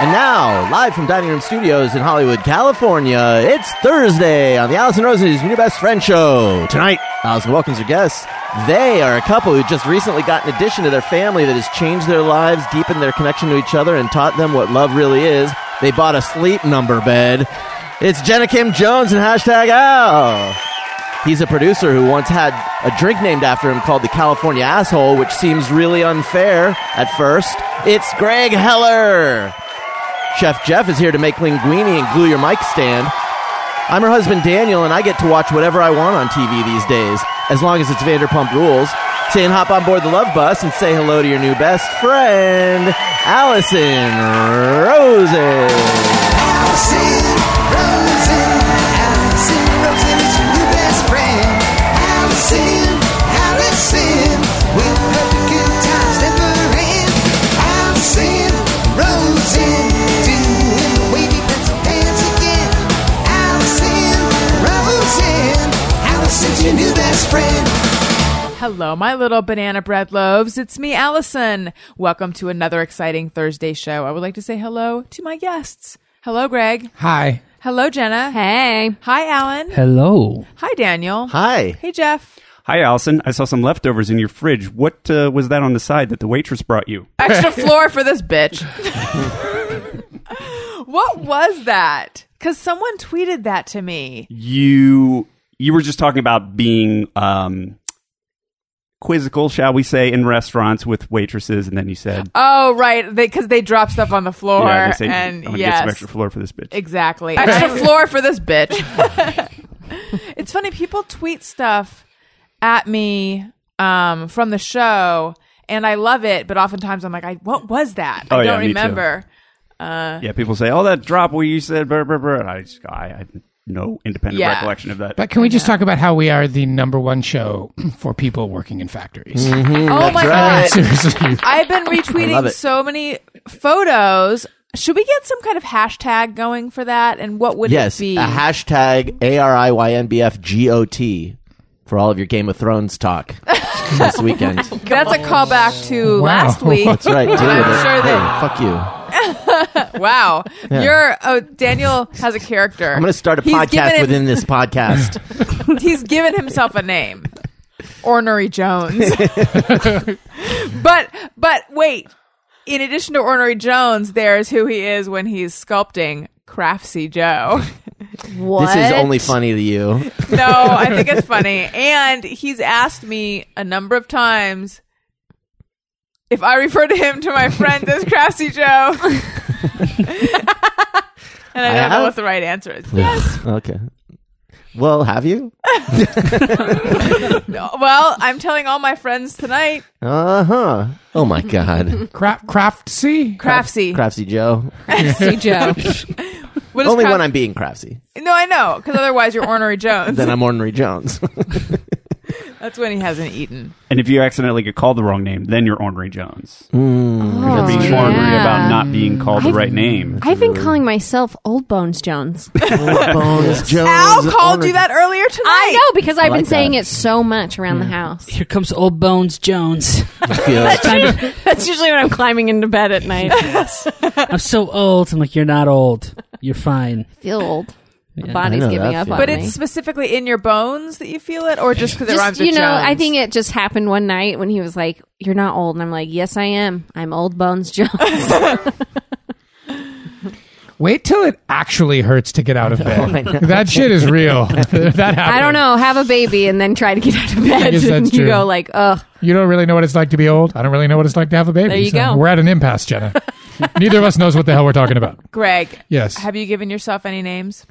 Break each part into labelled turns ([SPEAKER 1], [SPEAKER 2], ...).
[SPEAKER 1] And now, live from Dining Room Studios in Hollywood, California, it's Thursday on the Allison Rosen's New Best Friend Show. Tonight, Allison welcomes her guests. They are a couple who just recently got an addition to their family that has changed their lives, deepened their connection to each other, and taught them what love really is. They bought a sleep number bed. It's Jenna Kim Jones and hashtag Al. He's a producer who once had a drink named after him called the California Asshole, which seems really unfair at first. It's Greg Heller. Chef Jeff is here to make linguine and glue your mic stand. I'm her husband Daniel, and I get to watch whatever I want on TV these days, as long as it's Vanderpump Rules. Saying hop on board the love bus and say hello to your new best friend, Allison Rosen.
[SPEAKER 2] Allison Rosen, Allison Rosen is your new best friend. Allison, Allison, with her good times never end. Allison Rosen, doing the wavy pencil dance again. Allison Rosen, Allison's your new best friend.
[SPEAKER 3] Hello, my little banana bread loaves. It's me, Allison. Welcome to another exciting Thursday show. I would like to say hello to my guests. Hello, Greg.
[SPEAKER 4] Hi.
[SPEAKER 3] Hello, Jenna.
[SPEAKER 5] Hey.
[SPEAKER 3] Hi, Alan.
[SPEAKER 4] Hello.
[SPEAKER 3] Hi, Daniel.
[SPEAKER 1] Hi.
[SPEAKER 3] Hey, Jeff.
[SPEAKER 6] Hi, Allison. I saw some leftovers in your fridge. What uh, was that on the side that the waitress brought you?
[SPEAKER 3] Extra floor for this bitch. what was that? Because someone tweeted that to me.
[SPEAKER 6] You you were just talking about being um, quizzical, shall we say, in restaurants with waitresses, and then you said,
[SPEAKER 3] Oh, right. Because they, drop stuff on the floor.
[SPEAKER 6] "Yeah, they say, I'm
[SPEAKER 3] and
[SPEAKER 6] gonna get
[SPEAKER 3] yes.
[SPEAKER 6] some extra floor for this bitch."
[SPEAKER 3] Exactly. Extra floor for this bitch. it's funny, people tweet stuff at me um, from the show, and I love it, but oftentimes I'm like, I, what was that?
[SPEAKER 6] Oh,
[SPEAKER 3] I
[SPEAKER 6] yeah,
[SPEAKER 3] don't
[SPEAKER 6] me too.
[SPEAKER 3] remember.
[SPEAKER 6] yeah, people say, "Oh, that drop where you said," brr, brr, brr," and I just, I, I had no independent
[SPEAKER 3] Yeah.
[SPEAKER 6] recollection of that.
[SPEAKER 4] But can we just talk about how we are the number one show for people working in factories?
[SPEAKER 5] Mm-hmm.
[SPEAKER 3] oh my
[SPEAKER 1] Mm, right.
[SPEAKER 3] God.
[SPEAKER 4] Seriously.
[SPEAKER 3] I've been
[SPEAKER 1] I love
[SPEAKER 3] retweeting
[SPEAKER 1] it.
[SPEAKER 3] so many photos. Should we get some kind of hashtag going for that? And what would
[SPEAKER 1] Yes,
[SPEAKER 3] it be?
[SPEAKER 1] a hashtag A R I Y N B F G O T for all of your Game of Thrones talk this weekend. That's
[SPEAKER 3] That's a callback to
[SPEAKER 4] Wow.
[SPEAKER 3] last week.
[SPEAKER 1] right. Deal with
[SPEAKER 3] I'm
[SPEAKER 1] it. hey,
[SPEAKER 3] sure that-
[SPEAKER 1] fuck you.
[SPEAKER 3] Wow, you're oh Daniel has a character.
[SPEAKER 1] I'm going to start a
[SPEAKER 3] He's given
[SPEAKER 1] podcast
[SPEAKER 3] him-
[SPEAKER 1] within this podcast.
[SPEAKER 3] he's given himself a name ornery jones but but wait in addition to ornery jones there's who he is when he's sculpting craftsy joe
[SPEAKER 5] What?
[SPEAKER 1] This is only funny to you.
[SPEAKER 3] no i think it's funny and he's asked me a number of times if i refer to him to my friends as craftsy joe and i
[SPEAKER 1] I
[SPEAKER 3] don't know
[SPEAKER 1] have-
[SPEAKER 3] what the right answer is yes
[SPEAKER 1] okay. Well, have you?
[SPEAKER 3] well i'm telling all my friends tonight
[SPEAKER 1] Uh huh. Oh my God,
[SPEAKER 4] Craft, craftsy?
[SPEAKER 3] craftsy
[SPEAKER 1] craftsy Joe.
[SPEAKER 5] See, Joe.
[SPEAKER 3] What is
[SPEAKER 1] Only when
[SPEAKER 3] Craftsy?
[SPEAKER 1] I'm being craftsy.
[SPEAKER 3] No, I know, because otherwise you're ornery Jones.
[SPEAKER 1] Then I'm Ornery Jones.
[SPEAKER 3] That's when he hasn't eaten.
[SPEAKER 6] And if you accidentally get called the wrong name, then you're Ornery Jones.
[SPEAKER 3] Oh,
[SPEAKER 6] You're being
[SPEAKER 5] yeah.
[SPEAKER 6] ornery about not being called the right name.
[SPEAKER 5] I've been calling myself Old Bones Jones.
[SPEAKER 1] Bones Jones.
[SPEAKER 5] Oh,
[SPEAKER 3] Al called
[SPEAKER 1] Ornery-
[SPEAKER 3] you that earlier tonight.
[SPEAKER 5] I know because I've
[SPEAKER 1] like
[SPEAKER 5] been saying
[SPEAKER 1] that.
[SPEAKER 5] it so much around the house.
[SPEAKER 7] Here comes old Bones Jones.
[SPEAKER 1] Feel-
[SPEAKER 5] That's usually when I'm climbing into bed at night. I
[SPEAKER 7] I'm so old. I'm like, you're not old. You're fine.
[SPEAKER 5] feel old. My
[SPEAKER 1] I
[SPEAKER 5] body's
[SPEAKER 1] know
[SPEAKER 5] giving
[SPEAKER 1] that
[SPEAKER 5] up
[SPEAKER 1] feeling.
[SPEAKER 5] on
[SPEAKER 3] But
[SPEAKER 5] me.
[SPEAKER 3] it's specifically in your bones that you feel it, or just because it rhymes
[SPEAKER 5] just
[SPEAKER 3] with
[SPEAKER 5] you know,
[SPEAKER 3] Jones?
[SPEAKER 5] I think it just happened one night when he was like, "You're not old," and I'm like, "Yes, I am. I'm Old Bones Jones."
[SPEAKER 4] Wait till it actually hurts to get out of bed. that shit is real. that happens.
[SPEAKER 5] Oh, I don't know. Have a baby and then try to get out of bed,
[SPEAKER 4] guess
[SPEAKER 5] and
[SPEAKER 4] that's
[SPEAKER 5] you
[SPEAKER 4] true.
[SPEAKER 5] go like, "Ugh."
[SPEAKER 4] You don't really know what it's like to be old. I don't really know what it's like to have a baby.
[SPEAKER 5] There you
[SPEAKER 4] so
[SPEAKER 5] go.
[SPEAKER 4] We're at an impasse, Jenna. Neither of us knows what the hell we're talking about.
[SPEAKER 3] Greg,
[SPEAKER 4] Yes.
[SPEAKER 3] have you given yourself any names?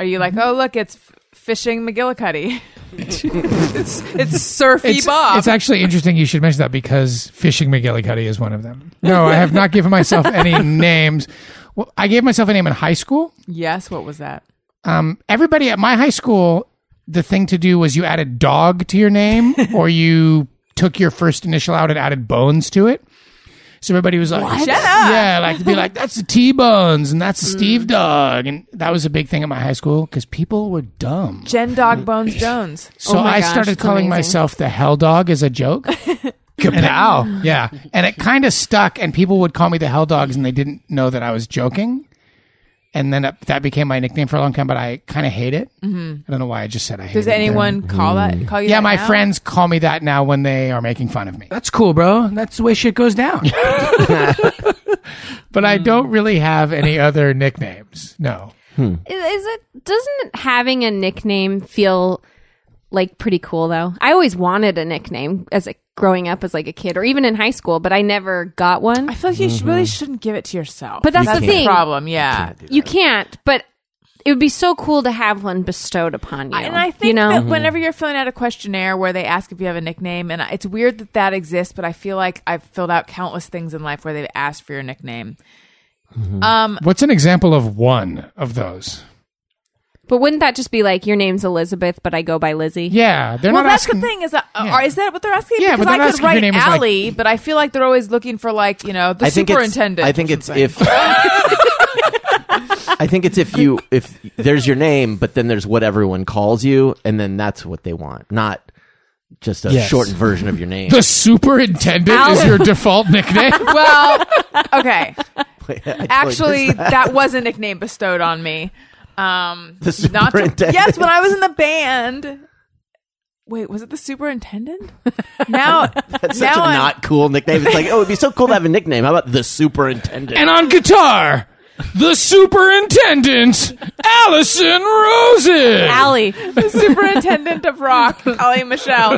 [SPEAKER 3] Are you like, oh look, it's f- fishing McGillicuddy? it's it's Surfy
[SPEAKER 4] it's,
[SPEAKER 3] Bob.
[SPEAKER 4] it's actually interesting you should mention that because fishing McGillicuddy is one of them. No, I have not given myself any names. Well, I gave myself a name in high school.
[SPEAKER 3] yes, what was that?
[SPEAKER 4] um, everybody at my high school, the thing to do was you added dog to your name or you took your first initial out and added bones to it. So everybody was like, yeah, like to be like, that's the T Bones and that's the Steve Dog. And that was a big thing at my high school because people were dumb.
[SPEAKER 3] Jen Dog Bones Jones.
[SPEAKER 4] So
[SPEAKER 5] my
[SPEAKER 4] I
[SPEAKER 5] gosh,
[SPEAKER 4] started
[SPEAKER 5] it's
[SPEAKER 4] calling
[SPEAKER 5] amazing.
[SPEAKER 4] myself the Hell Dog as a joke. Kapow. Yeah. And it kind of stuck, and people would call me the Hell Dogs, and they didn't know that I was joking. And then it, that became my nickname for a long time, but I kind of hate it. Mm-hmm. I don't know why I just said I hate it.
[SPEAKER 3] Does anyone call that? Call you?
[SPEAKER 4] Yeah,
[SPEAKER 3] that
[SPEAKER 4] my
[SPEAKER 3] now?
[SPEAKER 4] friends call me that now when they are making fun of me.
[SPEAKER 7] That's cool, bro. That's the way shit goes down.
[SPEAKER 4] But I don't really have any other nicknames. No.
[SPEAKER 5] Is, is it doesn't having a nickname feel like pretty cool though? I always wanted a nickname as a growing up as like a kid or even in high school, but I never got one.
[SPEAKER 3] I feel like you sh
[SPEAKER 4] Mm-hmm.
[SPEAKER 3] really shouldn't give it to yourself.
[SPEAKER 5] But that's the thing.
[SPEAKER 3] problem. Yeah.
[SPEAKER 5] You can't, but it would be so cool to have one bestowed upon you.
[SPEAKER 3] And I think
[SPEAKER 5] you know,
[SPEAKER 3] that whenever you're filling out a questionnaire where they ask if you have a nickname, and it's weird that that exists, but I feel like I've filled out countless things in life where they've asked for your nickname.
[SPEAKER 1] Mm-hmm.
[SPEAKER 3] Um,
[SPEAKER 4] What's an example of one of those?
[SPEAKER 5] but wouldn't that just be like your name's Elizabeth, but I go by Lizzie?
[SPEAKER 4] Yeah. They're
[SPEAKER 3] well,
[SPEAKER 4] not
[SPEAKER 3] that's
[SPEAKER 4] asking.
[SPEAKER 3] the thing is that uh, or is that what they're asking?
[SPEAKER 4] Yeah,
[SPEAKER 3] because
[SPEAKER 4] but they're
[SPEAKER 3] I
[SPEAKER 4] not
[SPEAKER 3] could
[SPEAKER 4] asking if your
[SPEAKER 3] write
[SPEAKER 4] name is, like-
[SPEAKER 3] Allie, but I feel like they're always looking for like you know the
[SPEAKER 1] I think it's.
[SPEAKER 3] superintendent.
[SPEAKER 1] I think
[SPEAKER 3] or
[SPEAKER 1] it's
[SPEAKER 3] something.
[SPEAKER 1] if. I think it's if you if there's your name, but then there's what everyone calls you, and then that's what they want, not just a
[SPEAKER 7] Yes.
[SPEAKER 1] shortened version of your name.
[SPEAKER 4] The superintendent is your default nickname?
[SPEAKER 3] well, okay.
[SPEAKER 1] I totally
[SPEAKER 3] Actually,
[SPEAKER 1] missed
[SPEAKER 3] that. was a nickname bestowed on me. Um,
[SPEAKER 1] The
[SPEAKER 3] not to-
[SPEAKER 1] superintendent.
[SPEAKER 3] yes, when I was in the band. Wait, was it the superintendent? Now,
[SPEAKER 1] It's
[SPEAKER 3] now
[SPEAKER 1] such a
[SPEAKER 3] I'm-
[SPEAKER 1] not cool nickname. It's like, oh, it'd be so cool to have a nickname. How about the superintendent?
[SPEAKER 4] And on guitar, the superintendent, Allison Rosen.
[SPEAKER 5] Allie.
[SPEAKER 3] the superintendent of rock, Holly Michelle.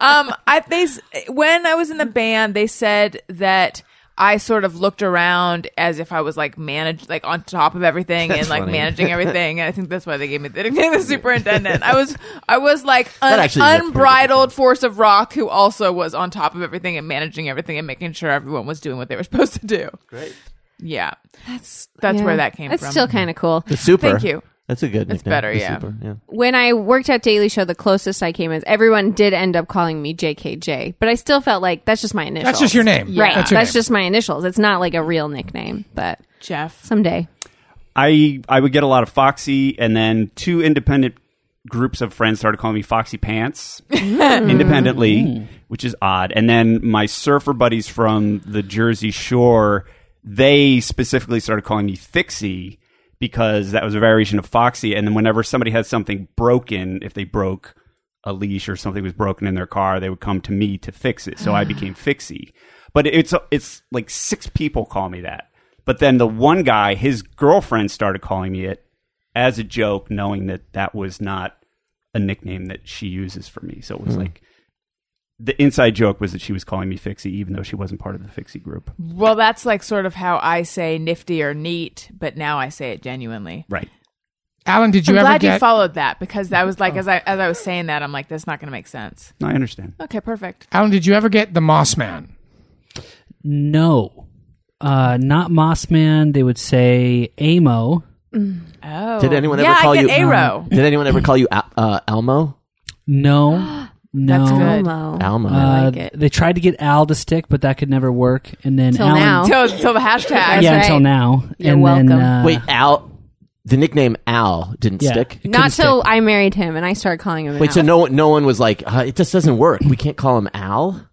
[SPEAKER 3] Um, I they s- when I was in the band, they said that I sort of looked around as if I was like managed, like on top of everything
[SPEAKER 1] That's
[SPEAKER 3] and like
[SPEAKER 1] funny.
[SPEAKER 3] managing everything. And I think that's why they gave me the nickname, the superintendent. I was, I was like
[SPEAKER 1] That
[SPEAKER 3] an
[SPEAKER 1] actually is a pretty good
[SPEAKER 3] unbridled force of rock who also was on top of everything and managing everything and making sure everyone was doing what they were supposed to do. Great. Yeah, that's that's
[SPEAKER 5] Yeah.
[SPEAKER 3] where that came
[SPEAKER 5] That's
[SPEAKER 3] from.
[SPEAKER 5] still kind of cool.
[SPEAKER 1] the super.
[SPEAKER 3] Thank you.
[SPEAKER 1] That's a good.
[SPEAKER 3] That's
[SPEAKER 1] nickname.
[SPEAKER 3] better,
[SPEAKER 1] The
[SPEAKER 3] yeah.
[SPEAKER 1] Super, yeah.
[SPEAKER 5] when I worked at Daily Show, the closest I came is everyone did end up calling me JKJ, but I still felt like that's just my initials.
[SPEAKER 4] That's just your name.
[SPEAKER 5] Right.
[SPEAKER 4] That's
[SPEAKER 5] That's,
[SPEAKER 4] your name.
[SPEAKER 5] just my initials. It's not like a real nickname, but
[SPEAKER 3] Jeff.
[SPEAKER 5] someday.
[SPEAKER 6] I I would get a lot of Foxy, and then two independent groups of friends started calling me Foxy Pants independently, which is odd. And then my surfer buddies from the Jersey Shore, they specifically started calling me Fixie because that was a variation of Foxy. And then whenever somebody had something broken, if they broke a leash or something was broken in their car, they would come to me to fix it. So I became Fixie. But it's it's like six people call me that. But then the one guy, his girlfriend started calling me it as a joke, knowing that that was not a nickname that she uses for me. So it was like the inside joke was that she was calling me Fixie, even though she wasn't part of the Fixie group.
[SPEAKER 3] Well, that's like sort of how I say nifty or neat, but now I say it genuinely.
[SPEAKER 6] Right.
[SPEAKER 4] Alan, did you
[SPEAKER 3] I'm
[SPEAKER 4] ever
[SPEAKER 3] glad
[SPEAKER 4] get Oh.
[SPEAKER 3] you followed that because that was like as I as I was saying that I'm like that's not going to make sense.
[SPEAKER 6] No, I understand.
[SPEAKER 3] Okay, perfect.
[SPEAKER 4] Alan, did you ever get the Moss Man?
[SPEAKER 7] no. Uh, not Mossman. They would say Amo.
[SPEAKER 3] Oh,
[SPEAKER 1] Did anyone
[SPEAKER 3] yeah,
[SPEAKER 1] ever call
[SPEAKER 3] I
[SPEAKER 1] you
[SPEAKER 3] get Aero?
[SPEAKER 1] Did anyone ever call you Al- uh, Elmo?
[SPEAKER 7] No.
[SPEAKER 1] "Mm-hmm"?
[SPEAKER 7] No.
[SPEAKER 3] That's good.
[SPEAKER 5] Hello.
[SPEAKER 1] Almo.
[SPEAKER 5] I like
[SPEAKER 7] Uh,
[SPEAKER 5] it.
[SPEAKER 7] They tried to get Al to stick, but that could never work. And then
[SPEAKER 5] Till
[SPEAKER 7] Alan,
[SPEAKER 5] now.
[SPEAKER 3] Till till the hashtag.
[SPEAKER 5] That's
[SPEAKER 7] yeah,
[SPEAKER 5] right.
[SPEAKER 7] until now.
[SPEAKER 5] You're
[SPEAKER 7] and
[SPEAKER 5] welcome.
[SPEAKER 7] Then, uh,
[SPEAKER 1] Wait, Al. The nickname Al didn't
[SPEAKER 7] yeah.
[SPEAKER 1] stick.
[SPEAKER 7] It
[SPEAKER 5] Not
[SPEAKER 7] couldn't
[SPEAKER 5] till
[SPEAKER 7] stick.
[SPEAKER 5] I married him and I started calling him.
[SPEAKER 1] Wait,
[SPEAKER 5] out.
[SPEAKER 1] so no, no one was like, uh, it just doesn't work. We can't call him Al.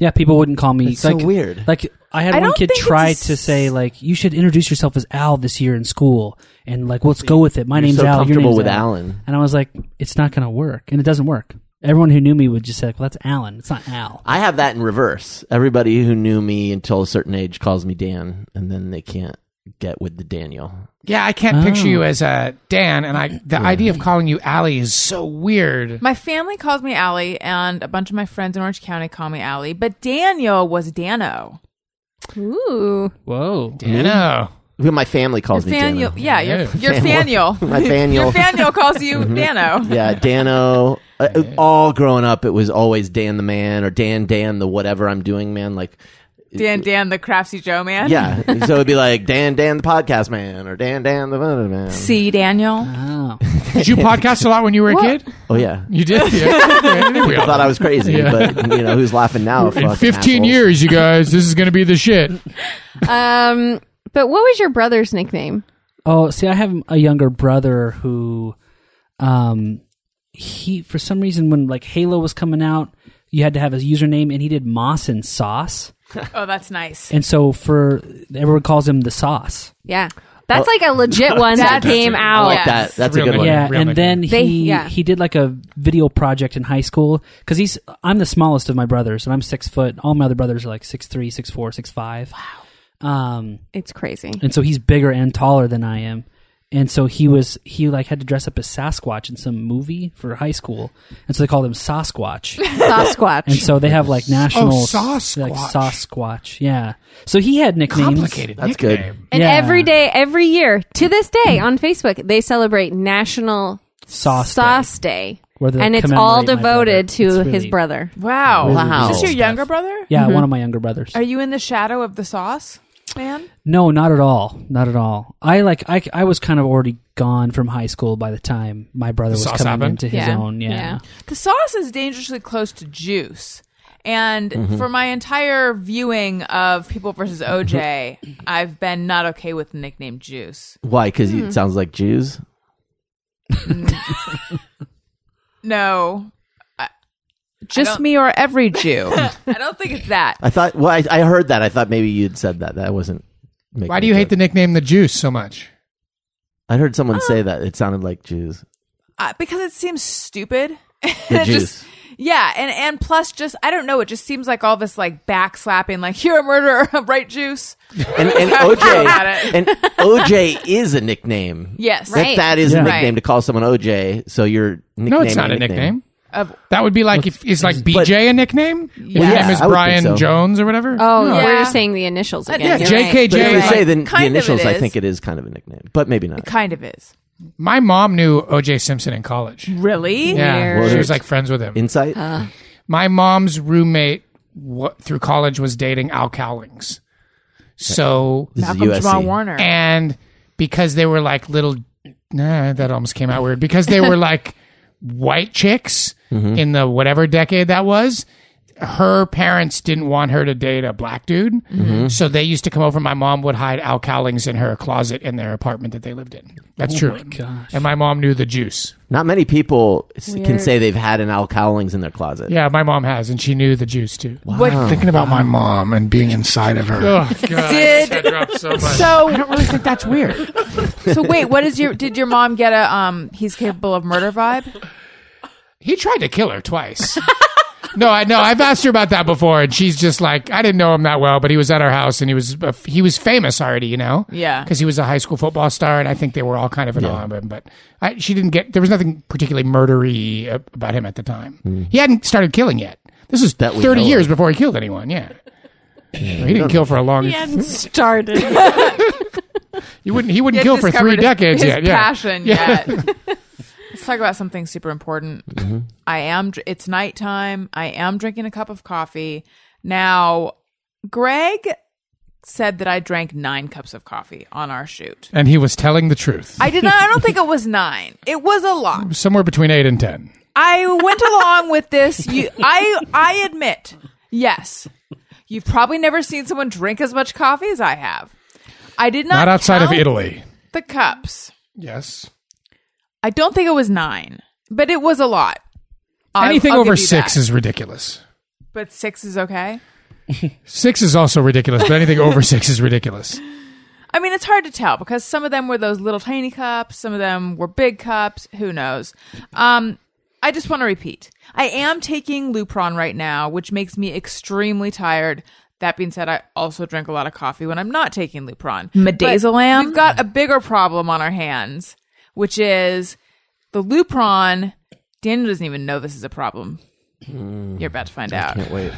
[SPEAKER 7] Yeah, people wouldn't call me.
[SPEAKER 1] That's so
[SPEAKER 7] like,
[SPEAKER 1] weird.
[SPEAKER 7] Like I had
[SPEAKER 3] I
[SPEAKER 7] one
[SPEAKER 3] don't
[SPEAKER 7] kid
[SPEAKER 3] think it's
[SPEAKER 7] try
[SPEAKER 3] a
[SPEAKER 7] to say like, "You should introduce yourself as Al this year in school," and like, "Let's go with it." My
[SPEAKER 1] You're
[SPEAKER 7] name's
[SPEAKER 1] so
[SPEAKER 7] Al.
[SPEAKER 1] comfortable
[SPEAKER 7] your name's
[SPEAKER 1] with
[SPEAKER 7] Al.
[SPEAKER 1] Alan.
[SPEAKER 7] And I was like, "It's not going to work," and it doesn't work. Everyone who knew me would just say, like, "Well, that's Alan. It's not Al."
[SPEAKER 1] I have that in reverse. Everybody who knew me until a certain age calls me Dan, and then they can't get with the Daniel.
[SPEAKER 4] Yeah, I can't picture
[SPEAKER 3] Oh.
[SPEAKER 4] you as a Dan, and I the idea of calling you Allie is so weird.
[SPEAKER 3] My family calls me Allie, and a bunch of my friends in Orange County call me Allie. But Daniel was Dano.
[SPEAKER 5] Ooh.
[SPEAKER 7] Whoa!
[SPEAKER 4] I know.
[SPEAKER 1] Well, My family calls me
[SPEAKER 3] Faniel,
[SPEAKER 1] Daniel.
[SPEAKER 3] yeah, your
[SPEAKER 4] Hey.
[SPEAKER 3] your Faniel.
[SPEAKER 1] My Mm-hmm. Faniel.
[SPEAKER 3] Your Faniel calls you Dano.
[SPEAKER 1] Yeah, Dano. Uh, All growing up, it was always Dan the man or Dan Dan the whatever I'm doing man. Like,
[SPEAKER 3] Dan Dan the craftsy Joe man.
[SPEAKER 1] yeah. so it'd be like Dan Dan the podcast man or Dan Dan the voter man.
[SPEAKER 3] See Daniel.
[SPEAKER 7] Oh,
[SPEAKER 4] Did you podcast a lot when you were a kid?
[SPEAKER 1] Oh yeah.
[SPEAKER 4] You did. Yeah. Yeah, I think we
[SPEAKER 1] I
[SPEAKER 4] all
[SPEAKER 1] thought I was crazy,
[SPEAKER 4] Yeah.
[SPEAKER 1] but you know who's laughing now?
[SPEAKER 4] did.
[SPEAKER 1] fucking
[SPEAKER 4] in 15
[SPEAKER 1] assholes.
[SPEAKER 4] years, you guys, this is going to be the shit.
[SPEAKER 5] Um, but what was your brother's nickname?
[SPEAKER 7] oh. See, I have a younger brother who, um, he for some reason when like Halo was coming out, you had to have his username, and he did Moss and Sauce,
[SPEAKER 3] Oh, that's nice.
[SPEAKER 7] and so for everyone calls him the Sauce.
[SPEAKER 5] Yeah. That's like a legit one that
[SPEAKER 3] That's-
[SPEAKER 5] came
[SPEAKER 3] that's
[SPEAKER 5] out.
[SPEAKER 1] like that.
[SPEAKER 4] It's
[SPEAKER 1] That's a
[SPEAKER 4] real
[SPEAKER 1] good
[SPEAKER 4] name.
[SPEAKER 1] one.
[SPEAKER 7] Yeah,
[SPEAKER 4] Real
[SPEAKER 7] and
[SPEAKER 4] nickname.
[SPEAKER 7] then
[SPEAKER 5] They-
[SPEAKER 7] he
[SPEAKER 5] yeah.
[SPEAKER 7] he did like a video project in high school because he's I'm the smallest of my brothers and I'm six foot. All my other brothers are like six three, six four, six five. Wow. Um,
[SPEAKER 5] It's crazy.
[SPEAKER 7] and so he's bigger and taller than I am. And so he was he like had to dress up as Sasquatch in some movie for high school, and so they called him Sasquatch.
[SPEAKER 5] Sasquatch.
[SPEAKER 7] and so they have like national
[SPEAKER 4] Oh, Sasquatch.
[SPEAKER 7] like Sasquatch, yeah. So he had nicknames.
[SPEAKER 4] Complicated.
[SPEAKER 1] That's good.
[SPEAKER 4] nickname.
[SPEAKER 5] and
[SPEAKER 7] Yeah.
[SPEAKER 5] every day, every year, to this day on Facebook, they celebrate National
[SPEAKER 7] Sauce. Sauce.
[SPEAKER 5] Sauce Day.
[SPEAKER 7] Where they
[SPEAKER 5] and it's all
[SPEAKER 7] commemorate my brother.
[SPEAKER 5] devoted to
[SPEAKER 7] It's
[SPEAKER 5] his
[SPEAKER 7] really-
[SPEAKER 5] brother. Mm-hmm.
[SPEAKER 3] Wow.
[SPEAKER 1] Wow.
[SPEAKER 3] Is this your
[SPEAKER 1] Stuff.
[SPEAKER 3] younger brother?
[SPEAKER 7] Yeah, one of my younger brothers.
[SPEAKER 3] Are you in the shadow of the sauce, man?
[SPEAKER 7] No, not at all. Not at all. I like I, I was kind of already gone from high school by the time my brother was
[SPEAKER 4] sauce
[SPEAKER 7] coming
[SPEAKER 4] happened?
[SPEAKER 7] into his
[SPEAKER 5] Yeah.
[SPEAKER 7] own. Yeah.
[SPEAKER 5] Yeah.
[SPEAKER 3] The sauce is dangerously close to juice. And for my entire viewing of People versus
[SPEAKER 5] Mm-hmm.
[SPEAKER 3] OJ, I've been not okay with the nickname Juice.
[SPEAKER 1] Why? Because it sounds like Jews.
[SPEAKER 3] No,
[SPEAKER 5] Just
[SPEAKER 3] don't-
[SPEAKER 5] me or every Jew.
[SPEAKER 3] I don't think it's that.
[SPEAKER 1] I thought. Well, I, I heard that. I thought maybe you'd said that. That wasn't. making
[SPEAKER 4] Why do
[SPEAKER 1] a
[SPEAKER 4] you hate
[SPEAKER 1] joke.
[SPEAKER 4] the nickname the Juice so much?
[SPEAKER 1] I heard someone say that. It sounded like Jews.
[SPEAKER 3] Uh, because it seems stupid.
[SPEAKER 1] The
[SPEAKER 3] It
[SPEAKER 1] Jews.
[SPEAKER 3] just- yeah, and and plus, just I don't know. It just seems like all this like backslapping, like you're a murderer, right? Juice.
[SPEAKER 1] and, and
[SPEAKER 3] Got
[SPEAKER 1] OJ
[SPEAKER 3] it.
[SPEAKER 1] and OJ is a nickname.
[SPEAKER 3] Yes.
[SPEAKER 1] That-
[SPEAKER 5] Right.
[SPEAKER 1] that is
[SPEAKER 7] Yeah.
[SPEAKER 1] a nickname
[SPEAKER 3] Right.
[SPEAKER 1] to call someone OJ. So your nickname
[SPEAKER 4] No, it's not
[SPEAKER 1] ain't
[SPEAKER 4] a nickname.
[SPEAKER 3] Of
[SPEAKER 4] That would be like if is like BJ a nickname? Yeah,
[SPEAKER 1] Yeah,
[SPEAKER 4] name is
[SPEAKER 1] I would think
[SPEAKER 4] Brian
[SPEAKER 1] so.
[SPEAKER 4] Jones or whatever.
[SPEAKER 5] Oh,
[SPEAKER 3] Yeah. Uh,
[SPEAKER 5] we're saying the initials again.
[SPEAKER 4] yeah,
[SPEAKER 5] You're
[SPEAKER 4] JKJ.
[SPEAKER 5] right.
[SPEAKER 1] But if you
[SPEAKER 4] Right.
[SPEAKER 1] say the, the
[SPEAKER 3] Kind of it
[SPEAKER 1] initials, I
[SPEAKER 3] is.
[SPEAKER 1] think it is kind of a nickname, but maybe not.
[SPEAKER 3] kind of is
[SPEAKER 4] My mom knew OJ Simpson in college.
[SPEAKER 3] really.
[SPEAKER 4] Yeah,
[SPEAKER 5] Weird.
[SPEAKER 4] she was like friends with him.
[SPEAKER 1] Insight.
[SPEAKER 3] uh,
[SPEAKER 4] my mom's roommate wa through college was dating Al Cowlings. So
[SPEAKER 1] this
[SPEAKER 3] Malcolm
[SPEAKER 1] is
[SPEAKER 3] Jamal
[SPEAKER 1] USC.
[SPEAKER 3] Warner.
[SPEAKER 4] and because they were like little, nah, that almost came out weird. Because they were like white chicks in the whatever decade that was. Her parents didn't want her to date a black dude, so they used to come over. My mom would hide Al Cowlings in her closet in their apartment that they lived in. That's true.
[SPEAKER 7] gosh.
[SPEAKER 4] And Oh my mom knew the juice.
[SPEAKER 1] Not many people s- can say they've had an Al Cowlings in their closet.
[SPEAKER 4] Yeah, my mom has, and she knew the juice too.
[SPEAKER 3] What
[SPEAKER 8] Thinking about my mom and being inside of her.
[SPEAKER 4] Oh god,
[SPEAKER 3] Did- I
[SPEAKER 4] so much. I
[SPEAKER 3] so
[SPEAKER 4] don't really think that's weird.
[SPEAKER 3] so wait? What is your? Did your mom get a um? He's capable of murder vibe.
[SPEAKER 4] He tried to kill her twice. no, I know. I've asked her about that before, and she's just like, I didn't know him that well, but he was at our house, and he was uh, he was famous already, you know.
[SPEAKER 3] Yeah.
[SPEAKER 4] because he was a high school football star, and I think they were all kind of in awe of him. But I, she didn't get there was nothing particularly murdery uh, about him at the time. He hadn't started killing yet. This was
[SPEAKER 1] Mm. That we
[SPEAKER 4] thirty
[SPEAKER 1] know
[SPEAKER 4] years
[SPEAKER 1] of.
[SPEAKER 4] before he killed anyone. Yeah. He didn't kill for a long.
[SPEAKER 5] hadn't started.
[SPEAKER 4] You wouldn't. He
[SPEAKER 3] He
[SPEAKER 4] wouldn't
[SPEAKER 3] had
[SPEAKER 4] kill for
[SPEAKER 3] discovered
[SPEAKER 4] three
[SPEAKER 3] his-
[SPEAKER 4] decades
[SPEAKER 3] his
[SPEAKER 4] yet. Yeah.
[SPEAKER 3] Passion
[SPEAKER 4] Mm-hmm.
[SPEAKER 3] yet. Let's talk about something super important. I am. dr- It's nighttime. I am drinking a cup of coffee now. Greg said that I drank nine cups of coffee on our shoot.
[SPEAKER 4] And he was telling the truth.
[SPEAKER 3] I did not. I don't think it was nine. It was a lot.
[SPEAKER 4] Somewhere between eight and ten.
[SPEAKER 3] I went along with this. You, I, I admit, yes, you've probably never seen someone drink as much coffee as I have. I did not.
[SPEAKER 4] Not outside of
[SPEAKER 3] count
[SPEAKER 4] Italy.
[SPEAKER 3] The cups.
[SPEAKER 4] Yes.
[SPEAKER 3] I don't think it was nine, but it was a lot. I'll-
[SPEAKER 4] Anything
[SPEAKER 3] I'll
[SPEAKER 4] over
[SPEAKER 3] give you
[SPEAKER 4] six
[SPEAKER 3] that.
[SPEAKER 4] is ridiculous.
[SPEAKER 3] But six is okay.
[SPEAKER 4] Six is also ridiculous, but anything over six is ridiculous.
[SPEAKER 3] I mean, it's hard to tell because some of them were those little tiny cups, some of them were big cups. Who knows? Um, I just want to repeat I am taking Lupron right now, which makes me extremely tired. That being said, I also drink a lot of coffee when I'm not taking Lupron.
[SPEAKER 5] Midazolam?
[SPEAKER 3] But We've got a bigger problem on our hands, which is the Lupron. Daniel doesn't even know this is a problem. You're about to find out.
[SPEAKER 1] Wait.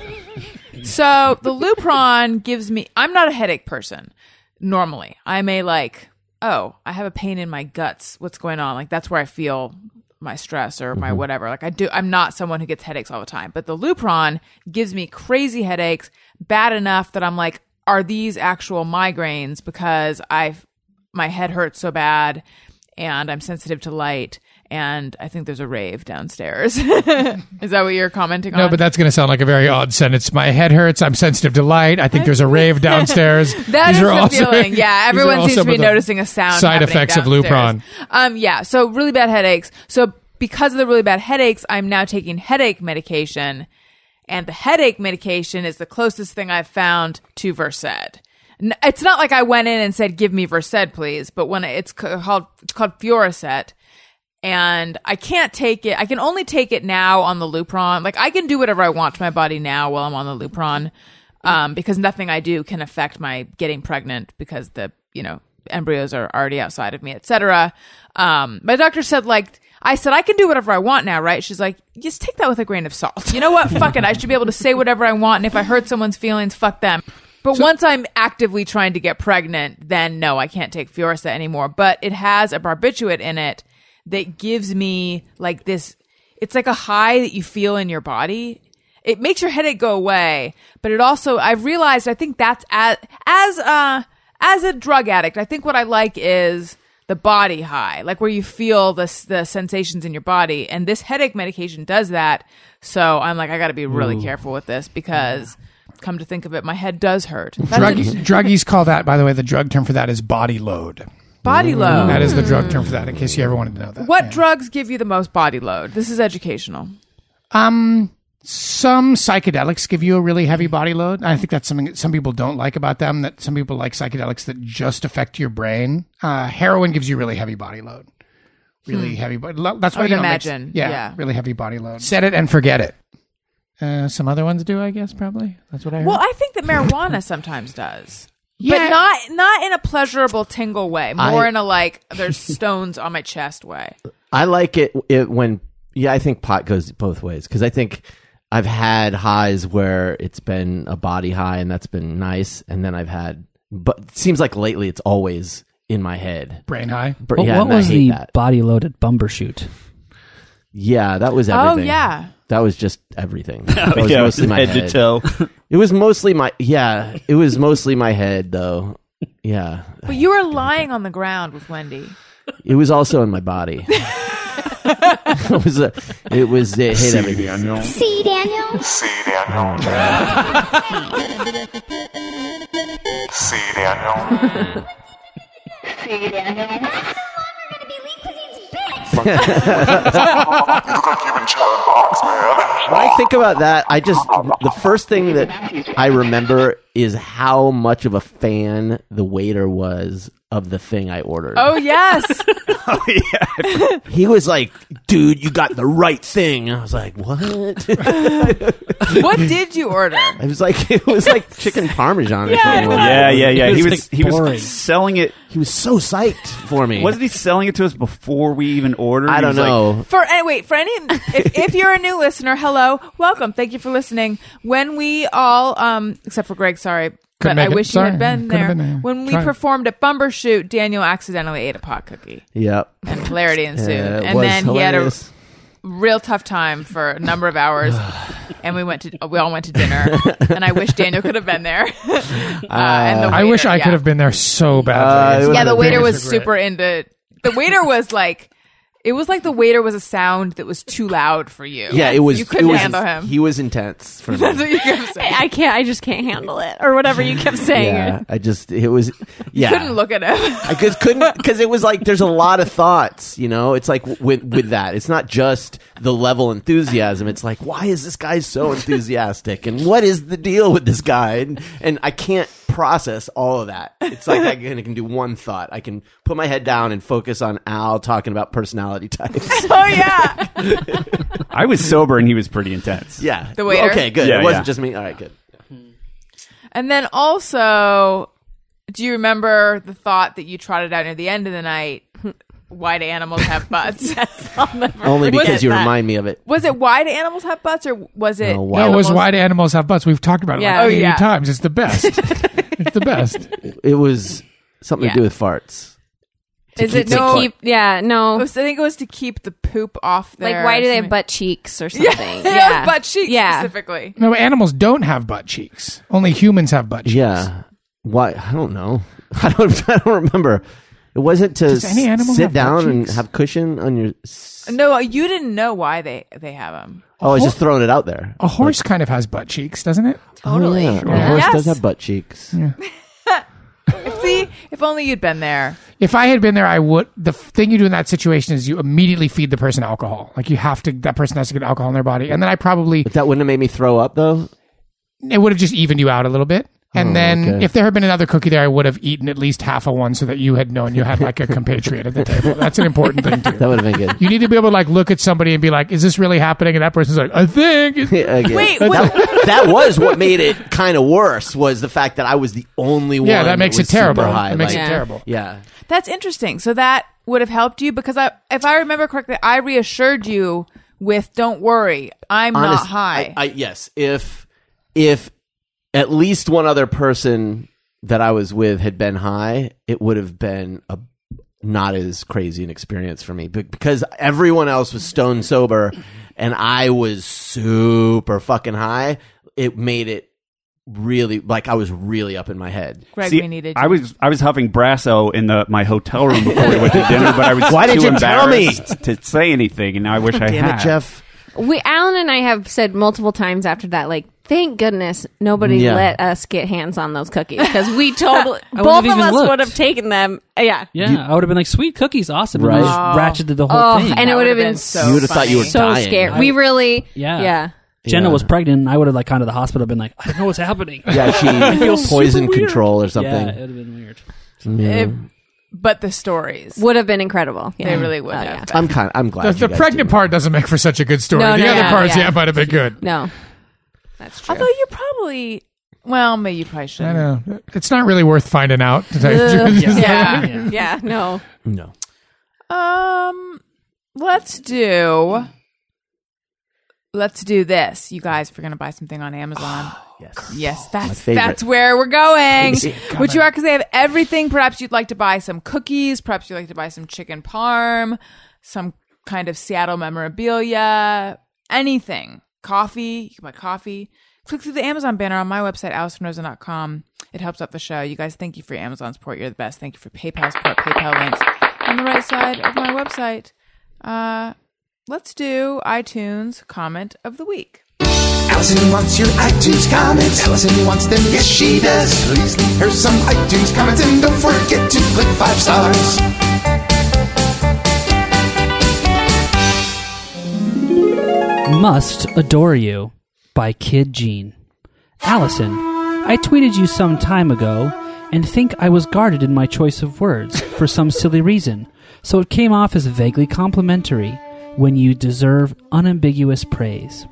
[SPEAKER 3] So the Lupron gives me. I'm not a headache person normally. I'm a like, oh, I have a pain in my guts. What's going on? Like that's where I feel my stress or
[SPEAKER 4] Mm-hmm.
[SPEAKER 3] my whatever. Like I do. I'm not someone who gets headaches all the time, but the Lupron gives me crazy headaches, bad enough that I'm like, are these actual migraines? Because I've my head hurts so bad, and I'm sensitive to light. And I think there's a rave downstairs. Is that what you're commenting on?
[SPEAKER 4] No, but that's going to sound like a very odd sentence. My head hurts. I'm sensitive to light. I think there's a rave downstairs.
[SPEAKER 3] That is
[SPEAKER 4] These are
[SPEAKER 3] the
[SPEAKER 4] also-
[SPEAKER 3] feeling. Yeah,
[SPEAKER 4] these are
[SPEAKER 3] everyone
[SPEAKER 4] all
[SPEAKER 3] seems to
[SPEAKER 4] some
[SPEAKER 3] be
[SPEAKER 4] of the
[SPEAKER 3] noticing a sound.
[SPEAKER 4] Side
[SPEAKER 3] happening
[SPEAKER 4] effects of
[SPEAKER 3] downstairs.
[SPEAKER 4] Lupron.
[SPEAKER 3] Um, yeah. So really bad headaches. So because of the really bad headaches, I'm now taking headache medication, and the headache medication is the closest thing I've found to Versed. N- It's not like I went in and said, "Give me Versed, please," but when it's ca- called it's called Fioricet, and I can't take it. I can only take it now on the Lupron. Like I can do whatever I want to my body now while I'm on the Lupron, um, because nothing I do can affect my getting pregnant because the you know embryos are already outside of me, etc. Um, my doctor said like. I said I can do whatever I want now, right? She's like, just take that with a grain of salt. You know what? fuck it. I should be able to say whatever I want, and if I hurt someone's feelings, fuck them. But once I'm actively trying to get pregnant, then no, I can't take Fioricet anymore. But it has a barbiturate in it, that gives me like this it's like a high that you feel in your body it makes your headache go away but it also i've realized i think that's as as uh as a drug addict i think what i like is the body high like where you feel the s- the sensations in your body and this headache medication does that so i'm like i got to be really careful with this because come to think of it my head does hurt That's
[SPEAKER 4] Drug,
[SPEAKER 3] a
[SPEAKER 4] druggies call that, by the way, the drug term for that is body load.
[SPEAKER 3] body load
[SPEAKER 4] That is the drug term for that. In case you ever wanted to know that.
[SPEAKER 3] what
[SPEAKER 4] Yeah.
[SPEAKER 3] drugs give you the most body load this is educational
[SPEAKER 4] Um, some psychedelics give you a really heavy body load. I think that's something that some people don't like about them. That some people like psychedelics that just affect your brain. Uh, heroin gives you really heavy body load. Really heavy, but that's why
[SPEAKER 3] Hmm. would
[SPEAKER 4] you don't mix-
[SPEAKER 3] imagine,
[SPEAKER 4] yeah,
[SPEAKER 3] yeah.
[SPEAKER 4] really heavy body load. Set it and forget it. Uh, some other ones do, I guess. Probably that's what I heard.
[SPEAKER 3] Well, I think that marijuana sometimes does.
[SPEAKER 4] Yeah.
[SPEAKER 3] But not not in a pleasurable tingle way, more
[SPEAKER 1] I-
[SPEAKER 3] in a like there's stones on my chest way.
[SPEAKER 1] I like it, it when yeah, I think pot goes both ways because I think I've had highs where it's been a body high and that's been nice, and then I've had but it seems like lately it's always in my head.
[SPEAKER 4] brain high.
[SPEAKER 1] But
[SPEAKER 7] What,
[SPEAKER 1] yeah,
[SPEAKER 7] what
[SPEAKER 1] and I
[SPEAKER 7] was
[SPEAKER 1] hate
[SPEAKER 7] the
[SPEAKER 1] that.
[SPEAKER 7] body load at Bumbershoot?
[SPEAKER 1] Yeah, that was
[SPEAKER 3] Oh,
[SPEAKER 1] everything.
[SPEAKER 3] yeah.
[SPEAKER 1] that was just everything. That was
[SPEAKER 6] Oh, yeah,
[SPEAKER 1] mostly my
[SPEAKER 6] head, to toe.
[SPEAKER 1] It was mostly my yeah. It was mostly my head though. Yeah,
[SPEAKER 3] But you were lying on the ground with Wendy.
[SPEAKER 1] it was also in my body. it was a, it was it hit everything.
[SPEAKER 9] See, Daniel?
[SPEAKER 10] See Daniel. See Daniel.
[SPEAKER 9] See, Daniel?
[SPEAKER 10] You look like you've been shot in box, man.
[SPEAKER 1] When I think about that, I just the first thing that I remember is how much of a fan the waiter was of the thing I ordered.
[SPEAKER 3] Oh yes.
[SPEAKER 1] He was like, "Dude, you got the right thing." And I was like, "What?"
[SPEAKER 3] what did you order?
[SPEAKER 1] It was like it was like chicken parmesan or something. like
[SPEAKER 6] yeah,
[SPEAKER 1] that.
[SPEAKER 6] yeah, yeah.
[SPEAKER 7] It
[SPEAKER 6] He
[SPEAKER 7] was,
[SPEAKER 6] was
[SPEAKER 7] like,
[SPEAKER 6] he
[SPEAKER 7] boring.
[SPEAKER 6] was selling it.
[SPEAKER 1] He was so psyched for me.
[SPEAKER 6] Wasn't he selling it to us before we even ordered?
[SPEAKER 1] I
[SPEAKER 6] He
[SPEAKER 1] don't
[SPEAKER 6] was like,
[SPEAKER 1] know.
[SPEAKER 3] For anyway, for any if, if you're a new listener, hello, welcome, thank you for listening. When we all, um, except for Greg, sorry,
[SPEAKER 4] Couldn't
[SPEAKER 3] but I
[SPEAKER 4] make it.
[SPEAKER 3] wish
[SPEAKER 4] Sorry.
[SPEAKER 3] you had been
[SPEAKER 4] Could've
[SPEAKER 3] there.
[SPEAKER 4] been there.
[SPEAKER 3] When we
[SPEAKER 4] Tried.
[SPEAKER 3] performed at Bumbershoot, Daniel accidentally ate a pot cookie,
[SPEAKER 1] yep.
[SPEAKER 3] and hilarity ensued.
[SPEAKER 1] Yeah, it
[SPEAKER 3] and
[SPEAKER 1] was
[SPEAKER 3] then he had a
[SPEAKER 1] hilarious.
[SPEAKER 3] real tough time for a number of hours and we went to we all went to dinner and i wish daniel could have been there uh, and
[SPEAKER 1] Uh,
[SPEAKER 3] the
[SPEAKER 4] I wish
[SPEAKER 3] waiter,
[SPEAKER 4] I
[SPEAKER 3] yeah.
[SPEAKER 4] could have been there so badly.
[SPEAKER 1] it
[SPEAKER 3] yeah the
[SPEAKER 1] That
[SPEAKER 3] waiter
[SPEAKER 1] is
[SPEAKER 3] was super into the waiter was like it was like the waiter was a sound that was too loud for you
[SPEAKER 1] Yeah, it was.
[SPEAKER 3] you couldn't
[SPEAKER 1] it was,
[SPEAKER 3] handle him
[SPEAKER 1] He was intense for me.
[SPEAKER 3] That's what you kept saying.
[SPEAKER 5] I can't. I just can't handle it, or whatever you kept saying.
[SPEAKER 1] yeah, I just it was. Yeah,
[SPEAKER 3] couldn't look at him
[SPEAKER 1] I just couldn't because it was like there's a lot of thoughts, you know. It's like with with that, it's not just the level enthusiasm. It's like why is this guy so enthusiastic, and what is the deal with this guy? And, and I can't process all of that. It's like I can, I can do one thought. I can put my head down and focus on Al talking about personality types.
[SPEAKER 3] oh yeah
[SPEAKER 6] I was sober and he was pretty intense.
[SPEAKER 1] yeah,
[SPEAKER 3] The waiter?
[SPEAKER 1] Okay, good.
[SPEAKER 6] Yeah,
[SPEAKER 1] it wasn't
[SPEAKER 6] yeah.
[SPEAKER 1] just me. All right, good.
[SPEAKER 3] and then also do you remember the thought that you trotted out near the end of the night why do animals have butts
[SPEAKER 1] Only
[SPEAKER 3] Was
[SPEAKER 1] because
[SPEAKER 3] it
[SPEAKER 1] you
[SPEAKER 3] that-
[SPEAKER 1] remind me of it.
[SPEAKER 3] Was it why do animals have butts or was it?
[SPEAKER 1] No, why-
[SPEAKER 4] No, Oh, it was
[SPEAKER 3] animals-
[SPEAKER 4] why do animals have butts? We've talked about it
[SPEAKER 5] Yeah.
[SPEAKER 4] like
[SPEAKER 5] Oh,
[SPEAKER 4] 80
[SPEAKER 3] yeah.
[SPEAKER 4] times. It's the best. it's the best.
[SPEAKER 1] It was something to
[SPEAKER 3] Yeah.
[SPEAKER 1] do with farts.
[SPEAKER 3] Is it
[SPEAKER 5] To
[SPEAKER 3] no?
[SPEAKER 5] keep, yeah,
[SPEAKER 3] I
[SPEAKER 5] no.
[SPEAKER 3] think it was to keep the poop off. Their
[SPEAKER 5] Like, why do they have
[SPEAKER 3] stomach.
[SPEAKER 5] butt cheeks or something?
[SPEAKER 3] Yeah, butt cheeks
[SPEAKER 5] Yeah.
[SPEAKER 3] specifically.
[SPEAKER 4] No, but animals don't have butt cheeks. Only humans have butt cheeks.
[SPEAKER 1] Yeah. Why? I don't know. I don't. I don't remember. It wasn't to
[SPEAKER 4] Does any
[SPEAKER 1] s-
[SPEAKER 4] animal
[SPEAKER 1] sit
[SPEAKER 4] have butt
[SPEAKER 1] down and
[SPEAKER 4] cheeks?
[SPEAKER 1] have cushion on your. s-
[SPEAKER 3] No, you didn't know why they they have them.
[SPEAKER 1] Oh, I was just throwing it out there.
[SPEAKER 4] A horse kind of has butt cheeks, doesn't it?
[SPEAKER 1] Totally. A horse
[SPEAKER 3] Yes.
[SPEAKER 1] does have butt cheeks.
[SPEAKER 3] See, if only you'd been there.
[SPEAKER 4] If I had been there, I would. The thing you do in that situation is you immediately feed the person alcohol. Like you have to. That person has to get alcohol in their body, and then I probably
[SPEAKER 1] But that wouldn't have made me throw up though.
[SPEAKER 4] it would have just evened you out a little bit. And
[SPEAKER 1] Oh,
[SPEAKER 4] then
[SPEAKER 1] okay.
[SPEAKER 4] if there had been another cookie there, I would have eaten at least half of one so that you had known you had like a compatriot at the table. That's an important thing too.
[SPEAKER 1] That would have been good.
[SPEAKER 4] You need to be able to like look at somebody and be like, "Is this really happening?" And that person's like, "I think." it's-"
[SPEAKER 1] Yeah, again.
[SPEAKER 3] Wait,
[SPEAKER 1] that, that was what made it kind of worse was the fact that I was the only one.
[SPEAKER 4] Yeah, that makes
[SPEAKER 1] was
[SPEAKER 4] it terrible.
[SPEAKER 1] super High,
[SPEAKER 4] It makes
[SPEAKER 1] like-
[SPEAKER 4] it terrible.
[SPEAKER 1] Yeah,
[SPEAKER 3] That's interesting. So that would have helped you because I, if I remember correctly, I reassured you with "Don't worry, I'm
[SPEAKER 1] Honest-
[SPEAKER 3] not high."
[SPEAKER 1] I, I, yes, if if at least one other person that I was with had been high, it would have been a not as crazy an experience for me, but because everyone else was stone sober and I was super fucking high, it made it really like I was really up in my head.
[SPEAKER 3] Greg,
[SPEAKER 6] See,
[SPEAKER 3] we needed.
[SPEAKER 6] I
[SPEAKER 3] you.
[SPEAKER 6] was I was huffing brasso in the my hotel room before we went to dinner, but I was
[SPEAKER 1] Why
[SPEAKER 6] too
[SPEAKER 1] didn't you tell me?
[SPEAKER 6] embarrassed to say anything, and now I wish I
[SPEAKER 1] Damn
[SPEAKER 6] had.
[SPEAKER 1] it, Jeff.
[SPEAKER 5] We Alan and I have said multiple times after that, like, thank goodness nobody
[SPEAKER 1] Yeah.
[SPEAKER 5] let us get hands on those cookies because we totally
[SPEAKER 7] I wouldn't
[SPEAKER 5] both
[SPEAKER 7] have
[SPEAKER 5] of
[SPEAKER 7] even
[SPEAKER 5] us
[SPEAKER 7] looked.
[SPEAKER 5] would have taken them. Uh, Yeah,
[SPEAKER 7] Yeah, I would have been like, sweet cookies, awesome. And I
[SPEAKER 1] Right.
[SPEAKER 7] just ratcheted the whole
[SPEAKER 5] Oh,
[SPEAKER 7] thing.
[SPEAKER 5] and it
[SPEAKER 3] That
[SPEAKER 5] would
[SPEAKER 3] would've
[SPEAKER 5] have been
[SPEAKER 3] been
[SPEAKER 5] so.
[SPEAKER 1] You would have thought you were
[SPEAKER 5] so
[SPEAKER 1] dying.
[SPEAKER 5] scared. We really,
[SPEAKER 7] Yeah.
[SPEAKER 5] yeah,
[SPEAKER 7] Jenna
[SPEAKER 1] Yeah.
[SPEAKER 7] was pregnant, and I would have like gone to the hospital and been like, I don't know what's happening.
[SPEAKER 1] Yeah, she
[SPEAKER 7] feels super
[SPEAKER 1] poison
[SPEAKER 7] weird.
[SPEAKER 1] control or something.
[SPEAKER 7] Yeah, it would have been weird.
[SPEAKER 3] It- but the stories,
[SPEAKER 5] would have been incredible. Yeah.
[SPEAKER 3] they really would
[SPEAKER 5] Oh,
[SPEAKER 3] have.
[SPEAKER 5] yeah.
[SPEAKER 3] been.
[SPEAKER 1] I'm kind. I'm glad
[SPEAKER 4] The,
[SPEAKER 1] you
[SPEAKER 4] the
[SPEAKER 1] guys
[SPEAKER 4] pregnant
[SPEAKER 1] didn't.
[SPEAKER 4] part doesn't make for such a good story.
[SPEAKER 5] No,
[SPEAKER 4] the
[SPEAKER 5] no,
[SPEAKER 4] other
[SPEAKER 5] yeah,
[SPEAKER 4] parts,
[SPEAKER 5] yeah.
[SPEAKER 4] yeah. might have been good.
[SPEAKER 5] No, that's true.
[SPEAKER 3] Although you probably, well, maybe you probably
[SPEAKER 4] I
[SPEAKER 3] shouldn't.
[SPEAKER 4] know. It's not really worth finding out. To tell you the truth.
[SPEAKER 3] Yeah.
[SPEAKER 5] yeah, no.
[SPEAKER 1] No.
[SPEAKER 3] Um, let's do. Let's do this, you guys. If we're gonna buy something on Amazon, yes, yes, that's
[SPEAKER 1] favorite.
[SPEAKER 3] that's where we're going.
[SPEAKER 1] Is it
[SPEAKER 3] Which you are because they have everything. Perhaps you'd like to buy some cookies. Perhaps you'd like to buy some chicken parm, some kind of Seattle memorabilia, anything. Coffee, you can buy coffee. Click through the Amazon banner on my website, AllisonRosen.com. It helps out the show. You guys, thank you for your Amazon support. You're the best. Thank you for PayPal support. PayPal links on the right side of my website. Uh, let's do iTunes comment of the week.
[SPEAKER 2] Allison wants your iTunes comments. Allison wants them, yes she does. Please leave her some iTunes comments and don't forget to click five stars.
[SPEAKER 7] Must Adore You by Kid Gene. Allison, I tweeted you some time ago and think I was guarded in my choice of words for some silly reason, so it came off as vaguely complimentary when you deserve unambiguous praise.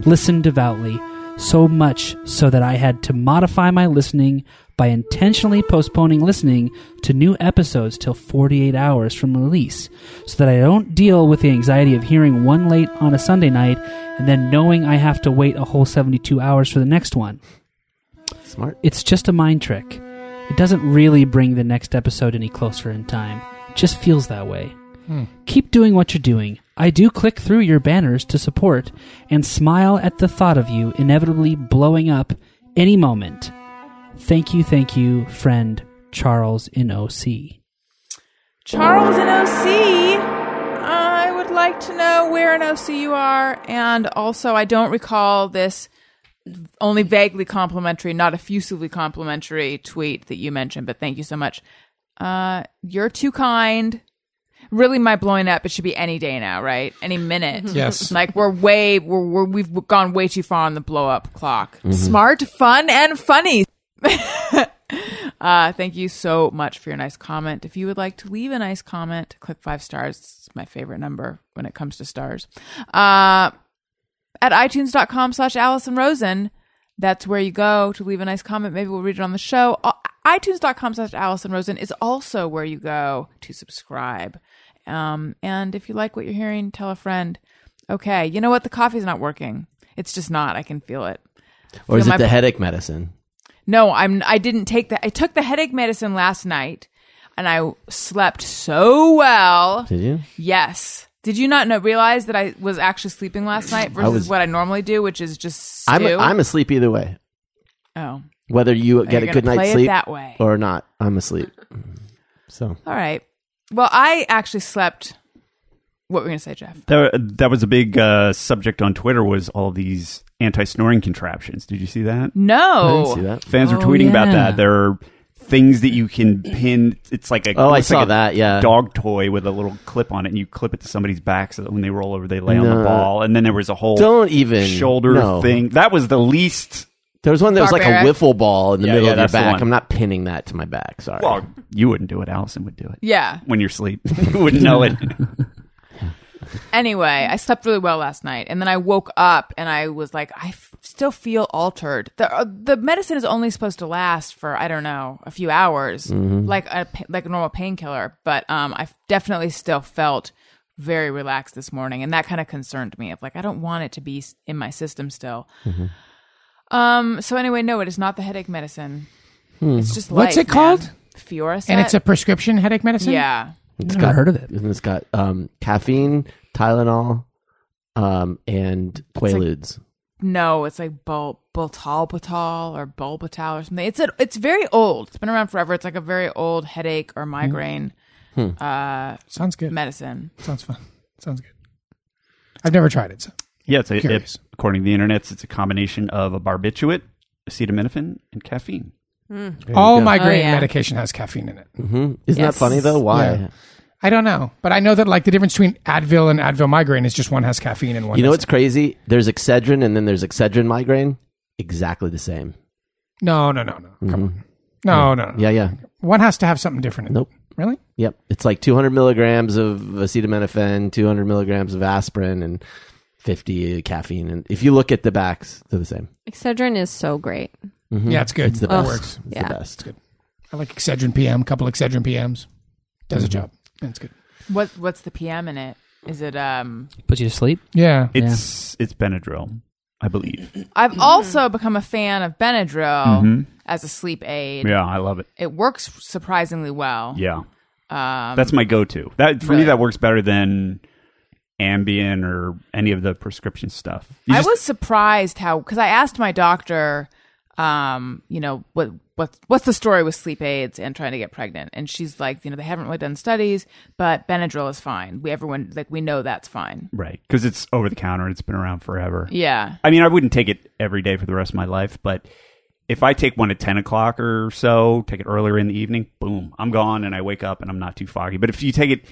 [SPEAKER 7] Listen devoutly, so much so that I had to modify my listening by intentionally postponing listening to new episodes till 48 hours from release so that I don't deal with the anxiety of hearing one late on a Sunday night and then knowing I have to wait a whole 72 hours for the next one.
[SPEAKER 1] Smart.
[SPEAKER 7] It's just a mind trick. It doesn't really bring the next episode any closer in time. It just feels that way.
[SPEAKER 1] Hmm.
[SPEAKER 7] Keep doing what you're doing. I do click through your banners to support and smile at the thought of you inevitably blowing up any moment. Thank you, thank you, friend Charles in OC.
[SPEAKER 3] Charles in OC. I would like to know where in OC you are, and also I don't recall this only vaguely complimentary, not effusively complimentary tweet that you mentioned. But thank you so much. Uh, you're too kind. Really, my blowing up. It should be any day now, right? Any minute.
[SPEAKER 4] Yes.
[SPEAKER 3] Like we're way we're, we're we've gone way too far on the blow up clock. Smart, fun, and funny. Uh, thank you so much for your nice comment. If you would like to leave a nice comment, click five stars. It's my favorite number when it comes to stars. Uh, at itunes.com slash Allison Rosen. That's where you go to leave a nice comment. Maybe we'll read it on the show. Uh, iTunes.com slash Allison Rosen is also where you go to subscribe. Um, and if you like what you're hearing, tell a friend. Okay, you know what? The coffee's not working. It's just not. I can feel it.
[SPEAKER 1] Or is
[SPEAKER 3] Feel
[SPEAKER 1] it
[SPEAKER 3] my-
[SPEAKER 1] the headache medicine?
[SPEAKER 3] No, I'm. I didn't take that. I took the headache medicine last night, and I slept so well.
[SPEAKER 1] Did you?
[SPEAKER 3] Yes. Did you not know, realize that I was actually sleeping last night versus
[SPEAKER 1] was-
[SPEAKER 3] what I normally do, which is just stew?
[SPEAKER 1] I'm I'm asleep either way.
[SPEAKER 3] oh,
[SPEAKER 1] Whether you get a
[SPEAKER 3] gonna
[SPEAKER 1] good night's
[SPEAKER 3] play it
[SPEAKER 1] sleep
[SPEAKER 3] that way.
[SPEAKER 1] or not, I'm asleep. So
[SPEAKER 3] all right. Well, I actually slept. What were you gonna say, Jeff?
[SPEAKER 6] That, that was a big uh, subject on Twitter was all these anti-snoring contraptions. Did you see that?
[SPEAKER 1] I
[SPEAKER 3] No.
[SPEAKER 1] didn't see that.
[SPEAKER 6] Fans were
[SPEAKER 7] Oh,
[SPEAKER 6] tweeting about
[SPEAKER 7] yeah.
[SPEAKER 6] that. There are things that you can pin. It's like a
[SPEAKER 1] Oh, I
[SPEAKER 6] looks like
[SPEAKER 1] saw
[SPEAKER 6] a
[SPEAKER 1] that, yeah.
[SPEAKER 6] dog toy with a little clip on it, and you clip it to somebody's back so that when they roll over, they lay on
[SPEAKER 1] No.
[SPEAKER 6] the ball. And then there was a whole
[SPEAKER 1] Don't even.
[SPEAKER 6] shoulder
[SPEAKER 1] No.
[SPEAKER 6] thing. That was the least.
[SPEAKER 1] There was one that was like a
[SPEAKER 3] Barbaric.
[SPEAKER 1] wiffle ball in the
[SPEAKER 6] Yeah,
[SPEAKER 1] middle
[SPEAKER 6] yeah,
[SPEAKER 1] of your
[SPEAKER 6] that's the
[SPEAKER 1] back.
[SPEAKER 6] one.
[SPEAKER 1] I'm not pinning that to my back. Sorry.
[SPEAKER 6] Well, you wouldn't do it. Allison would do it.
[SPEAKER 3] Yeah.
[SPEAKER 6] When you're asleep, you wouldn't know it.
[SPEAKER 3] Anyway, I slept really well last night, and then I woke up and I was like, I f- still feel altered. The uh, the medicine is only supposed to last for I don't know a few hours,
[SPEAKER 4] Mm-hmm.
[SPEAKER 3] like a pa- like a normal painkiller. But um, I definitely still felt very relaxed this morning, and that kind of concerned me. Of like, I don't want it to be s- in my system still.
[SPEAKER 4] Mm-hmm.
[SPEAKER 3] Um. So anyway, no, it is not the headache medicine. It's just
[SPEAKER 4] Hmm. What's
[SPEAKER 3] life,
[SPEAKER 4] it called?
[SPEAKER 3] man. Fioricet.
[SPEAKER 4] and it's a prescription headache medicine.
[SPEAKER 3] yeah.
[SPEAKER 1] it's
[SPEAKER 7] Never
[SPEAKER 1] got,
[SPEAKER 7] heard of it.
[SPEAKER 1] and it's got um, caffeine, Tylenol, um, and Quaaludes.
[SPEAKER 3] No, it's like bul- bultalpatol or bulbatol or something. It's a, it's very old. It's been around forever. It's like a very old headache or migraine uh,
[SPEAKER 4] sounds good.
[SPEAKER 3] medicine.
[SPEAKER 4] Sounds fun. Sounds good. I've never tried it. So.
[SPEAKER 6] Yeah, it's a,
[SPEAKER 4] Curious.
[SPEAKER 6] it, according to the internet, it's a combination of a barbiturate, acetaminophen, and caffeine.
[SPEAKER 4] All migraine
[SPEAKER 3] Oh, yeah.
[SPEAKER 4] medication has caffeine in it.
[SPEAKER 1] hmm Isn't
[SPEAKER 3] Yes.
[SPEAKER 1] that funny though? Why?
[SPEAKER 4] Yeah. I don't know, but I know that like the difference between Advil and Advil migraine is just one has caffeine and one.
[SPEAKER 1] You know what's
[SPEAKER 4] doesn't.
[SPEAKER 1] crazy? There's Excedrin and then there's Excedrin migraine. Exactly the same.
[SPEAKER 4] No, no, no, no. Come on. No, no, no.
[SPEAKER 1] Mm-hmm. Yeah, yeah.
[SPEAKER 4] One has to have something different. In
[SPEAKER 1] Nope. Mm-hmm.
[SPEAKER 4] It. Really?
[SPEAKER 1] Yep. It's like 200 milligrams of acetaminophen, 200 milligrams of aspirin, and 50 caffeine. And if you look at the backs, they're the same. Mm-hmm.
[SPEAKER 5] Excedrin is so great.
[SPEAKER 4] Yeah, it's good.
[SPEAKER 1] It's the
[SPEAKER 4] It
[SPEAKER 1] best.
[SPEAKER 4] works.
[SPEAKER 1] It's
[SPEAKER 5] Yeah.
[SPEAKER 1] the best.
[SPEAKER 4] I like Excedrin PM. A couple Excedrin PMs. Does a
[SPEAKER 1] Mm-hmm.
[SPEAKER 4] job. That's good.
[SPEAKER 3] What what's the PM in it? Is it um?
[SPEAKER 7] Put you to sleep.
[SPEAKER 4] Yeah.
[SPEAKER 6] It's it's Benadryl, I believe.
[SPEAKER 3] I've also become a fan of Benadryl as a sleep aid.
[SPEAKER 6] Mm-hmm. Yeah, I love it.
[SPEAKER 3] It works surprisingly well.
[SPEAKER 6] Yeah,
[SPEAKER 3] Um,
[SPEAKER 6] that's my go-to. That for
[SPEAKER 3] really?
[SPEAKER 6] me, that works better than Ambien or any of the prescription stuff. You
[SPEAKER 3] I
[SPEAKER 6] just-
[SPEAKER 3] was surprised how because I asked my doctor, um, you know, what what what's the story with sleep aids and trying to get pregnant, and she's like, you know, they haven't really done studies, but Benadryl is fine. We everyone like we know that's fine.
[SPEAKER 6] right because it's over the counter. It's been around forever.
[SPEAKER 3] Yeah,
[SPEAKER 6] I mean, I wouldn't take it every day for the rest of my life, but if I take one at ten o'clock or so, take it earlier in the evening, boom, I'm gone, and I wake up and I'm not too foggy. But if you take it,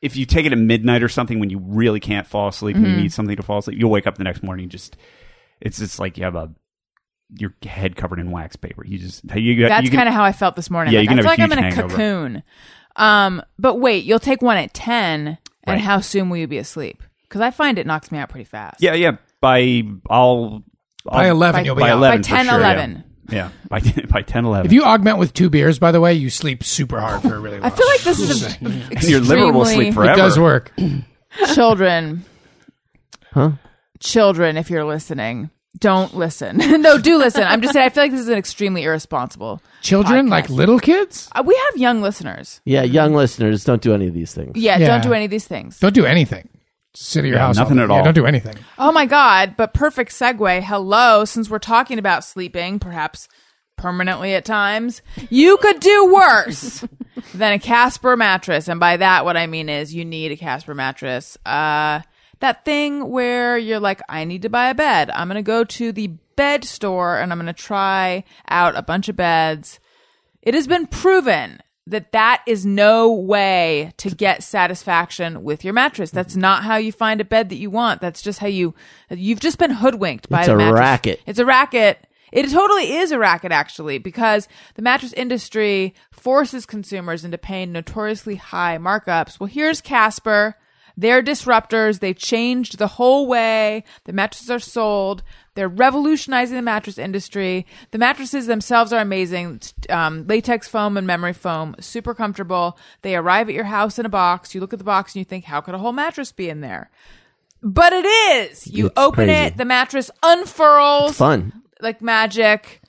[SPEAKER 6] if you take it at midnight or something when you really can't fall asleep and
[SPEAKER 3] Mm-hmm.
[SPEAKER 6] you need something to fall asleep, you'll wake up the next morning just it's just like you have a your head covered in wax paper. You just you, you
[SPEAKER 3] that's
[SPEAKER 6] can-
[SPEAKER 3] kind of how I felt this morning.
[SPEAKER 6] Yeah,
[SPEAKER 3] like,
[SPEAKER 6] you can
[SPEAKER 3] I feel like
[SPEAKER 6] have
[SPEAKER 3] I'm
[SPEAKER 6] a
[SPEAKER 3] in a
[SPEAKER 6] huge hangover.
[SPEAKER 3] cocoon. Um, but wait, you'll take one at ten,
[SPEAKER 6] Right.
[SPEAKER 3] and how soon will you be asleep? Because I find it knocks me out pretty fast.
[SPEAKER 6] yeah yeah by I'll,
[SPEAKER 4] By
[SPEAKER 6] I'll-
[SPEAKER 4] eleven,
[SPEAKER 3] By-
[SPEAKER 4] you'll be
[SPEAKER 6] by
[SPEAKER 4] out.
[SPEAKER 6] eleven
[SPEAKER 3] By
[SPEAKER 6] for
[SPEAKER 3] 10,
[SPEAKER 6] sure, yeah.
[SPEAKER 3] 11.
[SPEAKER 6] yeah, by by ten eleven
[SPEAKER 4] If you augment with two beers, by the way, you sleep super hard for a really.
[SPEAKER 3] I
[SPEAKER 4] Long
[SPEAKER 3] feel like this is a,
[SPEAKER 6] and your liver will sleep
[SPEAKER 3] extremely-
[SPEAKER 6] forever.
[SPEAKER 4] it does work.
[SPEAKER 3] children children if you're listening don't listen no do listen i'm just saying i feel like this is an extremely irresponsible
[SPEAKER 4] Children,
[SPEAKER 3] Podcast.
[SPEAKER 4] like little kids,
[SPEAKER 3] uh, we have young listeners
[SPEAKER 1] Yeah, young listeners, don't do any of these things.
[SPEAKER 3] yeah,
[SPEAKER 4] Yeah.
[SPEAKER 3] don't do any of these things
[SPEAKER 4] don't do anything. Just sit at your
[SPEAKER 6] Yeah,
[SPEAKER 4] house. all
[SPEAKER 6] nothing
[SPEAKER 4] day.
[SPEAKER 6] at
[SPEAKER 4] Yeah,
[SPEAKER 6] all.
[SPEAKER 4] don't do anything.
[SPEAKER 3] oh my god but perfect segue hello since we're talking about sleeping perhaps permanently at times you could do worse than a casper mattress and by that what i mean is you need a casper mattress uh that thing where you're like, I need to buy a bed. I'm going to go to the bed store and I'm going to try out a bunch of beds. It has been proven that that is no way to get satisfaction with your mattress. That's not how you find a bed that you want. That's just how you you've just been hoodwinked by
[SPEAKER 1] It's
[SPEAKER 3] the
[SPEAKER 1] a
[SPEAKER 3] mattress.
[SPEAKER 1] racket.
[SPEAKER 3] It's a racket. It totally is a racket, actually, because the mattress industry forces consumers into paying notoriously high markups. Well, here's Casper. They're disruptors. They changed the whole way the mattresses are sold. They're revolutionizing the mattress industry. The mattresses themselves are amazing um, latex foam and memory foam, super comfortable. They arrive at your house in a box. You look at the box and you think, how could a whole mattress be in there? But it is. You
[SPEAKER 1] It's
[SPEAKER 3] open
[SPEAKER 1] crazy.
[SPEAKER 3] it, the mattress unfurls
[SPEAKER 1] It's fun.
[SPEAKER 3] like magic.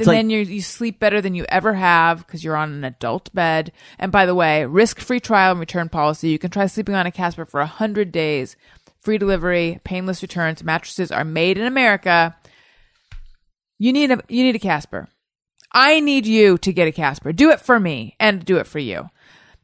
[SPEAKER 3] And
[SPEAKER 1] like-
[SPEAKER 3] then you you sleep better than you ever have because you're on an adult bed. And by the way, risk free trial and return policy. You can try sleeping on a Casper for hundred days. Free delivery, painless returns. Mattresses are made in America. You need a you need a Casper. I need you to get a Casper. Do it for me and do it for you.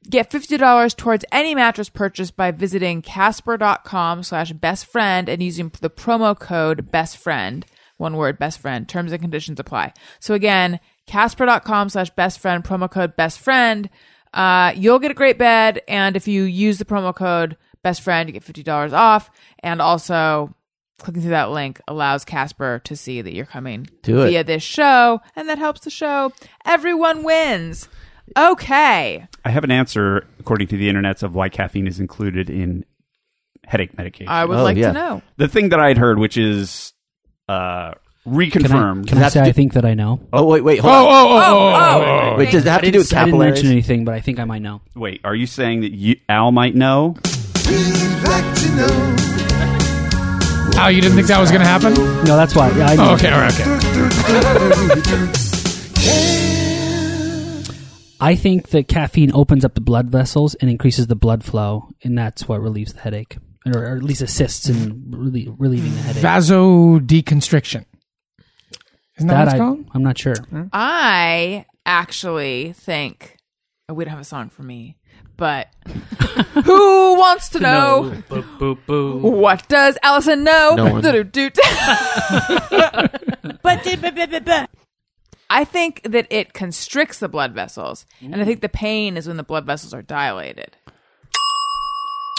[SPEAKER 3] Get $50 towards any mattress purchase by visiting casper.com slash best friend and using the promo code best friend. One word, best friend. Terms and conditions apply. So again, Casper.com slash best friend, promo code best friend. Uh, you'll get a great bed. And if you use the promo code best friend, you get $50 off. And also, clicking through that link allows Casper to see that you're coming
[SPEAKER 1] Do it.
[SPEAKER 3] via this show. And that helps the show. Everyone wins. Okay.
[SPEAKER 6] I have an answer, according to the internets, of why caffeine is included in headache medication.
[SPEAKER 3] I would
[SPEAKER 1] Oh,
[SPEAKER 3] like
[SPEAKER 1] yeah.
[SPEAKER 3] to know.
[SPEAKER 6] the thing that I had heard, which is uh,
[SPEAKER 7] Can I-
[SPEAKER 6] reconfirmed.
[SPEAKER 7] Can I,
[SPEAKER 1] That's
[SPEAKER 7] say I
[SPEAKER 1] di-
[SPEAKER 7] think that I know?
[SPEAKER 1] Oh wait, wait,
[SPEAKER 4] Oh,
[SPEAKER 1] hold
[SPEAKER 4] oh,
[SPEAKER 1] on.
[SPEAKER 4] oh, oh, oh,
[SPEAKER 3] oh,
[SPEAKER 1] Wait, does it have to do with
[SPEAKER 7] I didn't
[SPEAKER 1] capillaries?
[SPEAKER 7] mention anything, but I think I might know.
[SPEAKER 6] Wait, are you saying that you, Al might know?
[SPEAKER 2] We'd like to know.
[SPEAKER 4] Oh, you didn't think that was going to happen?
[SPEAKER 7] No, that's why. I
[SPEAKER 4] Oh, okay, all right, okay.
[SPEAKER 7] I think that caffeine opens up the blood vessels and increases the blood flow, and that's what relieves the headache, or, or at least assists in relie- relieving the headache.
[SPEAKER 4] Vasodeconstriction. Isn't that, what
[SPEAKER 7] That
[SPEAKER 4] it's
[SPEAKER 7] I,
[SPEAKER 4] called?
[SPEAKER 7] I'm not sure.
[SPEAKER 3] I actually think oh, we don't have a song for me, but who wants to know
[SPEAKER 7] Boop, boop, boop.
[SPEAKER 3] what does Allison know?
[SPEAKER 1] No one.
[SPEAKER 3] Do-do-do-do. But did- but- but- but- but. I think that it constricts the blood vessels, and I think the pain is when the blood vessels are dilated.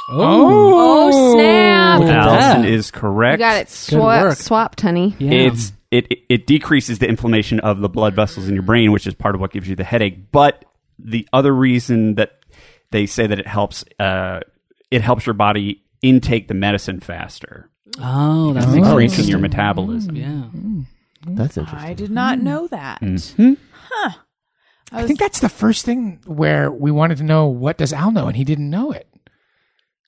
[SPEAKER 7] Oh,
[SPEAKER 5] Oh, snap.
[SPEAKER 7] Look at
[SPEAKER 6] Allison
[SPEAKER 7] that.
[SPEAKER 6] is correct.
[SPEAKER 5] You got it
[SPEAKER 7] Good
[SPEAKER 5] swa-
[SPEAKER 7] work.
[SPEAKER 5] swapped, honey.
[SPEAKER 7] yeah.
[SPEAKER 6] It's it it decreases the inflammation of the blood vessels in your brain, which is part of what gives you the headache. But the other reason that they say that it helps uh, it helps your body intake the medicine faster,
[SPEAKER 7] oh, that makes sense.
[SPEAKER 6] increasing your metabolism.
[SPEAKER 7] Yeah.
[SPEAKER 1] That's interesting.
[SPEAKER 3] I did
[SPEAKER 4] Mm.
[SPEAKER 3] not know that.
[SPEAKER 1] Mm-hmm.
[SPEAKER 4] I think that's the first thing where we wanted to know what does Al know, and he didn't know it,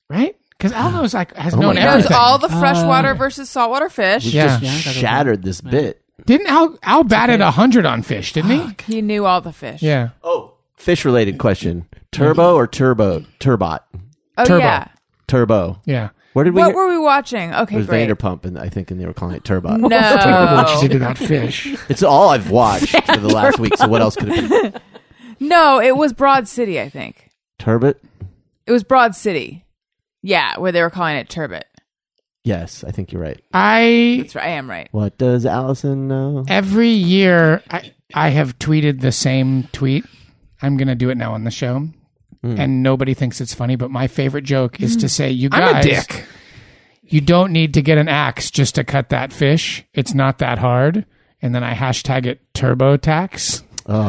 [SPEAKER 4] right? Because Al knows like has
[SPEAKER 1] Oh my
[SPEAKER 4] known
[SPEAKER 1] God.
[SPEAKER 3] Knows
[SPEAKER 4] everything. Oh.
[SPEAKER 3] all the freshwater versus saltwater fish.
[SPEAKER 4] yeah,
[SPEAKER 7] Yeah, I got it.
[SPEAKER 1] Shattered this bit.
[SPEAKER 4] didn't Al Al batted a hundred on fish, didn't he?
[SPEAKER 3] He knew all the fish.
[SPEAKER 4] Yeah,
[SPEAKER 1] Oh, fish related question. Turbo or turbo? Turbot.
[SPEAKER 3] Oh
[SPEAKER 4] Turbo.
[SPEAKER 3] yeah.
[SPEAKER 1] Turbo.
[SPEAKER 4] yeah.
[SPEAKER 1] Where did we?
[SPEAKER 3] What
[SPEAKER 1] hear-
[SPEAKER 3] were we watching? Okay,
[SPEAKER 1] it was
[SPEAKER 3] great.
[SPEAKER 1] Vanderpump, and I think, and they were calling it Turbot.
[SPEAKER 4] What you
[SPEAKER 8] Oh.
[SPEAKER 3] No,
[SPEAKER 4] did to that fish?
[SPEAKER 1] It's all I've watched for the last week. So what else could it be?
[SPEAKER 3] no, it was Broad City. I think
[SPEAKER 1] Turbot.
[SPEAKER 3] it was Broad City. Yeah, where they were calling it turbot.
[SPEAKER 1] Yes, I think you're right.
[SPEAKER 4] I
[SPEAKER 3] That's right. I am right.
[SPEAKER 1] What does Allison know?
[SPEAKER 4] every year I I have tweeted the same tweet. I'm gonna do it now on the show, and nobody thinks it's funny. But my favorite joke is to say, "You guys,
[SPEAKER 8] Hmm. I'm a dick.
[SPEAKER 4] you don't need to get an axe just to cut that fish. It's not that hard." And then I hashtag it TurboTax.
[SPEAKER 1] Oh,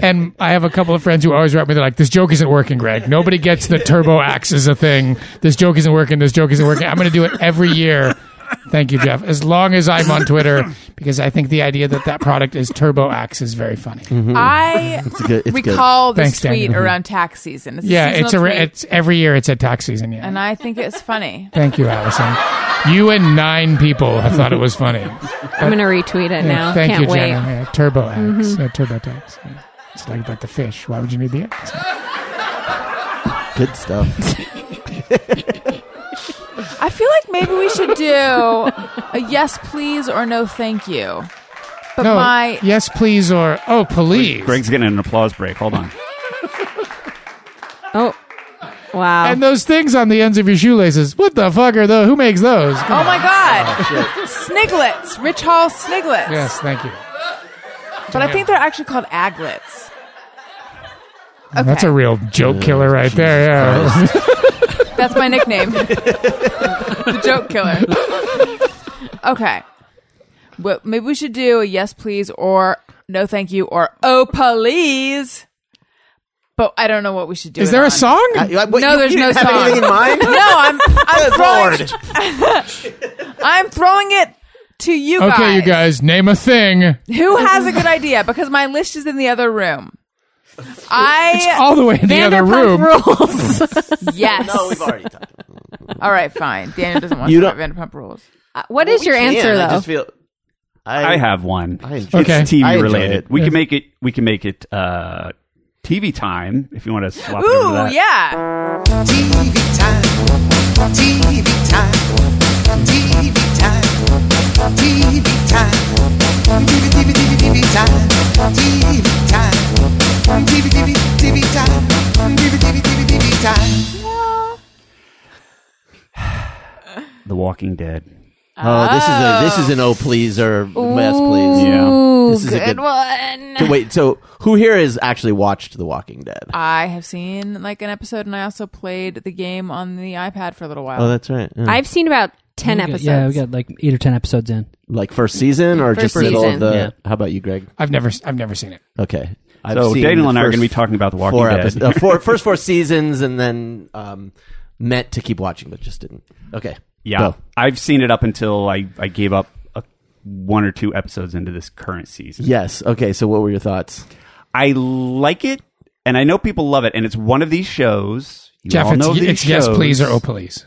[SPEAKER 4] And I have a couple of friends who always write me. They're like, "This joke isn't working, Greg. Nobody gets that turbo axe is a thing. This joke isn't working. This joke isn't working. I'm going to do it every year." Thank you, Jeff. As long as I'm on Twitter, because I think the idea that that product is turbo axe is very funny.
[SPEAKER 3] Mm-hmm. I
[SPEAKER 1] good- Mm-hmm. it's good.
[SPEAKER 3] recall this
[SPEAKER 4] Thanks,
[SPEAKER 3] tweet
[SPEAKER 4] Daniel. Mm-hmm.
[SPEAKER 3] around tax season. It's
[SPEAKER 4] Yeah,
[SPEAKER 3] seasonal
[SPEAKER 4] it's a re-
[SPEAKER 3] tweet,
[SPEAKER 4] it's every year. It's at tax season. Yeah.
[SPEAKER 3] and I think it's funny.
[SPEAKER 4] Thank you, Allison. You and nine people have thought it was funny.
[SPEAKER 5] I'm going to retweet it now.
[SPEAKER 4] Thank
[SPEAKER 5] Can't
[SPEAKER 4] you,
[SPEAKER 5] wait.
[SPEAKER 4] Jenna. Yeah, turbo axe.
[SPEAKER 3] Mm-hmm.
[SPEAKER 4] Yeah, turbo tax. Yeah. It's like about the fish. Why would you need the axe?
[SPEAKER 1] good stuff. Uh,
[SPEAKER 3] I feel like maybe we should do a yes please or no thank you. But
[SPEAKER 4] No.
[SPEAKER 3] my
[SPEAKER 4] yes, please, or oh, please.
[SPEAKER 6] Greg's getting an applause break. Hold on.
[SPEAKER 5] Oh, wow.
[SPEAKER 4] And those things on the ends of your shoelaces. What the fuck are those? Who makes those? Come
[SPEAKER 3] oh
[SPEAKER 4] on.
[SPEAKER 3] my god,
[SPEAKER 1] Oh,
[SPEAKER 3] Sniglets, Rich Hall Sniglets.
[SPEAKER 4] Yes, thank you.
[SPEAKER 3] but I think they're actually called aglets.
[SPEAKER 4] That's a real joke killer right there. Yeah.
[SPEAKER 3] That's my nickname. the joke killer. Okay. Well, maybe we should do a yes please or no thank you or oh please. But I don't know what we should do.
[SPEAKER 4] Is
[SPEAKER 3] it
[SPEAKER 4] there
[SPEAKER 3] on.
[SPEAKER 4] a song?
[SPEAKER 1] I- what,
[SPEAKER 3] No,
[SPEAKER 1] you-
[SPEAKER 3] there's
[SPEAKER 1] you
[SPEAKER 3] no
[SPEAKER 1] didn't
[SPEAKER 3] song.
[SPEAKER 1] Have anything in mind?
[SPEAKER 3] No, I'm I'm
[SPEAKER 1] Good
[SPEAKER 3] throwing,
[SPEAKER 1] lord.
[SPEAKER 3] I'm throwing it to you guys.
[SPEAKER 4] okay, you guys, name a thing
[SPEAKER 3] Who has a good idea? Because my list is in the other room. I
[SPEAKER 4] all the way in the other room.
[SPEAKER 5] Rules.
[SPEAKER 3] yes.
[SPEAKER 1] No, we've already talked. about
[SPEAKER 3] All right, fine. Daniel doesn't want
[SPEAKER 1] You
[SPEAKER 3] to talk
[SPEAKER 1] don't-
[SPEAKER 3] about Vanderpump Rules.
[SPEAKER 5] Uh, what is your
[SPEAKER 1] it.
[SPEAKER 5] answer,
[SPEAKER 1] Man, I
[SPEAKER 5] though?
[SPEAKER 1] just feel. I,
[SPEAKER 6] I have one.
[SPEAKER 1] I enjoy
[SPEAKER 4] Okay.
[SPEAKER 6] It's TV
[SPEAKER 1] I enjoy
[SPEAKER 6] related.
[SPEAKER 1] it.
[SPEAKER 6] We can make it. We can make it uh, TV time if you want to swap it
[SPEAKER 3] Ooh,
[SPEAKER 6] over to that.
[SPEAKER 3] yeah.
[SPEAKER 2] TV time. TV time. TV time. TV time. TV, TV, TV, TV time. TV time. TV, TV, TV time. TV, TV, TV, TV time.
[SPEAKER 6] The Walking Dead.
[SPEAKER 1] Oh, this is a this is an oh please or yes please.
[SPEAKER 6] Yeah.
[SPEAKER 5] Ooh,
[SPEAKER 1] This is a
[SPEAKER 5] good,
[SPEAKER 1] good-
[SPEAKER 5] one.
[SPEAKER 1] So wait, so who here has actually watched The Walking Dead?
[SPEAKER 5] Uh,
[SPEAKER 3] I have seen like an episode, and I also played the game on the iPad for a little while.
[SPEAKER 1] Oh, that's right. Yeah.
[SPEAKER 5] I've seen about ten
[SPEAKER 7] We got-
[SPEAKER 5] episodes.
[SPEAKER 7] Yeah, we got like eight or ten episodes in.
[SPEAKER 1] like first season or
[SPEAKER 5] First
[SPEAKER 1] just middle of
[SPEAKER 5] season.
[SPEAKER 1] the?
[SPEAKER 7] Yeah.
[SPEAKER 1] How about you, Greg?
[SPEAKER 4] I've never, I've never seen it.
[SPEAKER 1] Okay. I've
[SPEAKER 6] So
[SPEAKER 1] seen
[SPEAKER 6] Daniel
[SPEAKER 1] the
[SPEAKER 6] and I are
[SPEAKER 1] first
[SPEAKER 6] going to be talking about The Walking
[SPEAKER 1] four
[SPEAKER 6] Dead.
[SPEAKER 1] episodes, uh, four first four seasons, and then um, meant to keep watching but just didn't. Okay.
[SPEAKER 6] Yeah,
[SPEAKER 1] Go.
[SPEAKER 6] I've seen it up until I, I gave up a, one or two episodes into this current season.
[SPEAKER 1] Yes. Okay. So what were your thoughts?
[SPEAKER 6] I like it, and I know people love it, and it's one of these shows. You
[SPEAKER 4] Jeff,
[SPEAKER 6] all
[SPEAKER 4] it's,
[SPEAKER 6] know these
[SPEAKER 4] it's
[SPEAKER 6] shows,
[SPEAKER 4] yes, please or oh, please.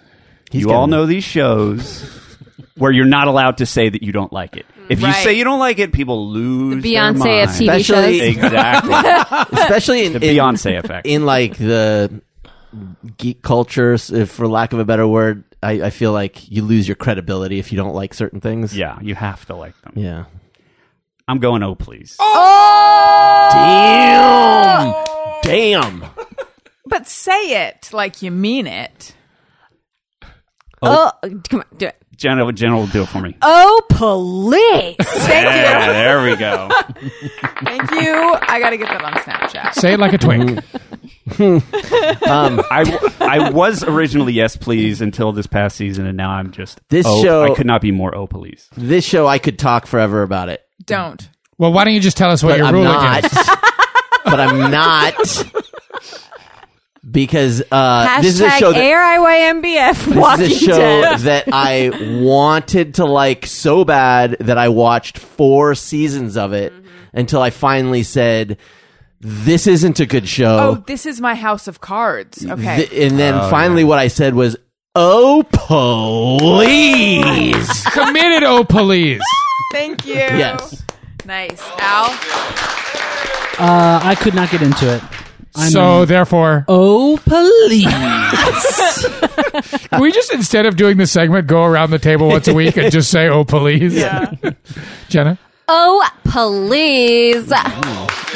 [SPEAKER 6] you all know these shows where you're not allowed to say that you don't like it. If you
[SPEAKER 3] Right.
[SPEAKER 6] say you don't like it, people lose. their
[SPEAKER 5] Beyonce of
[SPEAKER 6] mind.
[SPEAKER 5] TV
[SPEAKER 1] Especially-
[SPEAKER 5] shows.
[SPEAKER 6] Exactly,
[SPEAKER 1] especially in,
[SPEAKER 6] the
[SPEAKER 1] in-
[SPEAKER 6] Beyonce effect.
[SPEAKER 1] in like the geek culture, s- if for lack of a better word. I, I feel like you lose your credibility if you don't like certain things.
[SPEAKER 6] yeah, you have to like them.
[SPEAKER 1] Yeah.
[SPEAKER 6] I'm going. Oh, please.
[SPEAKER 1] Damn. Damn.
[SPEAKER 3] But say it like you mean it.
[SPEAKER 5] Oh, come on, do it.
[SPEAKER 6] Jenna, Jenna will do it for me.
[SPEAKER 5] Oh, police!
[SPEAKER 6] yeah, there we go.
[SPEAKER 3] Thank you. I got to get that on Snapchat.
[SPEAKER 4] Say it like a twink.
[SPEAKER 6] I, w- I was originally yes please until this past season, and now I'm just
[SPEAKER 1] This
[SPEAKER 6] oh,
[SPEAKER 1] show-
[SPEAKER 6] I could not be more oh please.
[SPEAKER 1] This show, I could talk forever about it.
[SPEAKER 3] Don't.
[SPEAKER 4] well, why don't you just tell us what
[SPEAKER 1] but
[SPEAKER 4] your
[SPEAKER 1] I'm
[SPEAKER 4] rule
[SPEAKER 1] not.
[SPEAKER 4] is?
[SPEAKER 1] but I'm not because uh,
[SPEAKER 5] Hashtag
[SPEAKER 1] this is a show that.
[SPEAKER 5] ARIYMBF.
[SPEAKER 1] This
[SPEAKER 5] Walking
[SPEAKER 1] is a show
[SPEAKER 5] Dead.
[SPEAKER 1] that I wanted to like so bad that I watched four seasons of it
[SPEAKER 5] Mm-hmm.
[SPEAKER 1] until I finally said, "This isn't a good
[SPEAKER 3] Oh,
[SPEAKER 1] show."
[SPEAKER 3] this is my house of cards. Okay.
[SPEAKER 1] Th- and then finally, what I said was, "Oh, please!"
[SPEAKER 4] Committed, oh, please.
[SPEAKER 3] Thank you.
[SPEAKER 1] yes,
[SPEAKER 3] Nice. Al.
[SPEAKER 7] Uh, I could not get into it. I'm
[SPEAKER 4] so, therefore,
[SPEAKER 7] Oh, please!
[SPEAKER 4] can we just, instead of doing this segment, go around the table once a week and just say, oh, please? Yeah. Jenna?
[SPEAKER 5] oh, please!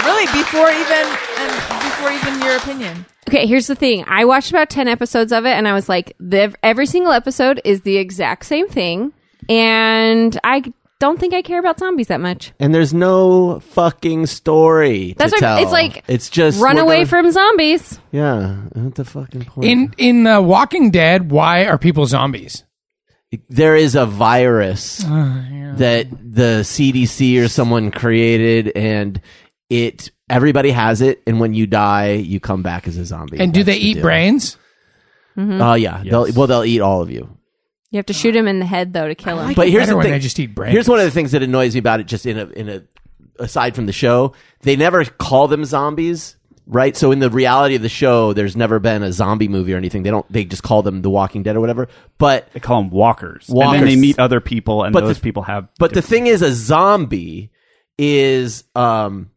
[SPEAKER 3] Really, before even and before even your opinion.
[SPEAKER 5] Okay, here's the thing. I watched about 10 episodes of it and I was like, the, every single episode is the exact same thing. And I don't think I care about zombies that much.
[SPEAKER 1] and there's no fucking story.
[SPEAKER 5] That's
[SPEAKER 1] to
[SPEAKER 5] what-
[SPEAKER 1] tell.
[SPEAKER 5] it's like,
[SPEAKER 1] it's just
[SPEAKER 5] Run
[SPEAKER 1] we're
[SPEAKER 5] away
[SPEAKER 1] gonna-
[SPEAKER 5] from zombies.
[SPEAKER 1] yeah. What the fucking point?
[SPEAKER 4] In, in uh, Walking Dead, why are people zombies?
[SPEAKER 1] there is a virus
[SPEAKER 4] Oh,
[SPEAKER 1] that the CDC or someone created, and it everybody has it. And when you die, you come back as a zombie.
[SPEAKER 4] And do
[SPEAKER 1] That's
[SPEAKER 4] they
[SPEAKER 1] the
[SPEAKER 4] eat
[SPEAKER 1] deal.
[SPEAKER 4] brains?
[SPEAKER 1] Oh yeah, they'll, well they'll eat all of you.
[SPEAKER 5] You have to shoot him in the head, though, to kill him.
[SPEAKER 1] But here's
[SPEAKER 4] better
[SPEAKER 1] the
[SPEAKER 4] when
[SPEAKER 1] thing:
[SPEAKER 4] they just eat brains.
[SPEAKER 1] here's one of the things that annoys me about it. Just in a in a aside from the show, they never call them zombies. Right, so in the reality of the show, there's never been a zombie movie or anything. They don't. They just call them The Walking Dead or whatever. But
[SPEAKER 6] They call them walkers. and then
[SPEAKER 1] Walkers.
[SPEAKER 6] they meet other people, and
[SPEAKER 1] But
[SPEAKER 6] those
[SPEAKER 1] the-
[SPEAKER 6] people have.
[SPEAKER 1] But the thing is, a zombie is um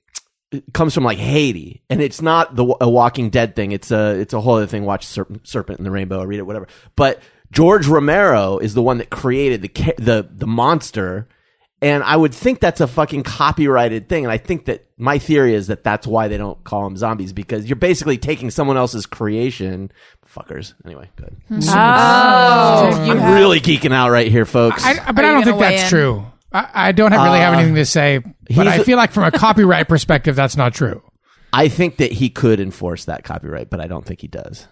[SPEAKER 1] it comes from like Haiti, and it's not the a Walking Dead thing. It's a it's a whole other thing. Watch Serpent, Serpent in the Rainbow, or read it, whatever. But George Romero is the one that created the ca- the the monster. And I would think that's a fucking copyrighted thing. And I think that my theory is that that's why they don't call them zombies because you're basically taking someone else's creation. Fuckers. Anyway, good.
[SPEAKER 4] Hmm.
[SPEAKER 3] Oh, you
[SPEAKER 1] I'm
[SPEAKER 3] have-
[SPEAKER 1] really geeking out right here, folks.
[SPEAKER 4] I, but
[SPEAKER 3] Are
[SPEAKER 4] I
[SPEAKER 3] you
[SPEAKER 4] don't think
[SPEAKER 3] gonna weigh
[SPEAKER 4] that's
[SPEAKER 3] in?
[SPEAKER 4] true. I, I don't have, really have anything to say,
[SPEAKER 1] Uh, he's
[SPEAKER 4] but I
[SPEAKER 1] a-
[SPEAKER 4] feel like from a copyright perspective, that's not true.
[SPEAKER 1] I think that he could enforce that copyright, but I don't think he does.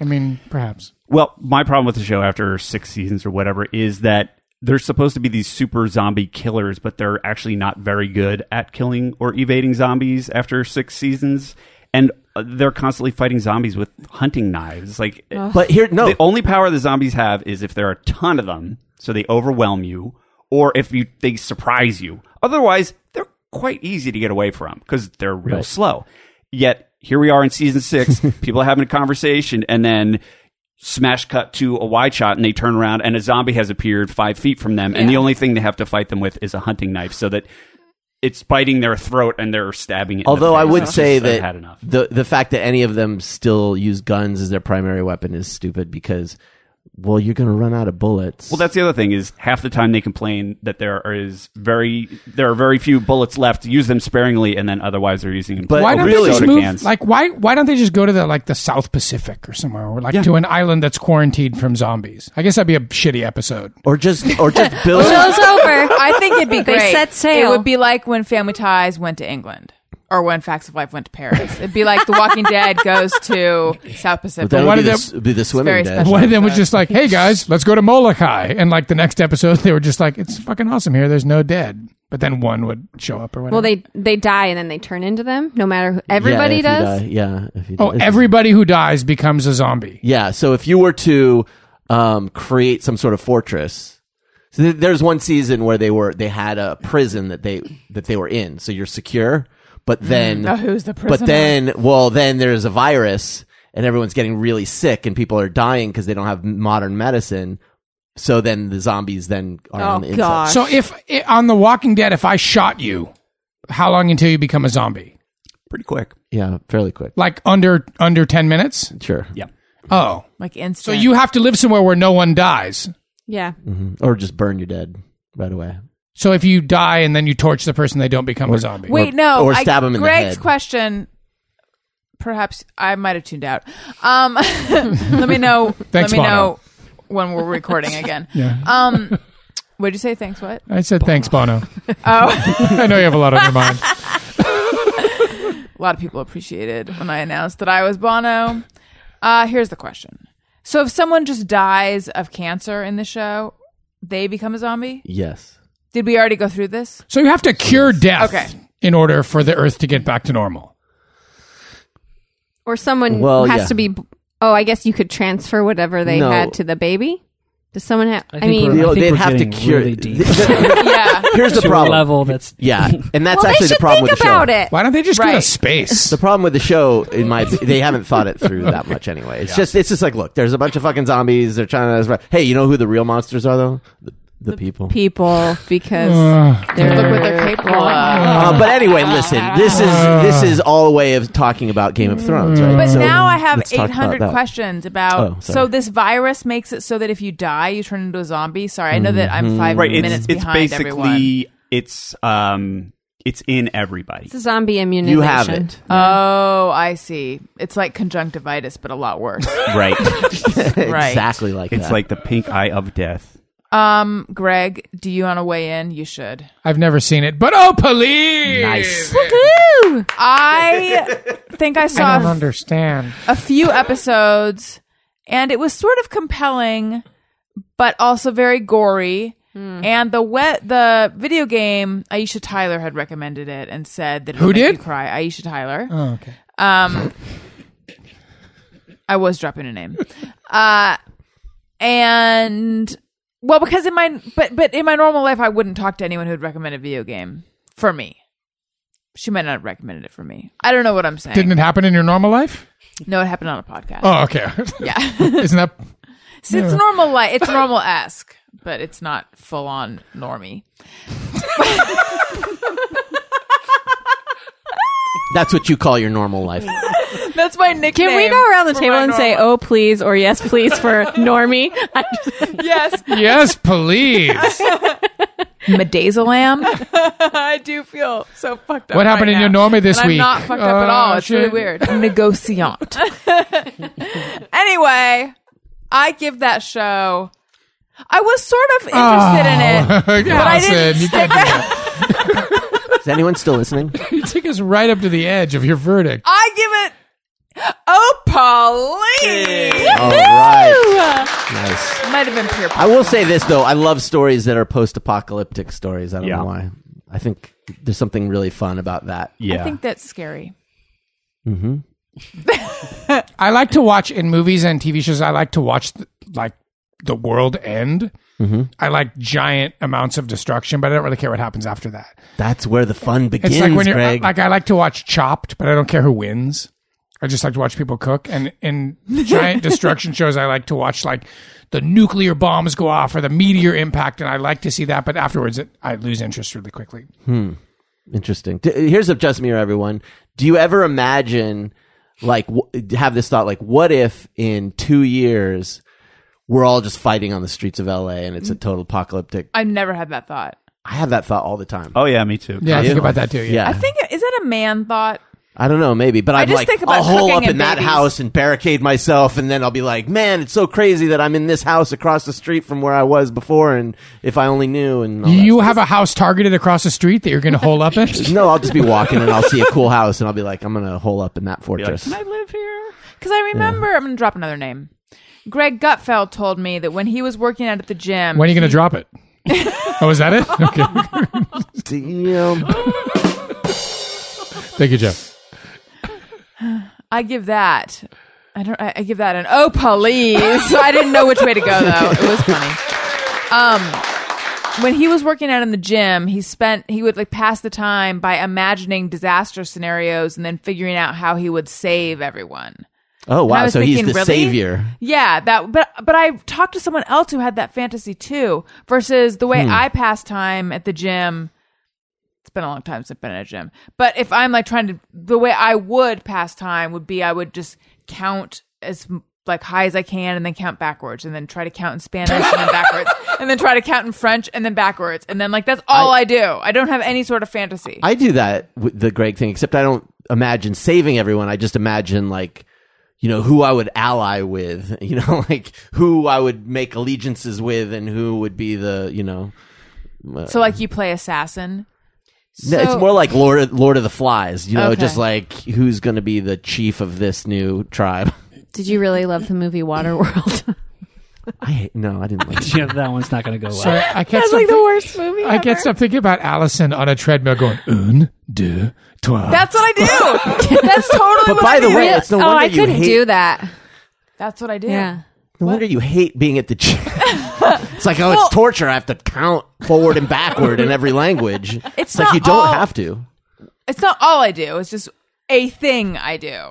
[SPEAKER 4] I mean, perhaps.
[SPEAKER 6] well, my problem with the show after six seasons or whatever is that they're supposed to be these super zombie killers, but they're actually not very good at killing or evading zombies after six seasons, and uh, they're constantly fighting zombies with hunting knives. Like,
[SPEAKER 1] But here, no,
[SPEAKER 6] The only power the zombies have is if there are a ton of them, so they overwhelm you, or if you they surprise you. Otherwise, they're quite easy to get away from because they're real slow. Yet here we are in season six, people are having a conversation, and then smash cut to a wide shot, and they turn around, and a zombie has appeared five feet from them, and the only thing they have to fight them with is a hunting knife, so that. It's biting their throat and they're stabbing it. in the
[SPEAKER 1] although I
[SPEAKER 6] face.
[SPEAKER 1] would
[SPEAKER 6] It's
[SPEAKER 1] say
[SPEAKER 6] just, I've
[SPEAKER 1] that
[SPEAKER 6] had enough.
[SPEAKER 1] the the fact that any of them still use guns as their primary weapon is stupid because well, you're going to run out of bullets.
[SPEAKER 6] Well, that's the other thing is half the time they complain that there is very there are very few bullets left. Use them sparingly, and then otherwise they're using them.
[SPEAKER 1] But
[SPEAKER 4] why
[SPEAKER 1] Oh,
[SPEAKER 4] don't
[SPEAKER 1] really?
[SPEAKER 4] they just
[SPEAKER 6] Soda
[SPEAKER 4] move?
[SPEAKER 6] cans.
[SPEAKER 4] Like why why don't they just go to the like the South Pacific or somewhere, or like to an island that's quarantined from zombies? I guess that'd be a shitty episode.
[SPEAKER 1] or just or just build
[SPEAKER 5] Show's over.
[SPEAKER 3] I think it'd be
[SPEAKER 5] They
[SPEAKER 3] great.
[SPEAKER 5] set
[SPEAKER 3] It
[SPEAKER 5] sail.
[SPEAKER 3] would be like when Family Ties went to England. Or when Facts of Life went to Paris. It'd be like The Walking Dead goes to South Pacific.
[SPEAKER 1] That
[SPEAKER 4] Why
[SPEAKER 1] would be
[SPEAKER 4] did
[SPEAKER 1] the,
[SPEAKER 4] they-
[SPEAKER 1] s- be the swimming
[SPEAKER 3] very
[SPEAKER 1] dash.
[SPEAKER 3] special.
[SPEAKER 4] One of them was just like, "Hey guys, let's go to Molokai," and like the next episode, they were just like, "It's fucking awesome here. There's no dead." But then one would show up or whatever.
[SPEAKER 5] Well, they they die and then they turn into them. No matter who, everybody
[SPEAKER 1] yeah, if you
[SPEAKER 5] does.
[SPEAKER 1] die- yeah. If you
[SPEAKER 4] oh,
[SPEAKER 1] die.
[SPEAKER 4] everybody who dies becomes a zombie.
[SPEAKER 1] Yeah. So if you were to um, create some sort of fortress, so th- there's one season where they were they had a prison that they that they were in, so you're secure. But then
[SPEAKER 3] Oh, who's the
[SPEAKER 1] But
[SPEAKER 3] prisoner?
[SPEAKER 1] then, well, then there's a virus, and everyone's getting really sick, and people are dying because they don't have modern medicine. So then the zombies then are on the
[SPEAKER 3] Oh,
[SPEAKER 1] inside.
[SPEAKER 3] gosh.
[SPEAKER 4] So if i on The Walking Dead, if I shot you, how long until you become a zombie?
[SPEAKER 6] pretty quick.
[SPEAKER 1] Yeah, fairly quick.
[SPEAKER 4] Like under under ten minutes?
[SPEAKER 1] Sure.
[SPEAKER 4] Oh,
[SPEAKER 3] like
[SPEAKER 4] so
[SPEAKER 3] instant.
[SPEAKER 4] you have to live somewhere where no one dies.
[SPEAKER 5] Yeah.
[SPEAKER 1] Or just burn you dead right away.
[SPEAKER 4] So if you die and then you torch the person, they don't become a zombie.
[SPEAKER 3] Wait, no.
[SPEAKER 1] or stab him in the
[SPEAKER 3] Greg's
[SPEAKER 1] head.
[SPEAKER 3] question. Perhaps I might have tuned out. Um, let me know. let
[SPEAKER 4] Thanks,
[SPEAKER 3] me
[SPEAKER 4] Bono.
[SPEAKER 3] know when we're recording again.
[SPEAKER 4] Yeah.
[SPEAKER 3] Um, what'd you say? Thanks. What?
[SPEAKER 4] I said thanks, Bono.
[SPEAKER 3] Oh,
[SPEAKER 4] I know you have a lot on your mind.
[SPEAKER 3] a lot of people appreciated when I announced that I was Bono. Uh, here's the question. So if someone just dies of cancer in the show, they become a zombie?
[SPEAKER 1] Yes.
[SPEAKER 3] Did we already go through this?
[SPEAKER 4] So you have to cure death
[SPEAKER 3] Okay.
[SPEAKER 4] in order for the Earth to get back to normal.
[SPEAKER 5] Or someone
[SPEAKER 1] Well,
[SPEAKER 5] has
[SPEAKER 1] yeah.
[SPEAKER 5] to be. Oh, I guess you could transfer whatever they
[SPEAKER 1] No.
[SPEAKER 5] had to the baby. Does someone have? I,
[SPEAKER 7] I think
[SPEAKER 5] mean,
[SPEAKER 7] we're-
[SPEAKER 1] They'll-
[SPEAKER 7] think
[SPEAKER 1] They'd have to
[SPEAKER 7] getting
[SPEAKER 1] cure.
[SPEAKER 7] really deep.
[SPEAKER 3] Yeah.
[SPEAKER 1] Here's the
[SPEAKER 7] to a
[SPEAKER 1] problem.
[SPEAKER 7] level that's
[SPEAKER 1] Yeah, and that's
[SPEAKER 5] well, they
[SPEAKER 1] actually
[SPEAKER 5] should
[SPEAKER 1] the problem
[SPEAKER 5] think
[SPEAKER 1] with the show.
[SPEAKER 5] about it.
[SPEAKER 4] Why don't they just go to
[SPEAKER 3] Right.
[SPEAKER 4] space?
[SPEAKER 1] The problem with the show, in my they haven't thought it through that much anyway. It's just it's just like look, there's a bunch of fucking zombies. They're trying to. Hey, you know who the real monsters are though? The, the people.
[SPEAKER 5] People, because
[SPEAKER 4] Uh.
[SPEAKER 5] they're,
[SPEAKER 3] Look what they're capable of.
[SPEAKER 1] Uh, but anyway, listen. This is this is all a way of talking about Game of Thrones, right?
[SPEAKER 3] But
[SPEAKER 1] So
[SPEAKER 3] now I have
[SPEAKER 1] let's talk about
[SPEAKER 3] 800
[SPEAKER 1] that.
[SPEAKER 3] questions about.
[SPEAKER 1] Oh, sorry.
[SPEAKER 3] so this virus makes it so that if you die, you turn into a zombie. Sorry, I know that
[SPEAKER 1] Mm-hmm.
[SPEAKER 3] I'm five
[SPEAKER 6] Right. It's
[SPEAKER 3] Mm. minutes
[SPEAKER 6] it's
[SPEAKER 3] behind
[SPEAKER 6] basically
[SPEAKER 3] everyone.
[SPEAKER 6] it's um it's in everybody.
[SPEAKER 5] It's a zombie immunization.
[SPEAKER 1] You have it.
[SPEAKER 3] Oh, I see. It's like conjunctivitis, but a lot worse.
[SPEAKER 6] Right.
[SPEAKER 3] right.
[SPEAKER 1] Exactly like
[SPEAKER 6] it's
[SPEAKER 1] that.
[SPEAKER 6] like the pink eye of death.
[SPEAKER 3] Um, Greg, do you want to weigh in? You should.
[SPEAKER 4] I've never seen it, but oh, please!
[SPEAKER 1] Nice.
[SPEAKER 5] Woo!
[SPEAKER 3] I think I saw
[SPEAKER 4] I
[SPEAKER 3] a
[SPEAKER 4] don't understand.
[SPEAKER 3] a few episodes and it was sort of compelling but also very gory and the wet the video game aisha tyler had recommended it and said that it
[SPEAKER 4] Who
[SPEAKER 3] would make
[SPEAKER 4] did?
[SPEAKER 3] you cry aisha tyler
[SPEAKER 4] Oh, okay.
[SPEAKER 3] um i was dropping a name uh and well because in my but but in my normal life i wouldn't talk to anyone who'd recommend a video game for me she might not have recommended it for me i don't know what i'm saying
[SPEAKER 4] Didn't it happen in your normal life?
[SPEAKER 3] no it happened on a podcast
[SPEAKER 4] Oh, okay.
[SPEAKER 3] yeah
[SPEAKER 4] Isn't that
[SPEAKER 3] So it's normal like it's normal esque, but it's not full on normie.
[SPEAKER 1] That's what you call your normal life.
[SPEAKER 3] That's my nickname.
[SPEAKER 5] Can we go around the
[SPEAKER 3] for
[SPEAKER 5] table
[SPEAKER 3] my
[SPEAKER 5] and say,
[SPEAKER 3] normal-
[SPEAKER 5] "Oh, please" or "Yes, please" for Normie? I just-
[SPEAKER 3] yes,
[SPEAKER 4] yes, please?
[SPEAKER 3] Medazolam? I do feel so fucked up.
[SPEAKER 4] What happened
[SPEAKER 3] right
[SPEAKER 4] in your
[SPEAKER 3] now.
[SPEAKER 4] normie this
[SPEAKER 3] And
[SPEAKER 4] week?
[SPEAKER 3] I'm not fucked up at
[SPEAKER 4] Oh,
[SPEAKER 3] all. It's really
[SPEAKER 4] shit.
[SPEAKER 3] weird. Negociant. anyway, I give that show. I was sort of interested
[SPEAKER 4] Ah.
[SPEAKER 3] in it, but I didn't.
[SPEAKER 4] Allison, Oh, you
[SPEAKER 3] stick-
[SPEAKER 4] can't do that.
[SPEAKER 1] Is anyone still listening?
[SPEAKER 4] You took us right up to the edge of your verdict.
[SPEAKER 3] I give it. Oh, Pauline!
[SPEAKER 1] All right. Nice.
[SPEAKER 3] Might have been peer
[SPEAKER 1] I will say this though, I love stories that are post-apocalyptic stories. I don't
[SPEAKER 6] Yeah.
[SPEAKER 1] know why. I think there's something really fun about that.
[SPEAKER 6] Yeah.
[SPEAKER 3] I think that's scary.
[SPEAKER 4] I like to watch in movies and TV shows. I like to watch th- like the world end. I like giant amounts of destruction, but I don't really care what happens after that.
[SPEAKER 1] That's where the fun begins,
[SPEAKER 4] It's like when you're uh,
[SPEAKER 1] Greg.
[SPEAKER 4] like I like to watch Chopped, but I don't care who wins. I just like to watch people cook. And in giant destruction shows, I like to watch like the nuclear bombs go off or the meteor impact, and I like to see that. But afterwards, it, I lose interest really quickly.
[SPEAKER 1] Interesting. D- Here's a just mirror, everyone. Do you ever imagine, like, w- have this thought, like, what if in two years we're all just fighting on the streets of LA and it's a
[SPEAKER 4] Mm.
[SPEAKER 1] total apocalyptic.
[SPEAKER 3] I've never had that thought.
[SPEAKER 1] I have that thought all the time.
[SPEAKER 6] Oh yeah, me too.
[SPEAKER 4] Yeah, I
[SPEAKER 1] you?
[SPEAKER 4] think about that too. Yeah.
[SPEAKER 1] yeah.
[SPEAKER 3] I think is that a man thought?
[SPEAKER 1] I don't know, maybe, but I'd
[SPEAKER 3] just
[SPEAKER 1] like
[SPEAKER 3] think about
[SPEAKER 1] I'll hole
[SPEAKER 3] cooking
[SPEAKER 1] up
[SPEAKER 3] and
[SPEAKER 1] in that
[SPEAKER 3] babies.
[SPEAKER 1] house and barricade myself, and then I'll be like, "Man, it's so crazy that I'm in this house across the street from where I was before." And if I only knew, and all that
[SPEAKER 4] You have a house targeted across the street that you're going to hole up in.
[SPEAKER 1] stuff. no, I'll just be walking and I'll see a cool house, and I'll be like, "I'm gonna hole up in that fortress."
[SPEAKER 3] I live here because I remember. I'm going to drop another name. Greg Gutfeld told me that when he was working out at the gym,
[SPEAKER 4] When are you going to drop it? oh, is that it? Okay.
[SPEAKER 1] Damn. Oh,
[SPEAKER 4] Thank you, Jeff.
[SPEAKER 3] I give that. I don't. I, I give that an oh please. I didn't know which way to go though. It was funny. Um, when he was working out in the gym, he spent he would like pass the time by imagining disaster scenarios and then figuring out how he would save everyone.
[SPEAKER 1] Oh
[SPEAKER 3] And I
[SPEAKER 1] wow!
[SPEAKER 3] was
[SPEAKER 1] So he's the
[SPEAKER 3] thinking, really?
[SPEAKER 1] savior.
[SPEAKER 3] Yeah, that. But but I talked to someone else who had that fantasy too. Versus the
[SPEAKER 1] Hmm.
[SPEAKER 3] way I pass time at the gym. It's been a long time since I've been at a gym. But if I'm like trying to, the way I would pass time would be I would just count as like high as I can, and then count backwards, and then try to count in Spanish, and then backwards, and then try to count in French, and then backwards, and then like that's all I, do. I don't have any sort of fantasy.
[SPEAKER 1] I do that with the Greg thing, except I don't imagine saving everyone. I just imagine like you know who I would ally with, you know, like who I would make allegiances with, and who would be the you know. uh,
[SPEAKER 3] so like you play assassin.
[SPEAKER 1] No, it's
[SPEAKER 5] So-
[SPEAKER 1] more like Lord of, Lord of the Flies, you know,
[SPEAKER 3] Okay.
[SPEAKER 1] just like who's going to be the chief of this new tribe.
[SPEAKER 5] Did you really love the movie Waterworld?
[SPEAKER 1] I hate, no, I didn't like.
[SPEAKER 7] Yeah, that one's not going to go well.
[SPEAKER 4] Sorry, I can't.
[SPEAKER 5] That's
[SPEAKER 4] stop
[SPEAKER 5] like the
[SPEAKER 4] thi-
[SPEAKER 5] worst movie.
[SPEAKER 4] I can't stop thinking about Allison on a treadmill going un, deux, trois.
[SPEAKER 3] That's what I do. that's totally.
[SPEAKER 1] But
[SPEAKER 3] what
[SPEAKER 1] by
[SPEAKER 3] I
[SPEAKER 1] the
[SPEAKER 3] do.
[SPEAKER 1] way, it's no
[SPEAKER 5] oh,
[SPEAKER 1] wonder
[SPEAKER 5] I
[SPEAKER 1] you
[SPEAKER 5] couldn't
[SPEAKER 1] hate.
[SPEAKER 5] do that.
[SPEAKER 3] that's what I do.
[SPEAKER 5] Yeah.
[SPEAKER 1] no wonder you hate being at the gym. it's like oh,
[SPEAKER 3] Well-
[SPEAKER 1] it's torture. I have to count forward and backward in every language. It's, like
[SPEAKER 3] not
[SPEAKER 1] you don't
[SPEAKER 3] all-
[SPEAKER 1] have to.
[SPEAKER 3] it's not all I do. It's just a thing I do.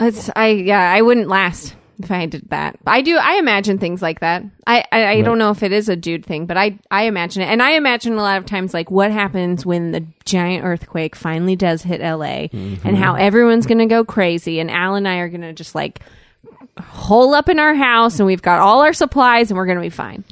[SPEAKER 5] It's, I yeah, I wouldn't last if I did that. I do. I imagine things like that. I I, I don't know if it is a dude thing, but I I imagine it, and I imagine a lot of times like what happens when the giant earthquake finally does hit L.A.
[SPEAKER 7] Mm-hmm.
[SPEAKER 5] and how everyone's gonna go crazy, and Al and I are gonna just like hole up in our house, and we've got all our supplies, and we're gonna be fine.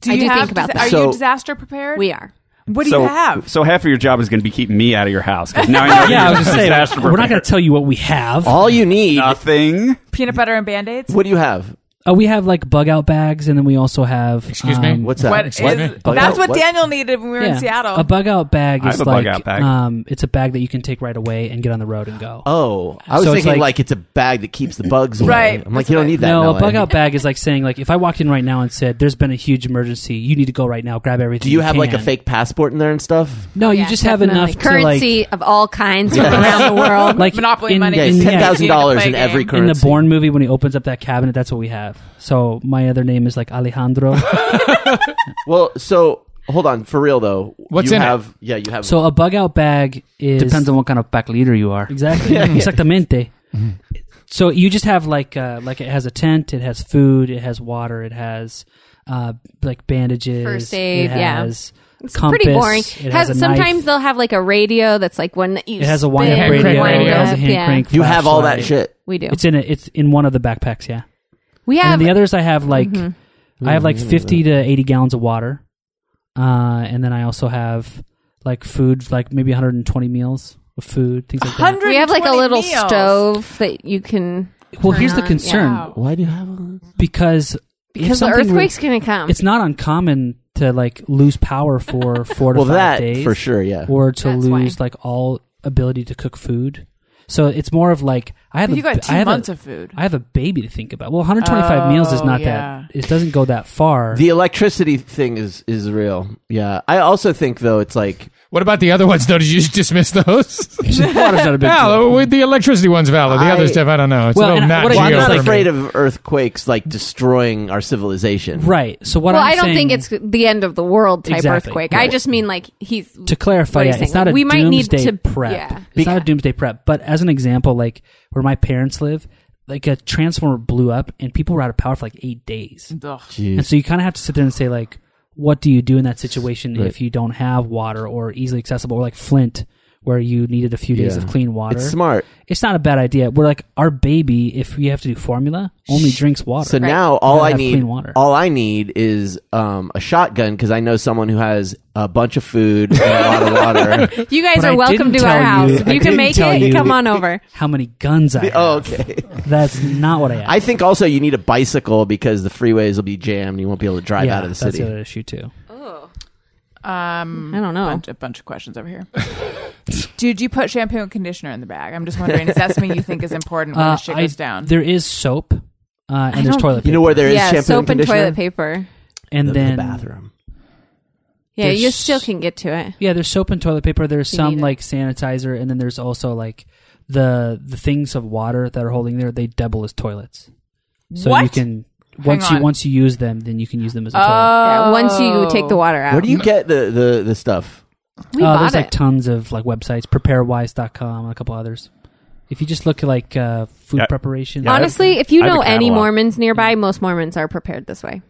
[SPEAKER 3] Do
[SPEAKER 5] I
[SPEAKER 3] you
[SPEAKER 5] do
[SPEAKER 3] have
[SPEAKER 5] think about
[SPEAKER 3] disa-
[SPEAKER 5] that.
[SPEAKER 3] Are
[SPEAKER 1] So-
[SPEAKER 3] you disaster prepared?
[SPEAKER 5] We are.
[SPEAKER 3] What do
[SPEAKER 6] so,
[SPEAKER 3] you have?
[SPEAKER 6] So half of your job is going to be keeping me out of your house because now I know.
[SPEAKER 7] yeah, I
[SPEAKER 6] you're
[SPEAKER 7] was just saying,
[SPEAKER 6] disaster
[SPEAKER 7] we're not going
[SPEAKER 6] prepared.
[SPEAKER 7] to tell you what we have.
[SPEAKER 1] All you need.
[SPEAKER 6] nothing.
[SPEAKER 3] Peanut butter and band aids.
[SPEAKER 1] what do you have?
[SPEAKER 7] Uh, we have like bug out bags, and then we also have. um,
[SPEAKER 4] Excuse me?
[SPEAKER 1] What's that?
[SPEAKER 3] What is?
[SPEAKER 4] Excuse me?
[SPEAKER 3] That's
[SPEAKER 1] Bug out?
[SPEAKER 3] what, Daniel needed when we were
[SPEAKER 7] yeah,
[SPEAKER 3] in Seattle.
[SPEAKER 7] A bug out bag
[SPEAKER 6] I
[SPEAKER 7] is
[SPEAKER 6] have a
[SPEAKER 7] like
[SPEAKER 6] bug out bag.
[SPEAKER 7] um, it's a bag that you can take right away and get on the road and go.
[SPEAKER 1] Oh, I was
[SPEAKER 7] So it's
[SPEAKER 1] thinking like,
[SPEAKER 7] like-
[SPEAKER 1] it's a bag that keeps the bugs away.
[SPEAKER 3] Right.
[SPEAKER 1] I'm like, you don't need that.
[SPEAKER 7] no,
[SPEAKER 1] in
[SPEAKER 7] a bug
[SPEAKER 1] LA.
[SPEAKER 7] out bag is like saying like if I walked in right now and said there's been a huge emergency, you need to go right now, grab everything.
[SPEAKER 1] Do you have like a
[SPEAKER 7] can."
[SPEAKER 1] fake passport in there and stuff?
[SPEAKER 7] No, Oh, you
[SPEAKER 5] Yeah,
[SPEAKER 7] just have
[SPEAKER 5] definitely.
[SPEAKER 7] enough to like
[SPEAKER 5] currency of all kinds from around the world.
[SPEAKER 7] like
[SPEAKER 3] Monopoly
[SPEAKER 7] in,
[SPEAKER 3] money.
[SPEAKER 1] Yeah,
[SPEAKER 7] in-
[SPEAKER 1] it's
[SPEAKER 3] Yeah.
[SPEAKER 1] ten thousand dollars in
[SPEAKER 3] Yeah.
[SPEAKER 1] every
[SPEAKER 3] In
[SPEAKER 7] in
[SPEAKER 1] currency.
[SPEAKER 7] the Bourne movie when he opens up that cabinet, that's what we have. So my other name is like Alejandro.
[SPEAKER 1] Well, so hold on for real though.
[SPEAKER 4] What's
[SPEAKER 1] you
[SPEAKER 4] in it?
[SPEAKER 1] have, Yeah, you have.
[SPEAKER 7] so a bug out bag is
[SPEAKER 11] Depends on what kind of pack leader you are.
[SPEAKER 7] exactly exactamente. So you just have like uh, like it has a tent, it has food, it has water, it has uh, like bandages,
[SPEAKER 5] First aid,
[SPEAKER 7] it
[SPEAKER 5] yeah.
[SPEAKER 7] has
[SPEAKER 5] It's
[SPEAKER 7] compass,
[SPEAKER 5] pretty boring.
[SPEAKER 7] It
[SPEAKER 5] has,
[SPEAKER 7] has, a
[SPEAKER 5] sometimes
[SPEAKER 7] knife,
[SPEAKER 5] they'll have like a radio that's like one that you
[SPEAKER 7] it has a
[SPEAKER 5] spin
[SPEAKER 7] wind up
[SPEAKER 4] Hand
[SPEAKER 7] radio,
[SPEAKER 4] crank
[SPEAKER 7] it
[SPEAKER 4] radio.
[SPEAKER 7] has a hand
[SPEAKER 5] Yeah,
[SPEAKER 7] crank.
[SPEAKER 1] you have all that
[SPEAKER 7] flashlight.
[SPEAKER 1] shit.
[SPEAKER 5] We do.
[SPEAKER 7] It's in a, it's in one of the backpacks, yeah.
[SPEAKER 5] we have
[SPEAKER 7] and the others I have
[SPEAKER 5] Mm-hmm.
[SPEAKER 7] like I have like
[SPEAKER 1] Mm-hmm.
[SPEAKER 7] fifty to eighty gallons of water, uh, and then I also have like food, like maybe one hundred and twenty meals of food, things like that.
[SPEAKER 5] we have like a
[SPEAKER 3] 120
[SPEAKER 5] little
[SPEAKER 3] meals.
[SPEAKER 5] stove that you can
[SPEAKER 7] Well, here's the
[SPEAKER 5] Wow.
[SPEAKER 7] concern
[SPEAKER 1] Why do you have? All
[SPEAKER 7] because if
[SPEAKER 5] because the
[SPEAKER 7] something were-
[SPEAKER 5] earthquake's gonna come.
[SPEAKER 7] it's not uncommon to like lose power for four to
[SPEAKER 1] well,
[SPEAKER 7] five
[SPEAKER 1] that
[SPEAKER 7] days,
[SPEAKER 1] for sure. Yeah.
[SPEAKER 7] or to
[SPEAKER 5] That's why.
[SPEAKER 7] lose like all ability to cook food. So it's more of like I have
[SPEAKER 3] But
[SPEAKER 7] a
[SPEAKER 3] you got
[SPEAKER 7] b-
[SPEAKER 3] two
[SPEAKER 7] I have a-
[SPEAKER 3] months of food.
[SPEAKER 7] I have a baby to think about. Well, 125 meals is
[SPEAKER 3] Oh,
[SPEAKER 7] not
[SPEAKER 3] yeah.
[SPEAKER 7] that. It doesn't go that far.
[SPEAKER 1] the electricity thing is is real. Yeah. I also think though it's like
[SPEAKER 4] What about the other ones, though? Did you just dismiss those?
[SPEAKER 7] Water's not a big deal.
[SPEAKER 4] Well, with the electricity one's valid. The
[SPEAKER 1] I-
[SPEAKER 4] other stuff, I don't know. It's
[SPEAKER 7] Well,
[SPEAKER 4] a little
[SPEAKER 7] and
[SPEAKER 4] not
[SPEAKER 7] what I-
[SPEAKER 1] well, I'm
[SPEAKER 4] geo
[SPEAKER 1] not
[SPEAKER 4] for me.
[SPEAKER 1] afraid of earthquakes like destroying our civilization.
[SPEAKER 7] Right. So what?
[SPEAKER 5] well,
[SPEAKER 7] I'm
[SPEAKER 5] I don't
[SPEAKER 7] saying-
[SPEAKER 5] think it's the end of the world type
[SPEAKER 7] Exactly.
[SPEAKER 5] earthquake. I
[SPEAKER 7] Right.
[SPEAKER 5] just mean like he's
[SPEAKER 7] to clarify.
[SPEAKER 5] what he's
[SPEAKER 7] Yeah, it's
[SPEAKER 5] saying.
[SPEAKER 7] not a
[SPEAKER 5] we might need
[SPEAKER 7] doomsday
[SPEAKER 5] to
[SPEAKER 7] prep.
[SPEAKER 5] Yeah.
[SPEAKER 7] It's not a doomsday prep. But as an example, like where my parents live, like a transformer blew up and people were out of power for like eight days,
[SPEAKER 3] Ugh.
[SPEAKER 7] and so you kind of have to sit there and say like, what do you do in that situation if you don't have water or easily accessible, or like Flint. where you needed a few days
[SPEAKER 1] Yeah.
[SPEAKER 7] of clean water.
[SPEAKER 1] It's smart.
[SPEAKER 7] It's not a bad idea. We're like our baby. If we have to do formula, only drinks water.
[SPEAKER 1] So now all
[SPEAKER 7] Gotta
[SPEAKER 1] I
[SPEAKER 7] have
[SPEAKER 1] need,
[SPEAKER 7] clean water.
[SPEAKER 1] all I need is um, a shotgun because I know someone who has a bunch of food and a lot of water.
[SPEAKER 5] You guys
[SPEAKER 7] But
[SPEAKER 5] are
[SPEAKER 7] I
[SPEAKER 5] welcome
[SPEAKER 7] didn't
[SPEAKER 5] to our
[SPEAKER 7] tell
[SPEAKER 5] house.
[SPEAKER 7] you-
[SPEAKER 5] If
[SPEAKER 7] I
[SPEAKER 5] you can
[SPEAKER 7] didn't
[SPEAKER 5] make
[SPEAKER 7] tell
[SPEAKER 5] it,
[SPEAKER 7] you-
[SPEAKER 5] come on over.
[SPEAKER 7] How many guns I? Have.
[SPEAKER 1] oh, okay.
[SPEAKER 7] That's not what I asked.
[SPEAKER 1] I think also you need a bicycle because the freeways will be jammed. and You won't be able to drive
[SPEAKER 7] yeah,
[SPEAKER 1] out of the
[SPEAKER 7] that's
[SPEAKER 1] city.
[SPEAKER 7] the other issue too.
[SPEAKER 3] Um,
[SPEAKER 5] I don't know.
[SPEAKER 3] bunch, a bunch of questions over here. Dude, you put shampoo and conditioner in the bag. I'm just wondering, is that something you think is important when
[SPEAKER 7] Uh,
[SPEAKER 3] the shit goes
[SPEAKER 7] I-
[SPEAKER 3] down?
[SPEAKER 7] There is soap, uh, and there's
[SPEAKER 5] don't-
[SPEAKER 7] toilet paper,
[SPEAKER 1] You know where there is
[SPEAKER 5] yeah,
[SPEAKER 1] shampoo
[SPEAKER 5] soap and,
[SPEAKER 1] conditioner?
[SPEAKER 5] toilet paper.
[SPEAKER 7] and
[SPEAKER 1] The- the
[SPEAKER 7] then
[SPEAKER 1] bathroom.
[SPEAKER 5] Yeah,
[SPEAKER 7] There's-
[SPEAKER 5] you still can get to it.
[SPEAKER 7] Yeah, there's soap and toilet paper. There's
[SPEAKER 5] You
[SPEAKER 7] some
[SPEAKER 5] need it.
[SPEAKER 7] like sanitizer, and then there's also like the the things of water that are holding there. They double as toilets, so you
[SPEAKER 3] What?
[SPEAKER 7] can once you
[SPEAKER 3] on.
[SPEAKER 7] once you use them, then you can use them as a toilet.
[SPEAKER 5] Yeah,
[SPEAKER 3] Oh.
[SPEAKER 5] once you take the water out.
[SPEAKER 1] Where do you get the, the, the stuff?
[SPEAKER 5] we
[SPEAKER 7] Uh,
[SPEAKER 5] bought
[SPEAKER 7] there's
[SPEAKER 5] it.
[SPEAKER 7] like tons of like websites, preparewise.com, and a couple others. If you just look at like uh, food
[SPEAKER 6] Yeah.
[SPEAKER 7] preparation,
[SPEAKER 6] Yeah.
[SPEAKER 5] Honestly, if you
[SPEAKER 6] I have a
[SPEAKER 5] know any
[SPEAKER 6] catalog.
[SPEAKER 5] Mormons nearby, most Mormons are prepared this way.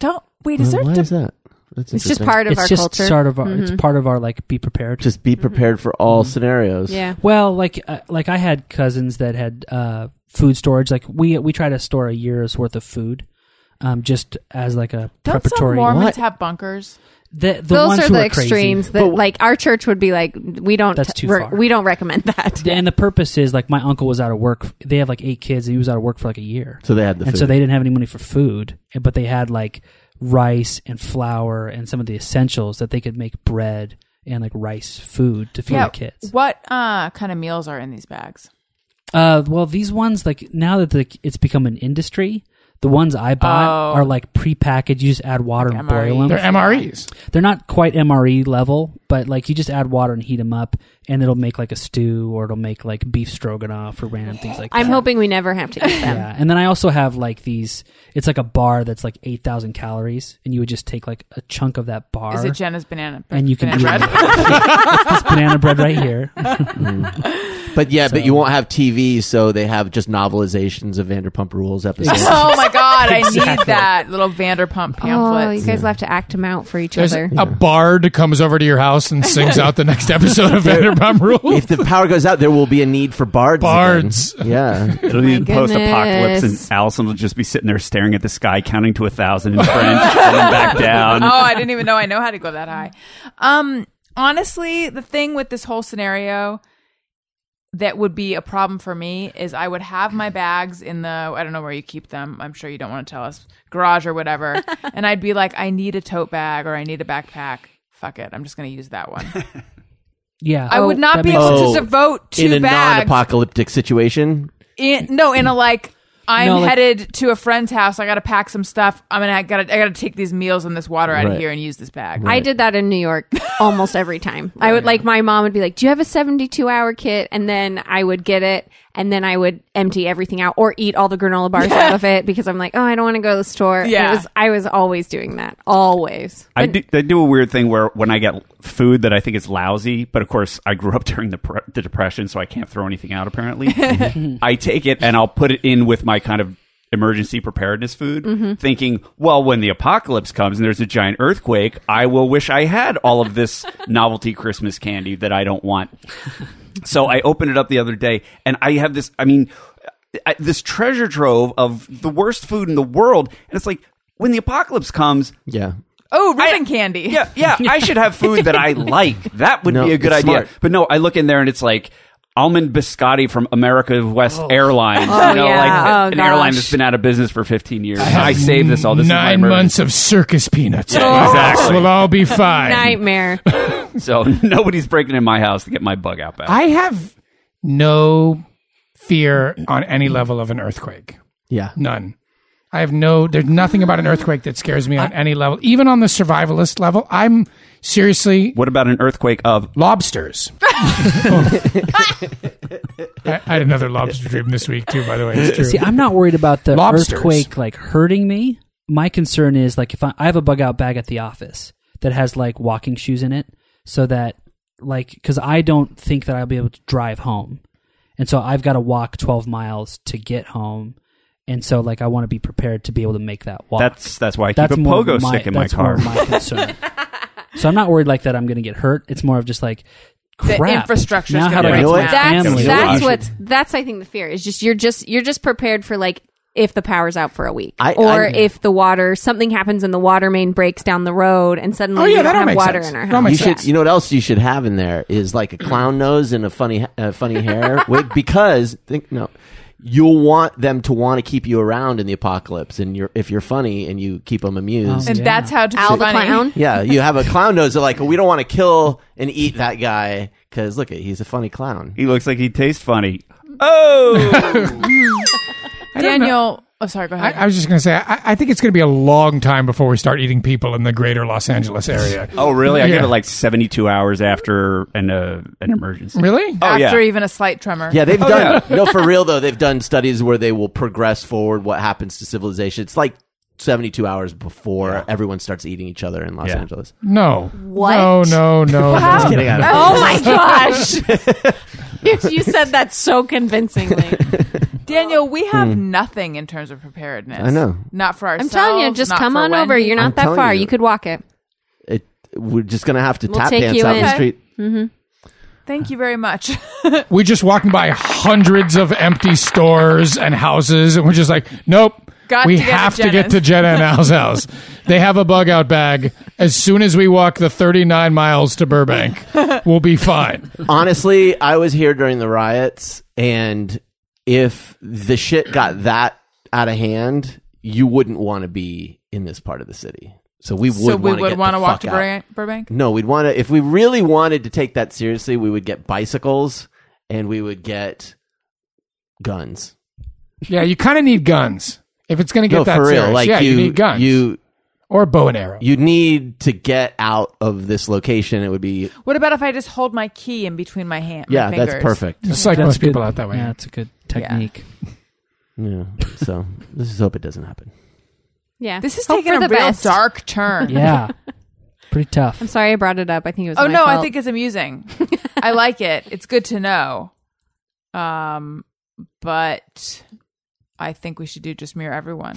[SPEAKER 3] Don't wait. Is there?
[SPEAKER 1] Why
[SPEAKER 3] de-
[SPEAKER 1] is that? That's
[SPEAKER 5] It's just
[SPEAKER 1] interesting.
[SPEAKER 5] part of
[SPEAKER 7] it's
[SPEAKER 5] our
[SPEAKER 7] just
[SPEAKER 5] culture. Mm-hmm.
[SPEAKER 7] sort of our, it's part of our like be prepared.
[SPEAKER 1] Just be prepared for all scenarios.
[SPEAKER 5] yeah.
[SPEAKER 7] Well, like uh, like I had cousins that had uh, food storage. Like we we try to store a year's worth of food, um, just as like a
[SPEAKER 3] don't some
[SPEAKER 7] preparatory.
[SPEAKER 3] Mormons
[SPEAKER 1] What?
[SPEAKER 3] have bunkers?
[SPEAKER 7] The, the
[SPEAKER 5] Those
[SPEAKER 7] ones
[SPEAKER 5] are
[SPEAKER 7] who
[SPEAKER 5] the
[SPEAKER 7] crazy.
[SPEAKER 5] extremes that
[SPEAKER 1] But-
[SPEAKER 5] like our church would be like we don't
[SPEAKER 7] That's
[SPEAKER 5] t-
[SPEAKER 7] too
[SPEAKER 5] re-
[SPEAKER 7] far.
[SPEAKER 5] we don't recommend that.
[SPEAKER 7] And the purpose is like my uncle was out of work. They have like eight kids, and he was out of work for like a year.
[SPEAKER 1] So they had the
[SPEAKER 7] and
[SPEAKER 1] food.
[SPEAKER 7] so they didn't have any money for food, and- but they had like rice and flour and some of the essentials that they could make bread and like rice food to feed the kids.
[SPEAKER 3] What uh, kind of meals are in these bags?
[SPEAKER 7] Uh, well, these ones like now that the, it's become an industry, the ones I bought
[SPEAKER 3] Oh. E.
[SPEAKER 7] are like prepackaged. You just add water and boil
[SPEAKER 3] MRE.
[SPEAKER 7] them.
[SPEAKER 4] They're MREs.
[SPEAKER 7] They're not quite MRE level, but like you just add water and heat them up, and it'll make like a stew or it'll make like beef stroganoff or random things like that.
[SPEAKER 5] I'm hoping we never have to eat them.
[SPEAKER 7] Yeah, and then I also have like these. It's like a bar that's like eight thousand calories, and you would just take like a chunk of that bar,
[SPEAKER 3] Is it Jenna's banana?
[SPEAKER 7] and you can eat
[SPEAKER 3] banana bread?
[SPEAKER 7] it. this banana bread right here.
[SPEAKER 1] But yeah, but
[SPEAKER 7] So-
[SPEAKER 1] you won't have TV, so they have just novelizations of Vanderpump Rules episodes.
[SPEAKER 3] oh my god, I need that little Vanderpump
[SPEAKER 5] Oh, you
[SPEAKER 3] pamphlet.
[SPEAKER 5] guys will have to act them out for each
[SPEAKER 4] There's
[SPEAKER 5] other.
[SPEAKER 4] a bard comes over to your house and sings out the next episode of Vanderpump Rules.
[SPEAKER 1] if the power goes out, there will be a need for bards. again.
[SPEAKER 4] Bards.
[SPEAKER 1] Yeah.
[SPEAKER 6] It'll be
[SPEAKER 5] my
[SPEAKER 6] post apocalypse,
[SPEAKER 5] goodness.
[SPEAKER 6] and Allison will just be sitting there staring at the sky, counting to a thousand in French, and then back down.
[SPEAKER 3] oh, I didn't even know I know how to go that high. Um, honestly, the thing with this whole scenario that would be a problem for me is I would have my bags in the I don't know where you keep them. I'm sure you don't want to tell us garage or whatever. and I'd be like, I need a tote bag or I need a backpack. Fuck it, I'm just gonna use that one.
[SPEAKER 7] Yeah,
[SPEAKER 3] I would not
[SPEAKER 7] that
[SPEAKER 3] be
[SPEAKER 7] makes
[SPEAKER 1] Oh,
[SPEAKER 3] able
[SPEAKER 7] sense.
[SPEAKER 3] to devote two
[SPEAKER 1] In a
[SPEAKER 3] bags.
[SPEAKER 1] non-apocalyptic situation,
[SPEAKER 3] in no in a like I'm
[SPEAKER 7] No, like-
[SPEAKER 3] headed to a friend's house. I gotta pack some stuff. I'm gonna I gotta I gotta take these meals and this water out
[SPEAKER 1] Right.
[SPEAKER 3] of here and use this bag.
[SPEAKER 5] I did that in New York almost every time. I would like my mom would be like, "Do you have a 72 hour kit?" And then I would get it, and then I would empty everything out or eat all the granola bars out of it because I'm like, "Oh, I don't want to go to the store." And it
[SPEAKER 3] Yeah.
[SPEAKER 5] was- I was always doing that, always.
[SPEAKER 6] I do, I do a weird thing where when I get food that I think is lousy, but of course I grew up during the, pre- the depression, so I can't throw anything out. Apparently, I take it and I'll put it in with my kind of emergency preparedness food, thinking, well, when the apocalypse comes and there's a giant earthquake, I will wish I had all of this novelty Christmas candy that I don't want. So I opened it up the other day, and I have this. I mean, I, this treasure trove of the worst food in the world, and it's like. When the apocalypse comes,
[SPEAKER 1] yeah.
[SPEAKER 3] Oh, ribbon candy.
[SPEAKER 6] yeah, yeah. I should have food that I like. That would
[SPEAKER 1] No,
[SPEAKER 6] be a good
[SPEAKER 1] it's
[SPEAKER 6] idea.
[SPEAKER 1] smart.
[SPEAKER 6] But no, I look in there and it's like almond biscotti from America West Airlines.
[SPEAKER 5] Oh,
[SPEAKER 6] you know,
[SPEAKER 5] yeah. Oh,
[SPEAKER 6] like an airline
[SPEAKER 5] gosh.
[SPEAKER 6] that's been out of business for 15 years. I, saved this all. This is
[SPEAKER 4] Nine
[SPEAKER 6] my emergency.
[SPEAKER 4] months of circus peanuts.
[SPEAKER 6] exactly.
[SPEAKER 4] We'll all be fine.
[SPEAKER 5] Nightmare.
[SPEAKER 6] So nobody's breaking in my house to get my bug out back.
[SPEAKER 4] I have no fear on any level of an earthquake.
[SPEAKER 1] Yeah.
[SPEAKER 4] None. I have no. There's nothing about an earthquake that scares me on any level, even on the survivalist level. I'm seriously
[SPEAKER 6] what about an earthquake of?
[SPEAKER 4] lobsters. I, I had another lobster dream this week too. By the way, it's true.
[SPEAKER 7] See, I'm not worried about the
[SPEAKER 4] Lobsters.
[SPEAKER 7] earthquake like hurting me. My concern is like if I, I have a bug out bag at the office that has like walking shoes in it, so that like because I don't think that I'll be able to drive home, and so I've got to walk 12 miles to get home, and so like I want to be prepared to be able to make that walk.
[SPEAKER 6] That's that's why I
[SPEAKER 7] that's
[SPEAKER 6] keep a
[SPEAKER 7] more of
[SPEAKER 6] pogo
[SPEAKER 7] my,
[SPEAKER 6] stick in my
[SPEAKER 7] that's
[SPEAKER 6] car.
[SPEAKER 7] More of my concern. so I'm not worried like that. I'm going to get hurt. It's more of just like
[SPEAKER 3] the
[SPEAKER 7] Crap.
[SPEAKER 3] infrastructure
[SPEAKER 7] Now
[SPEAKER 3] is
[SPEAKER 7] how
[SPEAKER 3] going
[SPEAKER 7] do
[SPEAKER 3] to
[SPEAKER 7] I
[SPEAKER 3] break
[SPEAKER 7] do
[SPEAKER 3] down.
[SPEAKER 7] it?
[SPEAKER 5] that's
[SPEAKER 7] Family.
[SPEAKER 5] that's
[SPEAKER 7] Solution.
[SPEAKER 5] what's that's I think the fear is just you're just you're just prepared for like if the power's out for a week
[SPEAKER 1] I-
[SPEAKER 5] or
[SPEAKER 1] I-
[SPEAKER 5] if the water something happens and the water main breaks down the road and suddenly
[SPEAKER 4] Oh,
[SPEAKER 5] we
[SPEAKER 4] yeah, that all
[SPEAKER 5] don't have
[SPEAKER 4] makes
[SPEAKER 5] water
[SPEAKER 4] sense.
[SPEAKER 5] in our
[SPEAKER 4] That all
[SPEAKER 5] house.
[SPEAKER 4] makes
[SPEAKER 1] You should. You know what else you should have in there is like a clown nose and a funny, uh, funny hair wig because think no, you'll want them to want to keep you around in the apocalypse. And you're if you're funny and you keep them amused.
[SPEAKER 3] And
[SPEAKER 7] Yeah.
[SPEAKER 3] that's how to be
[SPEAKER 5] Al the
[SPEAKER 3] funny.
[SPEAKER 5] clown.
[SPEAKER 1] yeah, you have a clown nose. They're like, we don't want to kill and eat that guy because look, at he's a funny clown.
[SPEAKER 6] He looks like he tastes funny. Oh,
[SPEAKER 3] Daniel, oh sorry, go
[SPEAKER 4] I,
[SPEAKER 3] ahead.
[SPEAKER 4] I was just going to say, I, I think it's going to be a long time before we start eating people in the greater Los Angeles area.
[SPEAKER 6] oh, really? I
[SPEAKER 4] Yeah.
[SPEAKER 6] give it like seventy-two hours after an uh, an emergency.
[SPEAKER 4] really?
[SPEAKER 6] Oh,
[SPEAKER 3] After
[SPEAKER 6] yeah.
[SPEAKER 3] even a slight tremor.
[SPEAKER 1] Yeah, they've
[SPEAKER 6] Oh,
[SPEAKER 1] done no for real though. They've done studies where they will progress forward. What happens to civilization? It's like seventy-two hours before everyone starts eating each other in Los
[SPEAKER 6] Yeah.
[SPEAKER 1] Angeles.
[SPEAKER 4] No.
[SPEAKER 5] What?
[SPEAKER 4] No, no, no.
[SPEAKER 3] Wow.
[SPEAKER 4] no.
[SPEAKER 1] Kidding, I don't know.
[SPEAKER 5] Oh my gosh. you, you said that so convincingly.
[SPEAKER 3] Daniel, we have nothing in terms of preparedness.
[SPEAKER 1] Hmm. I know.
[SPEAKER 3] Not for
[SPEAKER 5] I'm
[SPEAKER 3] ourselves.
[SPEAKER 5] telling you, just
[SPEAKER 3] not
[SPEAKER 5] come
[SPEAKER 3] for
[SPEAKER 5] on
[SPEAKER 3] Wendy.
[SPEAKER 5] over. You're not
[SPEAKER 1] I'm
[SPEAKER 5] that
[SPEAKER 1] telling
[SPEAKER 5] far.
[SPEAKER 1] you.
[SPEAKER 5] You could walk it.
[SPEAKER 1] It, we're just gonna have to
[SPEAKER 5] We'll
[SPEAKER 1] tap
[SPEAKER 5] take
[SPEAKER 1] dance
[SPEAKER 5] you
[SPEAKER 1] out in
[SPEAKER 5] in.
[SPEAKER 1] the
[SPEAKER 5] Okay.
[SPEAKER 1] street.
[SPEAKER 3] Thank you very much.
[SPEAKER 4] We're just walking by hundreds of empty stores and houses, and we're just like, nope.
[SPEAKER 3] Got
[SPEAKER 4] we
[SPEAKER 3] to get to
[SPEAKER 4] have to get
[SPEAKER 3] Jenna's.
[SPEAKER 4] to Jenna and Al's house. They have a bug out bag. As soon as we walk the 39 miles to Burbank, we'll be fine.
[SPEAKER 1] honestly, I was here during the riots, and if the shit got that out of hand, you wouldn't want to be in this part of the city. So we would.
[SPEAKER 3] so we would
[SPEAKER 1] want to
[SPEAKER 3] walk to
[SPEAKER 1] Burbank.
[SPEAKER 3] Burbank. Burbank?
[SPEAKER 1] No, we'd want to. If we really wanted to take that seriously, we would get bicycles and we would get guns.
[SPEAKER 4] Yeah, you kind of need guns. If it's going to get
[SPEAKER 1] no,
[SPEAKER 4] that
[SPEAKER 1] for real.
[SPEAKER 4] serious.
[SPEAKER 1] Like
[SPEAKER 4] yeah,
[SPEAKER 1] you,
[SPEAKER 4] you, need guns.
[SPEAKER 1] you,
[SPEAKER 4] or bow and arrow.
[SPEAKER 1] you need to get out of this location. It would be
[SPEAKER 3] What about if I just hold my key in between my hand? my
[SPEAKER 1] yeah, that's
[SPEAKER 3] fingers?
[SPEAKER 1] perfect.
[SPEAKER 4] Just like
[SPEAKER 7] That's
[SPEAKER 4] most people
[SPEAKER 7] good.
[SPEAKER 4] out that way.
[SPEAKER 7] Yeah, that's a good technique.
[SPEAKER 1] Yeah. So let's just hope it doesn't happen.
[SPEAKER 5] Yeah.
[SPEAKER 3] This is
[SPEAKER 5] Hope
[SPEAKER 3] taking
[SPEAKER 5] for
[SPEAKER 3] a
[SPEAKER 5] the
[SPEAKER 3] real
[SPEAKER 5] best.
[SPEAKER 3] dark turn.
[SPEAKER 7] Yeah. Pretty tough.
[SPEAKER 5] I'm sorry I brought it up. I think it was
[SPEAKER 3] Oh
[SPEAKER 5] my
[SPEAKER 3] no, I
[SPEAKER 5] fault.
[SPEAKER 3] think it's amusing. I like it. It's good to know. Um, but I think we should do just mirror everyone.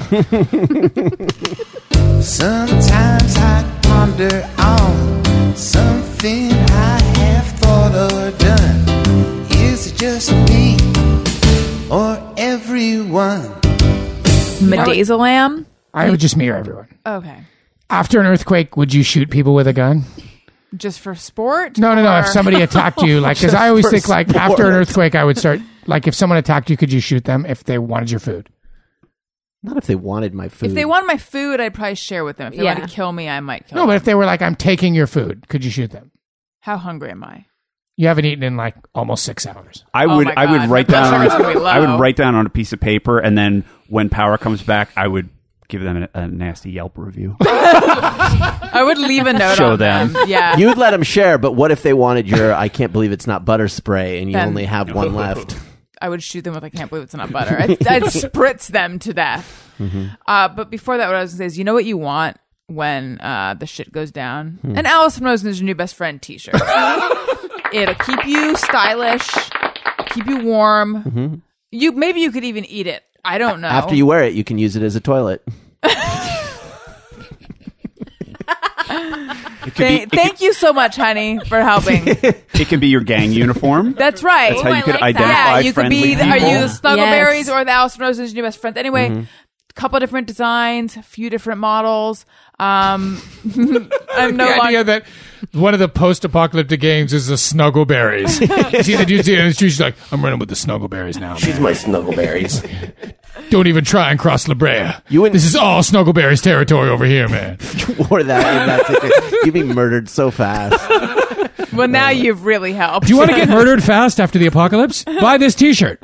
[SPEAKER 2] Sometimes I ponder on something I have thought or done. Is it just me or everyone?
[SPEAKER 3] Medazolam.
[SPEAKER 4] I would just mirror everyone.
[SPEAKER 3] Okay,
[SPEAKER 4] After an earthquake, would you shoot people with a gun?
[SPEAKER 3] just for sport.
[SPEAKER 4] No, no, no. If
[SPEAKER 3] or-
[SPEAKER 4] somebody attacked you, like, because I always
[SPEAKER 1] for
[SPEAKER 4] think, like, after an
[SPEAKER 1] sport.
[SPEAKER 4] earthquake, I would start, like, if someone attacked you, could you shoot them if they wanted your food?
[SPEAKER 1] Not if they wanted my food.
[SPEAKER 3] if they wanted my food, I'd probably share with them. If they
[SPEAKER 5] Yeah.
[SPEAKER 3] wanted to kill me, I might kill.
[SPEAKER 4] No,
[SPEAKER 3] them.
[SPEAKER 4] but if they were like, I'm taking your food, could you shoot them?
[SPEAKER 3] how hungry am I?
[SPEAKER 4] You haven't eaten in like almost six hours.
[SPEAKER 6] I
[SPEAKER 3] Oh
[SPEAKER 6] would
[SPEAKER 3] my
[SPEAKER 6] I
[SPEAKER 3] God,
[SPEAKER 6] would write
[SPEAKER 3] my blood
[SPEAKER 6] down
[SPEAKER 3] sugar's gonna be
[SPEAKER 6] I
[SPEAKER 3] low.
[SPEAKER 6] would write down on a piece of paper, and then when power comes back, I would give them a, a nasty Yelp review.
[SPEAKER 3] I would leave a note.
[SPEAKER 6] Show
[SPEAKER 3] on them. Yeah.
[SPEAKER 1] you would let them share, but what if they wanted your I can't believe it's not butter spray and you
[SPEAKER 3] Then-
[SPEAKER 1] only have one left?
[SPEAKER 3] I would shoot them with I can't believe it's not butter. I'd, I'd spritz them to death.
[SPEAKER 6] Mm-hmm.
[SPEAKER 3] Uh, but before that, what I was going to say is, you know what you want when uh, the shit goes down?
[SPEAKER 6] Hmm.
[SPEAKER 3] An Allison Rosen is your new best friend T-shirt. It'll keep you stylish, keep you warm.
[SPEAKER 6] Mm-hmm.
[SPEAKER 3] You maybe you could even eat it. I don't know.
[SPEAKER 1] After you wear it, you can use it as a toilet.
[SPEAKER 6] It could
[SPEAKER 3] Th-
[SPEAKER 6] be, it,
[SPEAKER 3] thank you so much, honey, for helping.
[SPEAKER 6] could, it could be your gang uniform.
[SPEAKER 3] That's right.
[SPEAKER 6] That's how
[SPEAKER 5] Ooh,
[SPEAKER 6] you
[SPEAKER 5] I
[SPEAKER 6] could
[SPEAKER 5] like that.
[SPEAKER 6] identify
[SPEAKER 3] yeah, you could
[SPEAKER 6] friendly
[SPEAKER 3] be. The,
[SPEAKER 6] people.
[SPEAKER 3] are you the Snuggleberries
[SPEAKER 5] Yes.
[SPEAKER 3] or the Allison Rosen's new best friends? Anyway, couple different designs, a few different models. Um, I'm no
[SPEAKER 4] the idea
[SPEAKER 3] longer.
[SPEAKER 4] that one of the post-apocalyptic games is the Snuggleberries. you see the dude in the street, she's like, "I'm running with the Snuggleberries now." Man.
[SPEAKER 12] She's my snuggleberries.
[SPEAKER 4] Don't even try and cross La Brea.
[SPEAKER 1] You wouldn't-
[SPEAKER 4] this is all Snuggleberries territory over here, man.
[SPEAKER 1] Or that in that situation. You'd be murdered so fast.
[SPEAKER 3] Well, now you've really helped.
[SPEAKER 4] Do you want to get murdered fast after the apocalypse? Buy this T-shirt.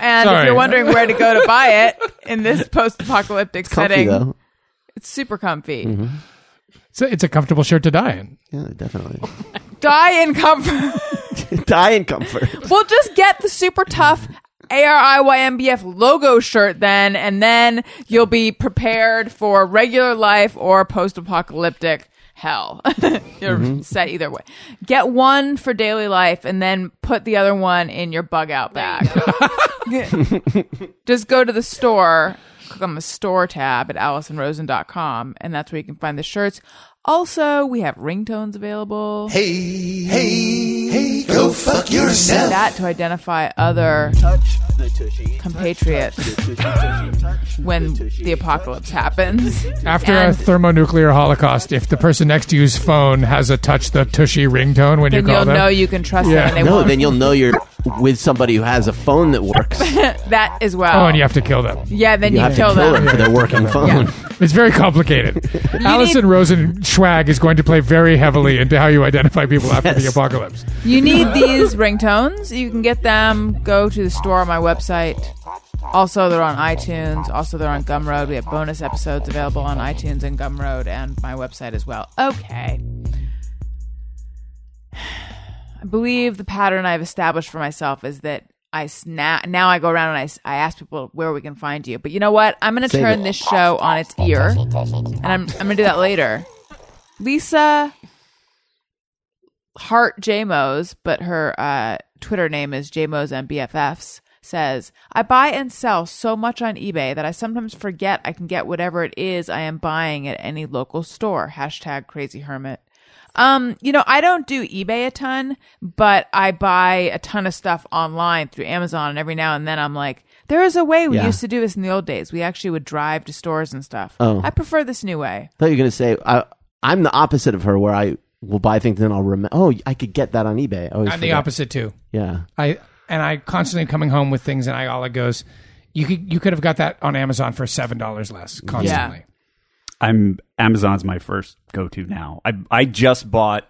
[SPEAKER 3] and if
[SPEAKER 4] Sorry.
[SPEAKER 3] you're wondering where to go to buy it in this post-apocalyptic
[SPEAKER 1] Comfy
[SPEAKER 3] setting,
[SPEAKER 1] though.
[SPEAKER 3] it's super comfy.
[SPEAKER 4] It's a, it's a comfortable shirt to die in.
[SPEAKER 1] Yeah, definitely.
[SPEAKER 3] Die in comfort.
[SPEAKER 1] Die in comfort.
[SPEAKER 3] we'll just get the super tough. A R I Y M B F logo shirt, then, and then you'll be prepared for regular life or post apocalyptic hell. You're set either way. Get one for daily life and then put the other one in your bug out bag. just go to the store, click on the store tab at AllisonRosen.com, and that's where you can find the shirts. Also, we have ringtones available.
[SPEAKER 2] Hey, hey, hey, go fuck yourself.
[SPEAKER 3] That to identify other compatriots when the apocalypse happens.
[SPEAKER 4] After
[SPEAKER 3] And
[SPEAKER 4] a thermonuclear holocaust, if the person next to you's phone has a touch the tushy ringtone when you
[SPEAKER 3] then
[SPEAKER 4] call
[SPEAKER 3] you'll
[SPEAKER 4] them,
[SPEAKER 3] know you can trust them.
[SPEAKER 4] Yeah.
[SPEAKER 3] And they
[SPEAKER 4] No,
[SPEAKER 1] No,
[SPEAKER 3] won't.
[SPEAKER 1] then you'll know you're with somebody who has a phone that works.
[SPEAKER 3] that as well.
[SPEAKER 4] oh, and you have to kill them.
[SPEAKER 3] yeah, then
[SPEAKER 1] you
[SPEAKER 3] you,
[SPEAKER 1] have
[SPEAKER 3] kill
[SPEAKER 1] to kill
[SPEAKER 3] them.
[SPEAKER 1] them for their working phone.
[SPEAKER 4] It's very complicated.
[SPEAKER 3] You
[SPEAKER 4] Allison Rosen Schwag is going to play very heavily into how you identify people after the
[SPEAKER 1] Yes.
[SPEAKER 4] apocalypse.
[SPEAKER 3] You need these ringtones. You can get them. Go to the store on my website. Also, they're on iTunes. Also, they're on Gumroad. We have bonus episodes available on iTunes and Gumroad and my website as well. Okay. I believe the pattern I've established for myself is that I snap. Now I go around and I, s- I ask people where we can find you. But you know what? I'm going to
[SPEAKER 1] Save
[SPEAKER 3] turn
[SPEAKER 1] it.
[SPEAKER 3] this show on its ear. And I'm, I'm going to do that later. Lisa Hart JMOs, but her uh, Twitter name is JMOs and BFFs, says, I buy and sell so much on eBay that I sometimes forget I can get whatever it is I am buying at any local store. Hashtag crazy hermit. Um, you know, I don't do eBay a ton, but I buy a ton of stuff online through Amazon. And every now and then I'm like, there is a way we
[SPEAKER 1] Yeah.
[SPEAKER 3] used to do this in the old days. We actually would drive to stores and stuff.
[SPEAKER 1] Oh.
[SPEAKER 3] I prefer this new way.
[SPEAKER 1] I thought you were going to say I, I'm the opposite of her, where I will buy things and I'll remember. Oh, I could get that on eBay. I always
[SPEAKER 4] I'm the
[SPEAKER 1] forget.
[SPEAKER 4] opposite too.
[SPEAKER 1] Yeah,
[SPEAKER 4] I and I constantly am coming home with things, and I all goes, you could you could have got that on Amazon for seven dollars less constantly.
[SPEAKER 6] I'm Amazon's my first go to now. I I just bought.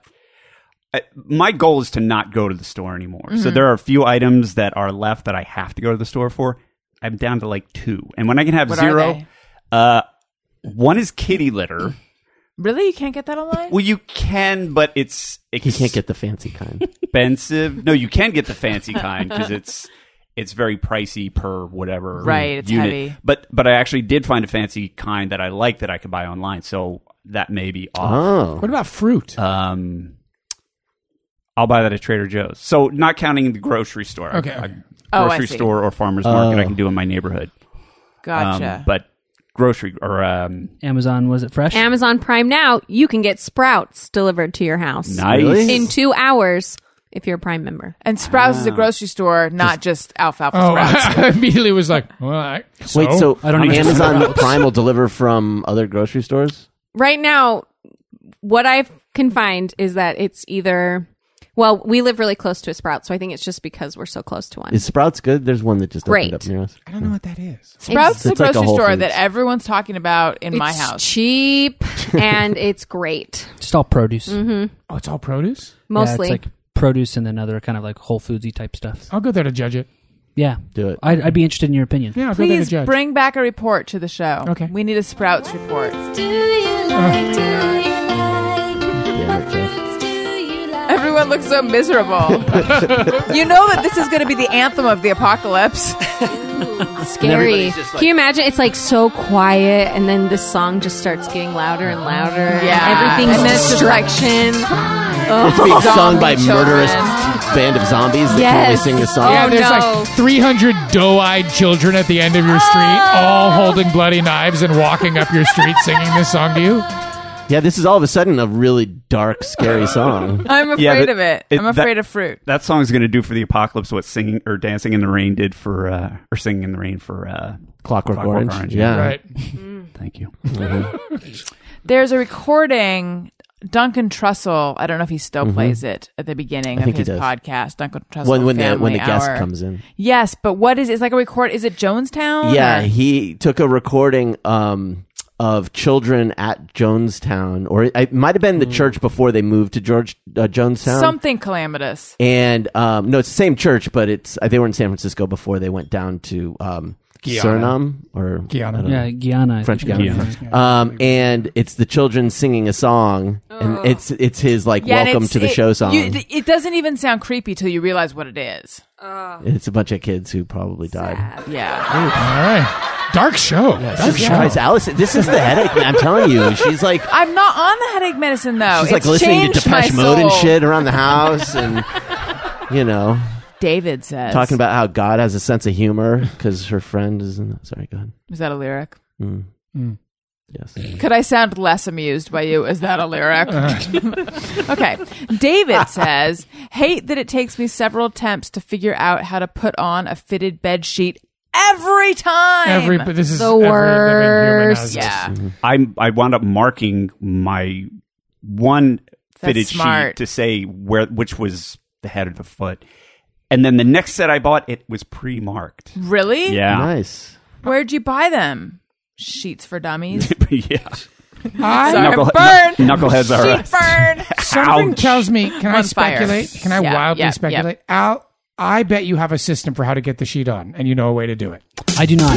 [SPEAKER 6] I, my goal is to not go to the store anymore. So
[SPEAKER 3] Mm-hmm.
[SPEAKER 6] there are a few items that are left that I have to go to the store for. I'm down to like two, and when I can have
[SPEAKER 3] What are
[SPEAKER 6] zero,
[SPEAKER 3] they?
[SPEAKER 6] uh, one is kitty litter.
[SPEAKER 3] Really? You can't get that online?
[SPEAKER 6] Well, you can, but it's
[SPEAKER 1] he can't
[SPEAKER 6] expensive.
[SPEAKER 1] get the fancy kind.
[SPEAKER 6] expensive. no, you can get the fancy kind because it's it's very pricey per whatever
[SPEAKER 3] Right, it's
[SPEAKER 6] unit.
[SPEAKER 3] heavy.
[SPEAKER 6] But but I actually did find a fancy kind that I like that I could buy online. So that may be off.
[SPEAKER 1] Oh,
[SPEAKER 4] What about fruit?
[SPEAKER 6] Um, I'll buy that at Trader Joe's. So not counting the grocery store.
[SPEAKER 4] Okay,
[SPEAKER 6] A
[SPEAKER 4] okay.
[SPEAKER 3] Oh, I
[SPEAKER 6] grocery
[SPEAKER 3] see.
[SPEAKER 6] store or farmer's market
[SPEAKER 1] Oh.
[SPEAKER 6] I can do in my neighborhood. Um,
[SPEAKER 3] Gotcha.
[SPEAKER 6] but grocery or um,
[SPEAKER 7] Amazon was it fresh?
[SPEAKER 5] Amazon Prime now, you can get sprouts delivered to your house
[SPEAKER 6] nice.
[SPEAKER 1] Really?
[SPEAKER 5] in two hours if you're a Prime member.
[SPEAKER 3] and Sprouts is a grocery store, not just alfalfa
[SPEAKER 4] Ah. Oh,
[SPEAKER 3] Sprouts.
[SPEAKER 4] I immediately was like, well, I, so?
[SPEAKER 1] wait. So
[SPEAKER 7] I don't need
[SPEAKER 1] Amazon Prime will deliver from other grocery stores.
[SPEAKER 5] Right now, what I've can find is that it's either well, we live really close to a sprout, so I think it's just because we're so close to one.
[SPEAKER 1] Is Sprouts good? There's one that just
[SPEAKER 5] Great.
[SPEAKER 1] opened up near us.
[SPEAKER 4] I don't know what that is.
[SPEAKER 3] Sprouts is a
[SPEAKER 1] It's like a
[SPEAKER 3] grocery
[SPEAKER 1] Whole
[SPEAKER 3] store
[SPEAKER 1] Foods.
[SPEAKER 3] that everyone's talking about in my
[SPEAKER 5] It's
[SPEAKER 3] house.
[SPEAKER 5] cheap and it's great.
[SPEAKER 7] Just all produce.
[SPEAKER 4] Oh, it's all produce.
[SPEAKER 5] Mm-hmm, Mostly,
[SPEAKER 7] Yeah, it's like produce and then other kind of like Whole Foodsy type stuff.
[SPEAKER 4] I'll go there to judge it.
[SPEAKER 7] Yeah,
[SPEAKER 1] Do it.
[SPEAKER 7] I'd, I'd be interested in your opinion.
[SPEAKER 4] Yeah, I'll go there to
[SPEAKER 3] Please
[SPEAKER 4] judge.
[SPEAKER 3] bring back a report to the show.
[SPEAKER 4] Okay.
[SPEAKER 3] We need a Sprouts report.
[SPEAKER 9] Do you like, do you
[SPEAKER 1] Yeah,
[SPEAKER 9] like,
[SPEAKER 1] it's, uh,
[SPEAKER 9] do you like?
[SPEAKER 3] Everyone looks so miserable. you know that this is going to be the anthem of the apocalypse.
[SPEAKER 5] scary. Can you imagine? It's like so quiet, and then this song just starts getting louder and louder.
[SPEAKER 3] Yeah.
[SPEAKER 5] everything's
[SPEAKER 3] And then it's just like-
[SPEAKER 5] destruction.
[SPEAKER 3] Oh,
[SPEAKER 1] It's being sung
[SPEAKER 3] Zombie
[SPEAKER 1] by murderous
[SPEAKER 3] children.
[SPEAKER 1] band of zombies that can only
[SPEAKER 5] Yes.
[SPEAKER 1] sing this song.
[SPEAKER 5] Yeah,
[SPEAKER 4] Yeah, there's
[SPEAKER 5] Oh, no.
[SPEAKER 4] like 300 doe-eyed children at the end of your street,
[SPEAKER 5] Oh.
[SPEAKER 4] all holding bloody knives and walking up your street singing this song to you.
[SPEAKER 1] Uh-huh.
[SPEAKER 3] Oh.
[SPEAKER 1] Yeah, this is all of a sudden a really dark, scary song.
[SPEAKER 3] I'm afraid
[SPEAKER 6] Yeah, but
[SPEAKER 3] of it.
[SPEAKER 6] it-
[SPEAKER 3] I'm
[SPEAKER 6] that-
[SPEAKER 3] afraid of fruit.
[SPEAKER 6] That song's going to do for the apocalypse what singing or dancing in the rain did for uh, or singing in the rain for uh,
[SPEAKER 1] Clockwork,
[SPEAKER 6] Clockwork
[SPEAKER 1] Orange.
[SPEAKER 6] Orange,
[SPEAKER 1] Yeah.
[SPEAKER 4] Right.
[SPEAKER 6] Thank you.
[SPEAKER 3] There's a recording. Duncan Trussell, I don't know if he still plays it at the beginning of
[SPEAKER 1] Mm-hmm. think he does.
[SPEAKER 3] his podcast. Duncan Trussell
[SPEAKER 1] When when the
[SPEAKER 3] Family
[SPEAKER 1] when the guest
[SPEAKER 3] Hour.
[SPEAKER 1] comes in.
[SPEAKER 3] Yes, but what is it's like a record? Is it Jonestown?
[SPEAKER 1] Yeah,
[SPEAKER 3] or-
[SPEAKER 1] he took a recording um, of children at Jonestown, or it, it might have been the church before they moved to George uh, Jonestown.
[SPEAKER 3] Hmm. something calamitous.
[SPEAKER 1] and um, no, it's the same church, but it's uh, they were in San Francisco before they went down to um, Suriname or
[SPEAKER 4] Guyana.
[SPEAKER 1] I don't know.
[SPEAKER 7] Yeah, Guyana. I
[SPEAKER 1] French
[SPEAKER 7] think.
[SPEAKER 1] Guyana. Um, and it's the children singing a song, and it's it's his like
[SPEAKER 3] Oh. Yeah, and
[SPEAKER 1] welcome
[SPEAKER 3] it's-
[SPEAKER 1] to the
[SPEAKER 3] it-
[SPEAKER 1] show song.
[SPEAKER 3] you- it doesn't even sound creepy till you realize what it is.
[SPEAKER 1] it's a bunch of kids who probably died.
[SPEAKER 3] Yeah.
[SPEAKER 4] All right. Dark show. Dark
[SPEAKER 1] Jesus Christ, Allison, this is the headache. man, I'm telling you, she's like
[SPEAKER 3] I'm not on the headache medicine though.
[SPEAKER 1] she's like
[SPEAKER 3] It's
[SPEAKER 1] listening to
[SPEAKER 3] changed my
[SPEAKER 1] Depeche Mode and
[SPEAKER 3] soul.
[SPEAKER 1] shit around the house, and you know,
[SPEAKER 3] David says.
[SPEAKER 1] talking about how God has a sense of humor because her friend is. In, sorry, go ahead.
[SPEAKER 3] Is that a lyric?
[SPEAKER 1] Yes.
[SPEAKER 3] Could I sound less amused by you? Is that a lyric? okay. David says, "Hate that it takes me several attempts to figure out how to put on a fitted bed sheet every time."
[SPEAKER 4] Every but this is
[SPEAKER 5] The
[SPEAKER 4] every living human
[SPEAKER 5] worst.
[SPEAKER 4] has this.
[SPEAKER 3] yeah.
[SPEAKER 6] I I wound up marking my one fitted
[SPEAKER 3] smart.
[SPEAKER 6] sheet to say where which was the head of the foot, and then the next set I bought it was pre-marked.
[SPEAKER 3] Really?
[SPEAKER 6] Yeah,
[SPEAKER 1] Nice.
[SPEAKER 3] Where'd you buy them? Sheets for dummies.
[SPEAKER 6] yeah.
[SPEAKER 4] I-
[SPEAKER 3] Sorry,
[SPEAKER 6] Knuckle-
[SPEAKER 3] burn.
[SPEAKER 6] knuckleheads are uh,
[SPEAKER 3] Sheet burn.
[SPEAKER 4] Something
[SPEAKER 6] Ouch.
[SPEAKER 4] tells me. Can I
[SPEAKER 3] On fire.
[SPEAKER 4] speculate? Can I
[SPEAKER 3] Yeah,
[SPEAKER 4] wildly
[SPEAKER 3] yeah, yeah.
[SPEAKER 4] speculate? Al, I bet you have a system for how to get the sheet on, and you know a way to do it.
[SPEAKER 7] I do not.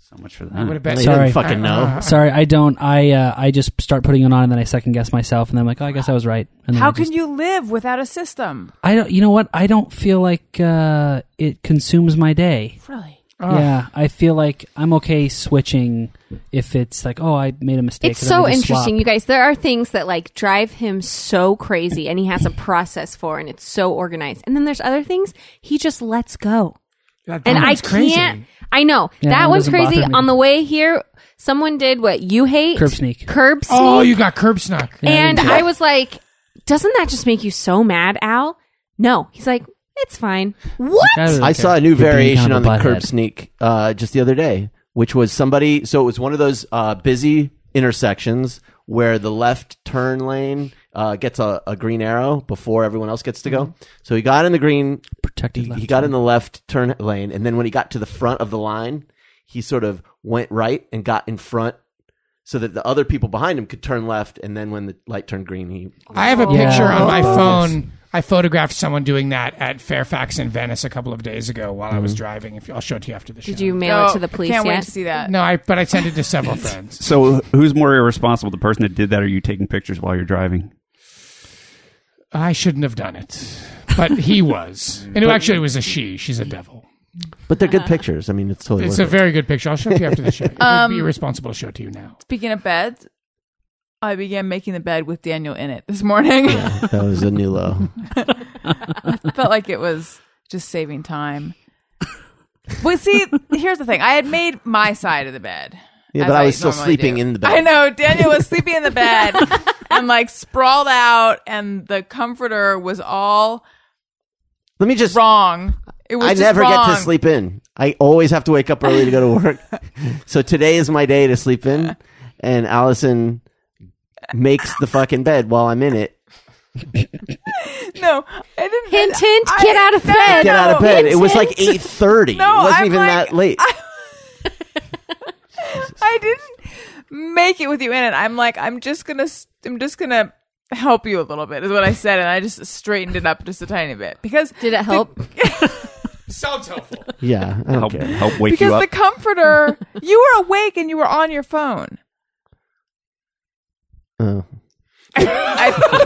[SPEAKER 6] so much for
[SPEAKER 4] I would have
[SPEAKER 6] that.
[SPEAKER 4] bet.
[SPEAKER 1] He
[SPEAKER 7] Sorry.
[SPEAKER 1] doesn't fucking
[SPEAKER 4] Uh-huh.
[SPEAKER 1] know.
[SPEAKER 7] Sorry, I don't. I uh, I just start putting it on and then I second guess myself and then I'm like, oh, I guess I was right. And then
[SPEAKER 3] How
[SPEAKER 7] I just,
[SPEAKER 3] can you live without a system?
[SPEAKER 7] I don't. You know what? I don't feel like uh, it consumes my day.
[SPEAKER 3] Really?
[SPEAKER 1] Ah.
[SPEAKER 7] Yeah, I feel like I'm okay switching if it's like, oh, I made a mistake.
[SPEAKER 5] It's
[SPEAKER 7] and then
[SPEAKER 5] so
[SPEAKER 7] I just
[SPEAKER 5] interesting,
[SPEAKER 7] swap.
[SPEAKER 5] you guys. There are things that like drive him so crazy, and he has a process for, and it's so organized. And then there's other things he just lets go.
[SPEAKER 4] That- that
[SPEAKER 5] and I
[SPEAKER 4] one's Oh, crazy.
[SPEAKER 5] can't. I know
[SPEAKER 7] Yeah, that
[SPEAKER 5] that
[SPEAKER 7] one
[SPEAKER 5] one's
[SPEAKER 7] doesn't bother
[SPEAKER 5] crazy.
[SPEAKER 7] me.
[SPEAKER 5] On the way here, someone did what you hate:
[SPEAKER 7] Curb sneak.
[SPEAKER 5] Curb sneak.
[SPEAKER 4] Oh, you got curb snuck.
[SPEAKER 7] I
[SPEAKER 5] and
[SPEAKER 7] didn't do
[SPEAKER 5] I
[SPEAKER 7] that.
[SPEAKER 5] was like, "Doesn't that just make you so mad, Al?" No, he's like, "It's fine." What?
[SPEAKER 7] I, don't
[SPEAKER 1] I
[SPEAKER 7] care.
[SPEAKER 1] saw a new
[SPEAKER 7] You're being
[SPEAKER 1] variation
[SPEAKER 7] kind of
[SPEAKER 1] on
[SPEAKER 7] a
[SPEAKER 1] the curb
[SPEAKER 7] butthead.
[SPEAKER 1] sneak uh, just the other day, which was somebody. So it was one of those uh, busy intersections where the left turn lane uh, gets a, a green arrow before everyone else gets to go. So he got in the green,
[SPEAKER 7] Mm-hmm. Protected
[SPEAKER 1] he,
[SPEAKER 7] left
[SPEAKER 1] he got in the left turn lane, and then when he got to the front of the line, he sort of went right and got in front. So that the other people behind him could turn left, and then when the light turned green, he
[SPEAKER 4] I have a
[SPEAKER 7] Yeah.
[SPEAKER 4] picture on my
[SPEAKER 7] Oh.
[SPEAKER 4] phone. I photographed someone doing that at Fairfax in Venice a couple of days ago while I was driving. If you, I'll show it to you after the show.
[SPEAKER 5] Did you mail
[SPEAKER 3] No,
[SPEAKER 5] it to the police
[SPEAKER 3] I Oh, can't
[SPEAKER 5] yet?
[SPEAKER 3] wait to see that.
[SPEAKER 4] No, I. But I sent it to several friends.
[SPEAKER 6] So who's more irresponsible, the person that did that, or you taking pictures while you're driving?
[SPEAKER 4] I shouldn't have done it, but he was. And it actually was a she. She's a devil.
[SPEAKER 1] But they're good pictures. I mean, it's totally.
[SPEAKER 4] It's
[SPEAKER 1] worth
[SPEAKER 4] a
[SPEAKER 1] it.
[SPEAKER 4] very good picture. I'll show it to you after the show. It would
[SPEAKER 5] Um,
[SPEAKER 4] be irresponsible to show it to you now.
[SPEAKER 3] Speaking of beds, I began making the bed with Daniel in it this morning.
[SPEAKER 1] that was a new low.
[SPEAKER 3] felt like it was just saving time. Well, see, here's the thing. I had made my side of the bed.
[SPEAKER 1] Yeah,
[SPEAKER 3] as
[SPEAKER 1] but I was still
[SPEAKER 3] normally
[SPEAKER 1] sleeping
[SPEAKER 3] do.
[SPEAKER 1] in the bed.
[SPEAKER 3] I know. Daniel was sleeping in the bed and like sprawled out, and the comforter was all
[SPEAKER 1] Let me just
[SPEAKER 3] wrong. It was
[SPEAKER 1] I
[SPEAKER 3] just
[SPEAKER 1] never get
[SPEAKER 3] wrong.
[SPEAKER 1] to sleep in. I always have to wake up early to go to work. so today is my day to sleep in, and Allison makes the fucking bed while I'm in it.
[SPEAKER 3] No, I didn't.
[SPEAKER 5] Hint, hint.
[SPEAKER 3] I-
[SPEAKER 5] get out of
[SPEAKER 3] no,
[SPEAKER 5] bed.
[SPEAKER 1] Get out of bed. It was like
[SPEAKER 5] Hint, hint.
[SPEAKER 1] eight thirty.
[SPEAKER 3] No,
[SPEAKER 1] it wasn't
[SPEAKER 3] I'm
[SPEAKER 1] even
[SPEAKER 3] like-
[SPEAKER 1] that late.
[SPEAKER 3] I didn't make it with you in it. I'm like, I'm just gonna, s- I'm just gonna help you a little bit, is what I said, and I just straightened it up just a tiny bit because
[SPEAKER 5] Did it help?
[SPEAKER 4] Sounds helpful.
[SPEAKER 1] yeah, I don't
[SPEAKER 6] Help,
[SPEAKER 1] care.
[SPEAKER 6] help wake
[SPEAKER 3] because
[SPEAKER 6] you up.
[SPEAKER 3] the comforter, you were awake and you were on your phone.
[SPEAKER 1] Oh,
[SPEAKER 3] I,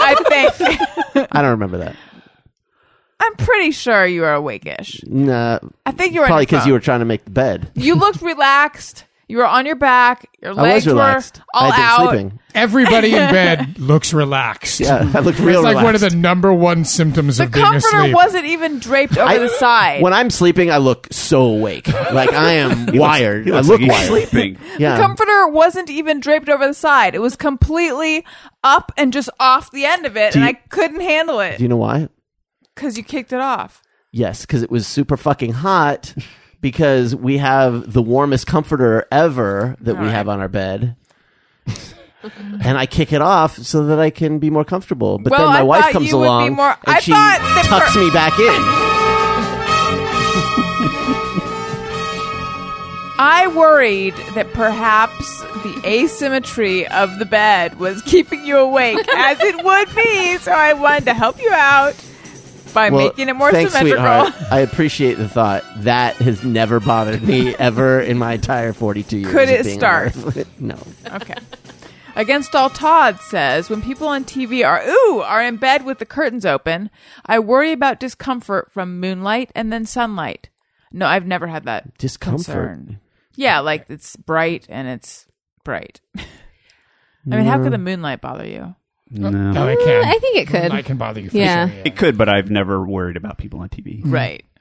[SPEAKER 3] I think
[SPEAKER 1] I don't remember that.
[SPEAKER 3] I'm pretty sure you were awakeish.
[SPEAKER 1] Nah,
[SPEAKER 3] I think you were on
[SPEAKER 1] probably
[SPEAKER 3] your
[SPEAKER 1] because you
[SPEAKER 3] phone.
[SPEAKER 1] were trying to make the bed.
[SPEAKER 3] You looked relaxed. You were on your back. Your
[SPEAKER 1] I was
[SPEAKER 3] legs were
[SPEAKER 1] relaxed.
[SPEAKER 3] all
[SPEAKER 1] I had been
[SPEAKER 3] out.
[SPEAKER 1] sleeping.
[SPEAKER 4] Everybody in bed looks relaxed.
[SPEAKER 1] Yeah, I looked
[SPEAKER 4] It's
[SPEAKER 1] real
[SPEAKER 4] like
[SPEAKER 1] relaxed.
[SPEAKER 4] one of the number one symptoms
[SPEAKER 3] The
[SPEAKER 4] of being
[SPEAKER 3] comforter
[SPEAKER 4] asleep.
[SPEAKER 3] wasn't even draped over
[SPEAKER 1] I-
[SPEAKER 3] the side.
[SPEAKER 1] When I'm sleeping, I look so awake. Like I am wired.
[SPEAKER 6] He looks
[SPEAKER 1] I look
[SPEAKER 6] like he's
[SPEAKER 1] wired.
[SPEAKER 6] sleeping.
[SPEAKER 1] Yeah.
[SPEAKER 3] The comforter wasn't even draped over the side. It was completely up and just off the end of it,
[SPEAKER 1] Do
[SPEAKER 3] and
[SPEAKER 1] you-
[SPEAKER 3] I couldn't handle it
[SPEAKER 1] Do you know why?
[SPEAKER 3] because you kicked it off.
[SPEAKER 1] Yes, because it was super fucking hot. Because we have the warmest comforter ever that we have on our bed, and I kick it off so that I can be more comfortable. But
[SPEAKER 3] Well,
[SPEAKER 1] then my
[SPEAKER 3] I
[SPEAKER 1] wife
[SPEAKER 3] thought
[SPEAKER 1] comes
[SPEAKER 3] you would be
[SPEAKER 1] along
[SPEAKER 3] more-
[SPEAKER 1] and
[SPEAKER 3] I
[SPEAKER 1] she
[SPEAKER 3] thought that
[SPEAKER 1] tucks
[SPEAKER 3] per-
[SPEAKER 1] me back in.
[SPEAKER 3] I worried that perhaps the asymmetry of the bed was keeping you awake, as it would be. So I wanted to help you out by
[SPEAKER 1] Well,
[SPEAKER 3] making it more
[SPEAKER 1] thanks,
[SPEAKER 3] symmetrical.
[SPEAKER 1] sweetheart. I appreciate the thought. That has never bothered me ever in my entire forty-two years.
[SPEAKER 3] Could
[SPEAKER 1] of
[SPEAKER 3] it
[SPEAKER 1] being
[SPEAKER 3] start?
[SPEAKER 1] alive. no.
[SPEAKER 3] Okay. Against All Todd says, when people on TV are ooh are in bed with the curtains open, I worry about discomfort from moonlight and then sunlight. No, I've never had that
[SPEAKER 1] Discomfort?
[SPEAKER 3] Concern. Yeah, like it's bright and it's bright. I mean, how
[SPEAKER 1] Mm.
[SPEAKER 3] could the moonlight bother you?
[SPEAKER 4] No, I
[SPEAKER 5] Uh,
[SPEAKER 4] can.
[SPEAKER 5] I think it could.
[SPEAKER 4] I can bother you. For Sure,
[SPEAKER 5] Yeah.
[SPEAKER 4] Oh, yeah.
[SPEAKER 1] Mm.
[SPEAKER 6] It could, but I've never worried about people on TV.
[SPEAKER 3] Right.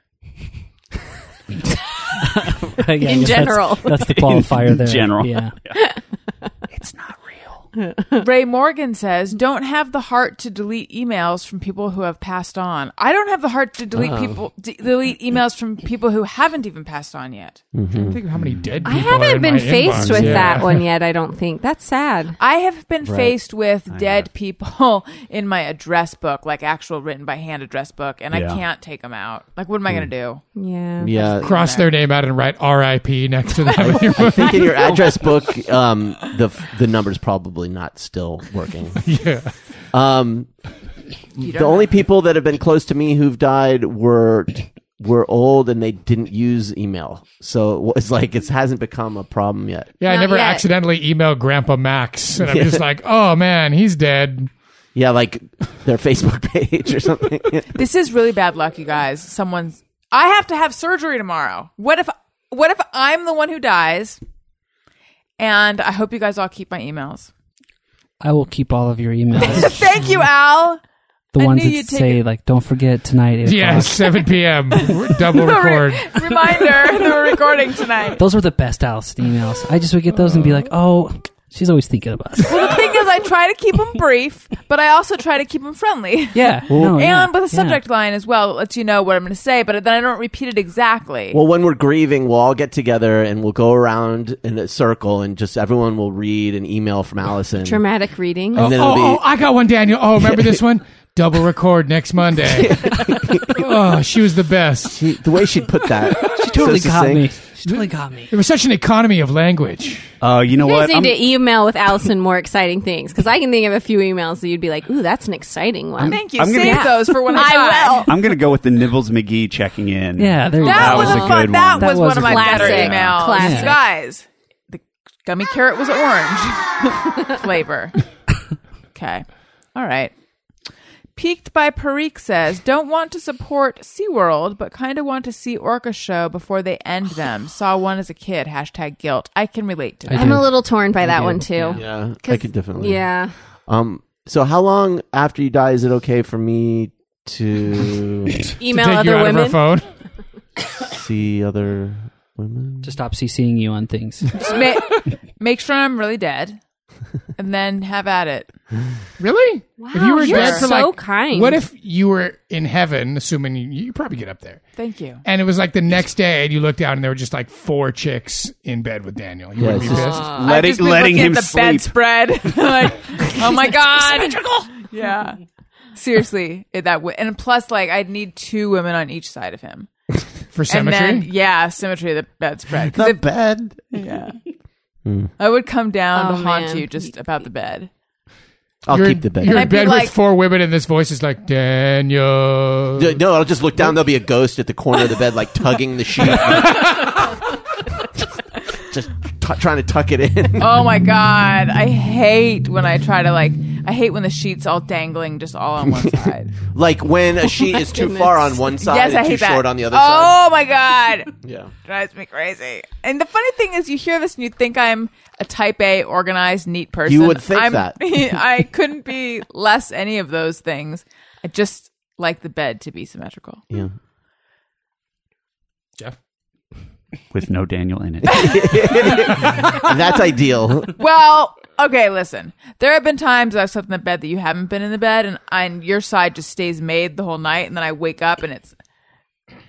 [SPEAKER 7] Yeah, I guess that's-
[SPEAKER 3] general.
[SPEAKER 7] that's, the qualifier
[SPEAKER 6] In
[SPEAKER 7] there.
[SPEAKER 6] general.
[SPEAKER 7] yeah.
[SPEAKER 3] Ray Morgan says, "Don't have the heart to delete emails from people who have passed on. I don't have the heart to delete
[SPEAKER 12] Oh.
[SPEAKER 3] people de- delete emails from people who haven't even passed on yet.
[SPEAKER 4] Think of how many dead.
[SPEAKER 5] I
[SPEAKER 4] people are
[SPEAKER 5] haven't
[SPEAKER 4] in
[SPEAKER 5] been
[SPEAKER 4] my
[SPEAKER 5] faced
[SPEAKER 4] inbox.
[SPEAKER 5] with
[SPEAKER 4] Yeah.
[SPEAKER 5] that one yet. I don't think that's sad.
[SPEAKER 3] I have been
[SPEAKER 5] Right.
[SPEAKER 3] faced with dead people in my address book, like actual written by hand address book, and
[SPEAKER 4] Yeah.
[SPEAKER 3] I can't take them out. Like, what am I going to do?
[SPEAKER 5] Yeah.
[SPEAKER 1] Yeah.
[SPEAKER 4] Cross their name out and write R.I.P. next to them. with your
[SPEAKER 1] I think in your address book, um, the f- the number's probably not still working.
[SPEAKER 4] Yeah.
[SPEAKER 1] Um,
[SPEAKER 4] You
[SPEAKER 1] the
[SPEAKER 4] don't
[SPEAKER 1] only people that have been close to me who've died were were old and they didn't use email, so it's like it hasn't become a problem yet.
[SPEAKER 4] Yeah, I never accidentally emailed Grandpa Max, and I'm
[SPEAKER 1] Yeah.
[SPEAKER 4] just like, oh man, he's dead.
[SPEAKER 1] Yeah, like their Facebook page or something.
[SPEAKER 3] This is really bad luck, you guys. Someone's. I have to have surgery tomorrow. What if? What if I'm the one who dies? And I hope you guys all keep my emails.
[SPEAKER 7] I will keep all of your emails.
[SPEAKER 3] Thank you, Al.
[SPEAKER 7] the
[SPEAKER 3] I
[SPEAKER 7] ones
[SPEAKER 3] knew
[SPEAKER 7] that
[SPEAKER 3] you'd take
[SPEAKER 7] say like, "Don't forget tonight." 8
[SPEAKER 4] Yeah,
[SPEAKER 7] o'clock."
[SPEAKER 4] 7 p.m.
[SPEAKER 3] The
[SPEAKER 4] Double
[SPEAKER 3] re-
[SPEAKER 4] record.
[SPEAKER 3] Reminder: that we're recording tonight.
[SPEAKER 7] Those were the best Allison emails. I just would get those and be like, "Oh, she's always thinking of us."
[SPEAKER 3] Well, the thing is, I try to keep them brief, but I also try to keep them friendly.
[SPEAKER 7] Yeah. No,
[SPEAKER 3] and
[SPEAKER 7] yeah,
[SPEAKER 3] with a subject line as well, it lets you know what I'm going to say, but then I don't repeat it exactly.
[SPEAKER 1] Well, when we're grieving, we'll all get together and we'll go around in a circle and just everyone will read an email from Allison.
[SPEAKER 5] Dramatic reading.
[SPEAKER 1] And then it'll be-
[SPEAKER 4] Oh, I got one, Daniel. Oh, remember this one? Double record next Monday. oh, she was the best.
[SPEAKER 1] the way she put that,
[SPEAKER 7] Oh. she totally got me. She totally got me.
[SPEAKER 4] There was such an economy of language.
[SPEAKER 6] Oh, you know
[SPEAKER 5] You guys
[SPEAKER 6] what?
[SPEAKER 5] need
[SPEAKER 6] I'm-
[SPEAKER 5] to email with Allison more exciting things because I can think of a few emails that you'd be like, "Ooh, that's an exciting one."
[SPEAKER 3] Thank you. Save those for when I, die.
[SPEAKER 5] I
[SPEAKER 6] I'm going to go with the Nibbles McGee checking in.
[SPEAKER 7] Yeah, there you
[SPEAKER 3] That
[SPEAKER 7] go.
[SPEAKER 3] was a
[SPEAKER 6] good
[SPEAKER 3] fun. That,
[SPEAKER 6] one.
[SPEAKER 3] was, one of my better
[SPEAKER 5] Classic.
[SPEAKER 3] emails.
[SPEAKER 5] Classic.
[SPEAKER 3] You guys, the gummy carrot was orange flavor. Okay, all right. Peaked by Parikh says, "Don't want to support SeaWorld, but kind of want to see Orca show before they end them. Saw one as a kid. Hashtag guilt. I can relate to that.
[SPEAKER 5] am a little torn by that one too.
[SPEAKER 1] Yeah, I
[SPEAKER 5] 'Cause-
[SPEAKER 1] could definitely.
[SPEAKER 5] Yeah.
[SPEAKER 1] Um. So, how long after you die is it okay for me to
[SPEAKER 5] Email To take you other out of her women? phone?
[SPEAKER 1] see other women?
[SPEAKER 7] To stop CCing you on things.
[SPEAKER 3] Just ma- make sure I'm really dead, and then have at it.
[SPEAKER 4] Really?
[SPEAKER 3] Wow,
[SPEAKER 4] If you were
[SPEAKER 3] you're
[SPEAKER 4] dead for
[SPEAKER 3] so
[SPEAKER 4] like,
[SPEAKER 3] kind.
[SPEAKER 4] what if you were in heaven? Assuming you, you probably get up there.
[SPEAKER 3] Thank you.
[SPEAKER 4] And it was like the next day, and you looked down, and there were just like four chicks in bed with Daniel. You wouldn't be
[SPEAKER 1] Yes.
[SPEAKER 4] pissed.
[SPEAKER 3] I've just been looking at the bedspread. like, oh my god, Yeah, seriously, it, that w- and plus, like, I'd need two women on each side of him
[SPEAKER 4] for
[SPEAKER 3] And
[SPEAKER 4] symmetry?
[SPEAKER 3] then, yeah, symmetry of the bedspread. 'Cause
[SPEAKER 1] The
[SPEAKER 3] if-
[SPEAKER 1] bed.
[SPEAKER 3] Yeah,
[SPEAKER 1] Hmm.
[SPEAKER 3] I would come down
[SPEAKER 5] Oh,
[SPEAKER 3] to haunt
[SPEAKER 5] man.
[SPEAKER 3] you just about the bed.
[SPEAKER 1] I'll
[SPEAKER 4] You're-
[SPEAKER 1] keep the bed.
[SPEAKER 4] You're
[SPEAKER 3] I'd
[SPEAKER 4] in
[SPEAKER 3] be
[SPEAKER 4] bed
[SPEAKER 3] like-
[SPEAKER 4] with four women, and this voice is like Daniel.
[SPEAKER 1] D- No, I'll just look down. There'll be a ghost at the corner of the bed, like tugging the sheet, just t- trying to tuck it in.
[SPEAKER 3] Oh my god, I hate when I try to like. I hate when the sheets all dangling just all on one side.
[SPEAKER 1] like when a sheet
[SPEAKER 3] my
[SPEAKER 1] is too far on one side
[SPEAKER 3] yes, I
[SPEAKER 1] and
[SPEAKER 3] hate
[SPEAKER 1] too
[SPEAKER 3] that.
[SPEAKER 1] short on the other
[SPEAKER 3] oh
[SPEAKER 1] side.
[SPEAKER 3] my god.
[SPEAKER 1] Yeah.
[SPEAKER 3] drives me crazy. And the funny thing is, you hear this and you think I'm a type A, organized, neat person.
[SPEAKER 1] You would think
[SPEAKER 3] I'm-
[SPEAKER 1] that.
[SPEAKER 3] I couldn't be less any of those things. I just like the bed to be symmetrical.
[SPEAKER 1] Yeah.
[SPEAKER 6] With no Daniel in it.
[SPEAKER 1] That's ideal.
[SPEAKER 3] Well, okay, listen. There have been times I've slept in the bed that you haven't been in the bed, and, and your side just stays made the whole night, and then I wake up and it's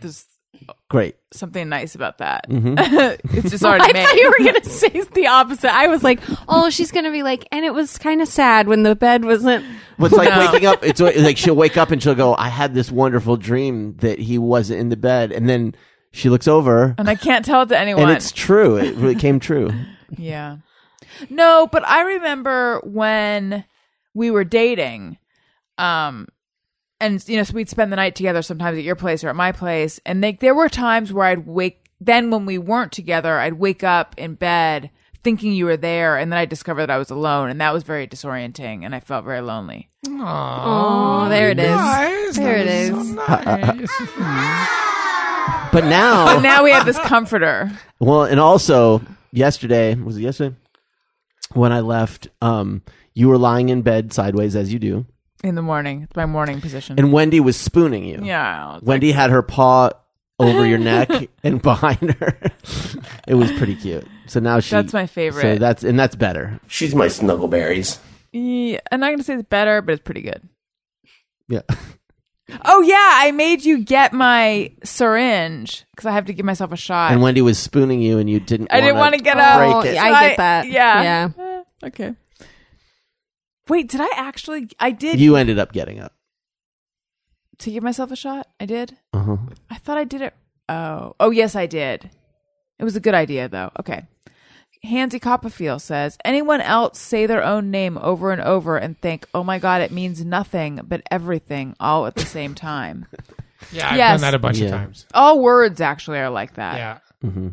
[SPEAKER 3] there's
[SPEAKER 1] Great.
[SPEAKER 3] something nice about that.
[SPEAKER 1] Mhm.
[SPEAKER 3] it's just already
[SPEAKER 5] I
[SPEAKER 3] made.
[SPEAKER 5] thought you were gonna say the opposite. I was like, "Oh, she's gonna be like," and it was kind of sad when the bed wasn't.
[SPEAKER 1] What's like
[SPEAKER 5] No.
[SPEAKER 1] waking up? It's like she'll wake up and she'll go, "I had this wonderful dream that he wasn't in the bed," and then she looks over
[SPEAKER 3] and I can't tell it to anyone.
[SPEAKER 1] and it's true. It really came true.
[SPEAKER 3] Yeah. No, but I remember when we were dating, um, and you know, so we'd spend the night together sometimes at your place or at my place, and like there were times where I'd wake. Then when we weren't together, I'd wake up in bed thinking you were there, and then I discovered that I was alone, and that was very disorienting, and I felt very lonely.
[SPEAKER 5] Oh, there it is. There it is.
[SPEAKER 1] But now,
[SPEAKER 3] But now we have this comforter.
[SPEAKER 1] well, and also yesterday was it yesterday when I left? Um, you were lying in bed sideways as you do,
[SPEAKER 3] In the morning, it's my morning position.
[SPEAKER 1] and Wendy was spooning you.
[SPEAKER 3] yeah,
[SPEAKER 1] Wendy had her paw over your neck and behind her. it was pretty cute. So now she
[SPEAKER 3] That's my favorite.
[SPEAKER 1] So that's and that's better.
[SPEAKER 12] She's my snuggleberries.
[SPEAKER 3] Yeah, I'm not gonna say it's better, but it's pretty good.
[SPEAKER 1] Yeah.
[SPEAKER 3] Oh yeah, I made you get my syringe because I have to give myself a shot.
[SPEAKER 1] And Wendy was spooning you and you didn't
[SPEAKER 3] I didn't want
[SPEAKER 1] wanna
[SPEAKER 3] to get up.
[SPEAKER 1] break it.
[SPEAKER 3] so
[SPEAKER 5] I get that.
[SPEAKER 3] Yeah.
[SPEAKER 5] Yeah.
[SPEAKER 3] Eh, Okay. Wait, did I actually? I did
[SPEAKER 1] You ended up getting up.
[SPEAKER 3] to give myself a shot. I did.
[SPEAKER 1] Uh-huh.
[SPEAKER 3] I thought I did it. Oh, oh yes, I did. It was a good idea though. Okay. Hansy Copperfield says, anyone else say their own name over and over and think, oh my God, it means nothing but everything all at the same time.
[SPEAKER 4] Yeah, I've
[SPEAKER 3] Yes.
[SPEAKER 4] done that a bunch
[SPEAKER 1] Yeah.
[SPEAKER 4] of times.
[SPEAKER 3] all words actually are like that.
[SPEAKER 4] Yeah.
[SPEAKER 1] Mm-hmm.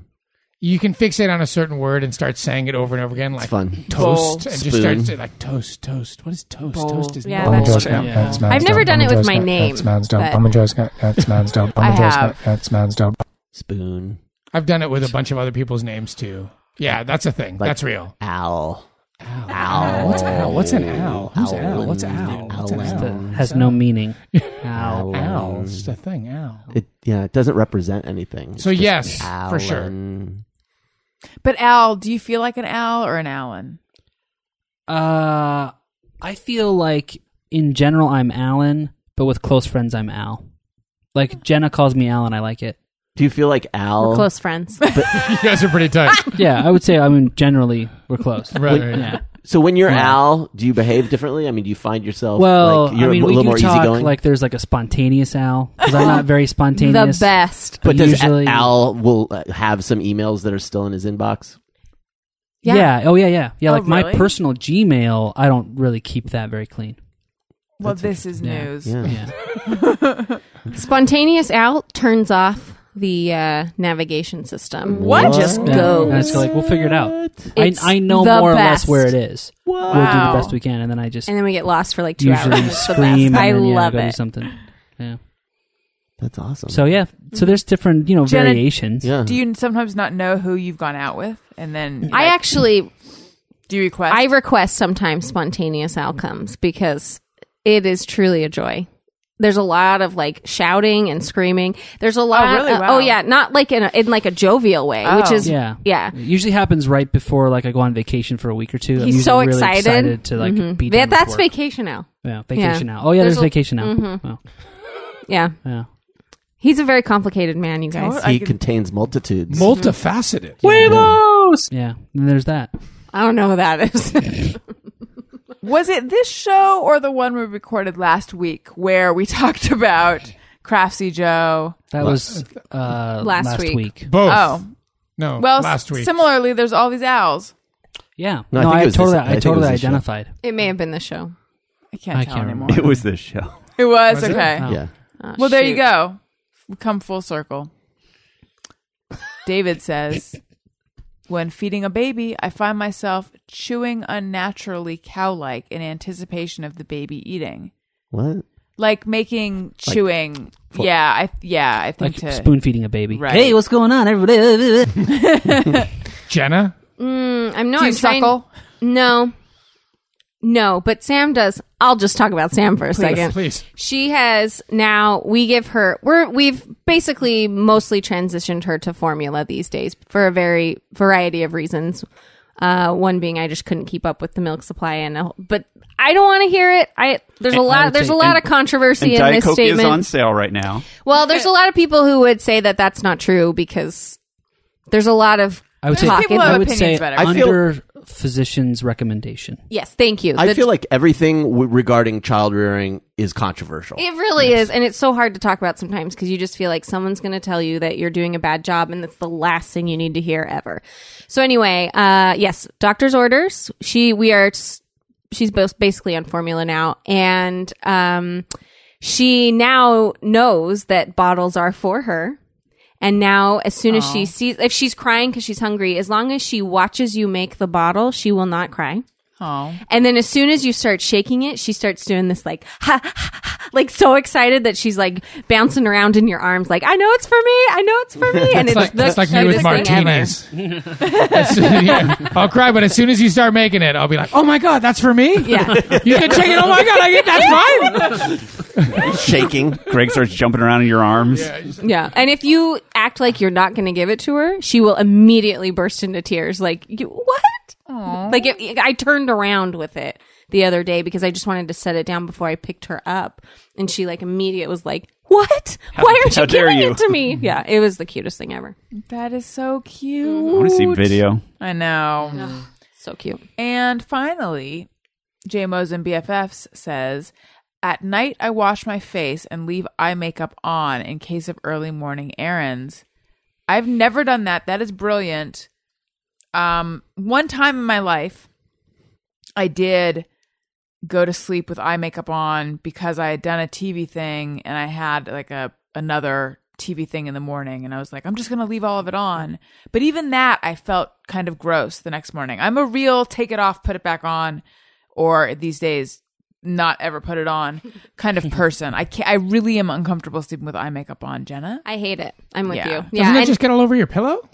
[SPEAKER 4] You can fixate on a certain word and start saying it over and over again, like
[SPEAKER 1] It's fun.
[SPEAKER 3] Bowl.
[SPEAKER 4] toast, and just
[SPEAKER 1] Spoon.
[SPEAKER 4] start saying, like toast, toast. What is toast?
[SPEAKER 3] Bowl.
[SPEAKER 4] Toast is
[SPEAKER 5] Yeah,
[SPEAKER 4] not-
[SPEAKER 5] that's
[SPEAKER 8] Joy's
[SPEAKER 5] true.
[SPEAKER 8] cat,
[SPEAKER 7] Yeah.
[SPEAKER 8] that's man's
[SPEAKER 5] I've never
[SPEAKER 8] dump.
[SPEAKER 5] done it
[SPEAKER 8] Bum Joy's
[SPEAKER 5] with my
[SPEAKER 8] cat,
[SPEAKER 5] name,
[SPEAKER 8] That's man's dump.
[SPEAKER 5] but-
[SPEAKER 8] Bum and Joy's cat, That's man's dump. Bum
[SPEAKER 3] I
[SPEAKER 8] and Joy's cat,
[SPEAKER 3] have.
[SPEAKER 8] That's man's dump.
[SPEAKER 1] Spoon.
[SPEAKER 4] I've done it with a bunch of other people's names too. Yeah, that's a thing. that's real.
[SPEAKER 1] Owl.
[SPEAKER 4] Ow. What's owl? What's an owl? Who's owl? What's owl? What's an
[SPEAKER 1] Owlin.
[SPEAKER 4] owl?
[SPEAKER 7] Has no meaning. Ow.
[SPEAKER 4] Owl. It's just a thing. Owl.
[SPEAKER 1] It yeah, it doesn't represent anything. It's
[SPEAKER 4] So
[SPEAKER 1] just
[SPEAKER 4] yes, for sure.
[SPEAKER 1] Alan.
[SPEAKER 3] But Al, do you feel like an Al or an Alan?
[SPEAKER 7] Uh, I feel like in general I'm Alan, but with close friends I'm Al. Like Jenna calls me Alan, I like it.
[SPEAKER 1] Do you feel like Al?
[SPEAKER 5] We're close friends.
[SPEAKER 4] You guys are pretty tight.
[SPEAKER 7] Yeah, I would say I mean generally we're close.
[SPEAKER 4] Right, right.
[SPEAKER 7] Yeah.
[SPEAKER 1] So when you're Al, do you behave differently? I mean, do you find yourself
[SPEAKER 7] Well,
[SPEAKER 1] like, you're
[SPEAKER 7] I mean
[SPEAKER 1] a
[SPEAKER 7] we
[SPEAKER 1] little
[SPEAKER 7] do
[SPEAKER 1] more
[SPEAKER 7] talk
[SPEAKER 1] easygoing?
[SPEAKER 7] like there's like a spontaneous Al because I'm not very
[SPEAKER 5] the
[SPEAKER 7] spontaneous.
[SPEAKER 5] best.
[SPEAKER 1] but
[SPEAKER 7] but
[SPEAKER 1] does
[SPEAKER 7] usually-
[SPEAKER 1] Al will uh, have some emails that are still in his inbox?
[SPEAKER 7] Yeah. Oh yeah, yeah, yeah.
[SPEAKER 3] Oh,
[SPEAKER 7] like my
[SPEAKER 3] really?
[SPEAKER 7] personal Gmail, I don't really keep that very clean.
[SPEAKER 3] Well, this is news.
[SPEAKER 1] Yeah.
[SPEAKER 7] Yeah. Uh-huh.
[SPEAKER 5] Spontaneous out turns off the uh, navigation system.
[SPEAKER 3] What?
[SPEAKER 5] It just
[SPEAKER 7] Yeah.
[SPEAKER 5] goes.
[SPEAKER 7] And it's like we'll figure it out. I,
[SPEAKER 5] It's
[SPEAKER 7] I know
[SPEAKER 5] the
[SPEAKER 7] more or less
[SPEAKER 5] best.
[SPEAKER 7] where it is. We'll do the
[SPEAKER 3] Wow.
[SPEAKER 7] best we can, and then I just
[SPEAKER 5] and then we get lost for like two hours.
[SPEAKER 7] usually
[SPEAKER 5] It's the
[SPEAKER 7] scream.
[SPEAKER 5] best.
[SPEAKER 7] And
[SPEAKER 5] I
[SPEAKER 7] then, yeah,
[SPEAKER 5] love
[SPEAKER 7] go do
[SPEAKER 5] it.
[SPEAKER 7] something. Yeah.
[SPEAKER 1] That's awesome.
[SPEAKER 7] So yeah, so there's different you know
[SPEAKER 3] Jenna-
[SPEAKER 7] variations.
[SPEAKER 1] yeah.
[SPEAKER 3] Do you sometimes not know who you've gone out with, and then
[SPEAKER 5] I
[SPEAKER 3] like,
[SPEAKER 5] actually
[SPEAKER 3] do you request?
[SPEAKER 5] I request sometimes spontaneous outcomes because it is truly a joy. There's a lot of like shouting and screaming. There's a lot.
[SPEAKER 3] really?
[SPEAKER 5] uh,
[SPEAKER 3] Wow.
[SPEAKER 5] oh yeah, not like in a, in like a jovial way, which
[SPEAKER 3] Oh.
[SPEAKER 5] is
[SPEAKER 7] Yeah.
[SPEAKER 5] yeah.
[SPEAKER 7] It usually happens right before like I go on vacation for a week or two. I'm usually
[SPEAKER 5] He's so
[SPEAKER 7] really
[SPEAKER 5] excited.
[SPEAKER 7] to like
[SPEAKER 5] Mhm.
[SPEAKER 7] be
[SPEAKER 5] That-
[SPEAKER 7] done with
[SPEAKER 5] that's
[SPEAKER 7] work.
[SPEAKER 5] vacation now.
[SPEAKER 7] Yeah, vacation now. Oh yeah,
[SPEAKER 5] There's
[SPEAKER 7] there's,
[SPEAKER 5] a-
[SPEAKER 7] vacation now. Wow.
[SPEAKER 5] Yeah,
[SPEAKER 7] yeah.
[SPEAKER 5] he's a very complicated man, you guys.
[SPEAKER 3] Oh, I
[SPEAKER 1] he
[SPEAKER 3] can-
[SPEAKER 1] contains multitudes.
[SPEAKER 4] Multifaceted.
[SPEAKER 7] Yeah. And there's that.
[SPEAKER 5] I don't know who that is.
[SPEAKER 3] Was it this show or the one we recorded last week where we talked about Craftsy Joe?
[SPEAKER 7] That was uh,
[SPEAKER 5] Last
[SPEAKER 7] last,
[SPEAKER 5] week.
[SPEAKER 7] week.
[SPEAKER 4] Both.
[SPEAKER 3] Oh,
[SPEAKER 4] no.
[SPEAKER 3] well,
[SPEAKER 4] last week.
[SPEAKER 3] Similarly, there's all these owls.
[SPEAKER 7] Yeah.
[SPEAKER 1] No, I
[SPEAKER 7] No,
[SPEAKER 1] think
[SPEAKER 7] I,
[SPEAKER 1] it was
[SPEAKER 7] totally,
[SPEAKER 1] this- I
[SPEAKER 7] I,
[SPEAKER 1] think it was
[SPEAKER 7] totally
[SPEAKER 1] this show.
[SPEAKER 7] identified.
[SPEAKER 5] it may have been the show.
[SPEAKER 3] I can't
[SPEAKER 7] I
[SPEAKER 3] tell
[SPEAKER 7] can't
[SPEAKER 3] anymore.
[SPEAKER 7] remember.
[SPEAKER 6] It was this show.
[SPEAKER 3] It was,
[SPEAKER 4] it?
[SPEAKER 3] okay.
[SPEAKER 7] Oh.
[SPEAKER 1] Yeah.
[SPEAKER 5] Oh,
[SPEAKER 3] Well, there you
[SPEAKER 5] shoot.
[SPEAKER 3] go. We come full circle. David says, when feeding a baby, I find myself chewing unnaturally cow-like in anticipation of the baby eating,
[SPEAKER 1] What?
[SPEAKER 3] like making chewing. yeah, I yeah, I
[SPEAKER 7] Like
[SPEAKER 3] think to
[SPEAKER 7] spoon feeding a baby.
[SPEAKER 3] Right.
[SPEAKER 7] Hey, what's going on, everybody?
[SPEAKER 4] Jenna.
[SPEAKER 5] Mm, I'm not
[SPEAKER 3] Do you
[SPEAKER 5] trying-
[SPEAKER 3] chuckle?
[SPEAKER 5] No, no, but Sam does. I'll just talk about Sam for a second.
[SPEAKER 4] Please.
[SPEAKER 5] She has now we give her we're we've basically mostly transitioned her to formula these days for a very variety of reasons. Uh, one being I just couldn't keep up with the milk supply and a, but I don't want to hear it. I there's a lot
[SPEAKER 7] would
[SPEAKER 5] there's
[SPEAKER 7] say-
[SPEAKER 5] a lot
[SPEAKER 7] and-
[SPEAKER 5] of controversy
[SPEAKER 6] And
[SPEAKER 5] in
[SPEAKER 6] Diet
[SPEAKER 5] this
[SPEAKER 6] Coke
[SPEAKER 5] statement.
[SPEAKER 6] is on sale right now.
[SPEAKER 5] well, there's a lot of people who would say that that's not true because there's a lot of
[SPEAKER 7] I would say,
[SPEAKER 5] There's people who have
[SPEAKER 7] I would
[SPEAKER 3] opinions
[SPEAKER 7] say
[SPEAKER 3] about it.
[SPEAKER 1] I feel-
[SPEAKER 7] under physician's recommendation.
[SPEAKER 5] yes, thank you.
[SPEAKER 1] I
[SPEAKER 5] The-
[SPEAKER 1] feel like everything w- regarding child rearing is controversial.
[SPEAKER 5] It really is, and it's so hard to talk about sometimes because you just feel like someone's going to tell you that you're doing a bad job, and that's the last thing you need to hear ever. So anyway, uh, yes, doctor's orders. She, we are, s- she's both basically on formula now, and um, she now knows that bottles are for her. And now, as soon as she sees, if she's crying because she's hungry, as long as she watches you make the bottle, she will not cry.
[SPEAKER 3] Oh,
[SPEAKER 5] And then as soon as you start shaking it, she starts doing this like ha ha ha, like so excited that she's like bouncing around in your arms, like I know it's for me, I know it's for me, and
[SPEAKER 4] It's
[SPEAKER 5] it's
[SPEAKER 4] like,
[SPEAKER 5] the
[SPEAKER 4] it's like me with
[SPEAKER 5] cutest thing ever.
[SPEAKER 4] martinis. As soon- yeah, I'll cry, but as soon as you start making it, I'll be like, "Oh my god, that's for me!"
[SPEAKER 5] Yeah.
[SPEAKER 4] you can check it. Oh my god, I get that's mine.
[SPEAKER 1] shaking.
[SPEAKER 6] Greg starts jumping around in your arms.
[SPEAKER 5] Yeah. And if you act like you're not going to give it to her, she will immediately burst into tears. Like, you, what? Like, it, I turned around with it the other day because I just wanted to set it down before I picked her up. And she, like, immediately was like, what? Why aren't
[SPEAKER 6] how
[SPEAKER 5] you
[SPEAKER 6] dare
[SPEAKER 5] giving
[SPEAKER 6] you?"
[SPEAKER 5] it to me? Yeah. It was the cutest thing ever.
[SPEAKER 3] That is so cute.
[SPEAKER 6] I want to see video.
[SPEAKER 3] I know.
[SPEAKER 5] So cute.
[SPEAKER 3] And finally, J Mos and BFFs says, At night, I wash my face and leave eye makeup on in case of early morning errands. I've never done that. That is brilliant. Um, one time in my life, I did go to sleep with eye makeup on because I had done a TV thing and I had like a another TV thing in the morning and I was like I'm just going to leave all of it on. But even that I felt kind of gross the next morning. I'm a real take it off, put it back on or these days not ever put it on kind of person. I can not I really am uncomfortable sleeping with eye makeup on, Jenna.
[SPEAKER 5] I hate it. I'm with
[SPEAKER 3] Yeah.
[SPEAKER 5] you.
[SPEAKER 3] Doesn't
[SPEAKER 5] Yeah.
[SPEAKER 4] Doesn't it
[SPEAKER 5] and-
[SPEAKER 4] just get all over your pillow?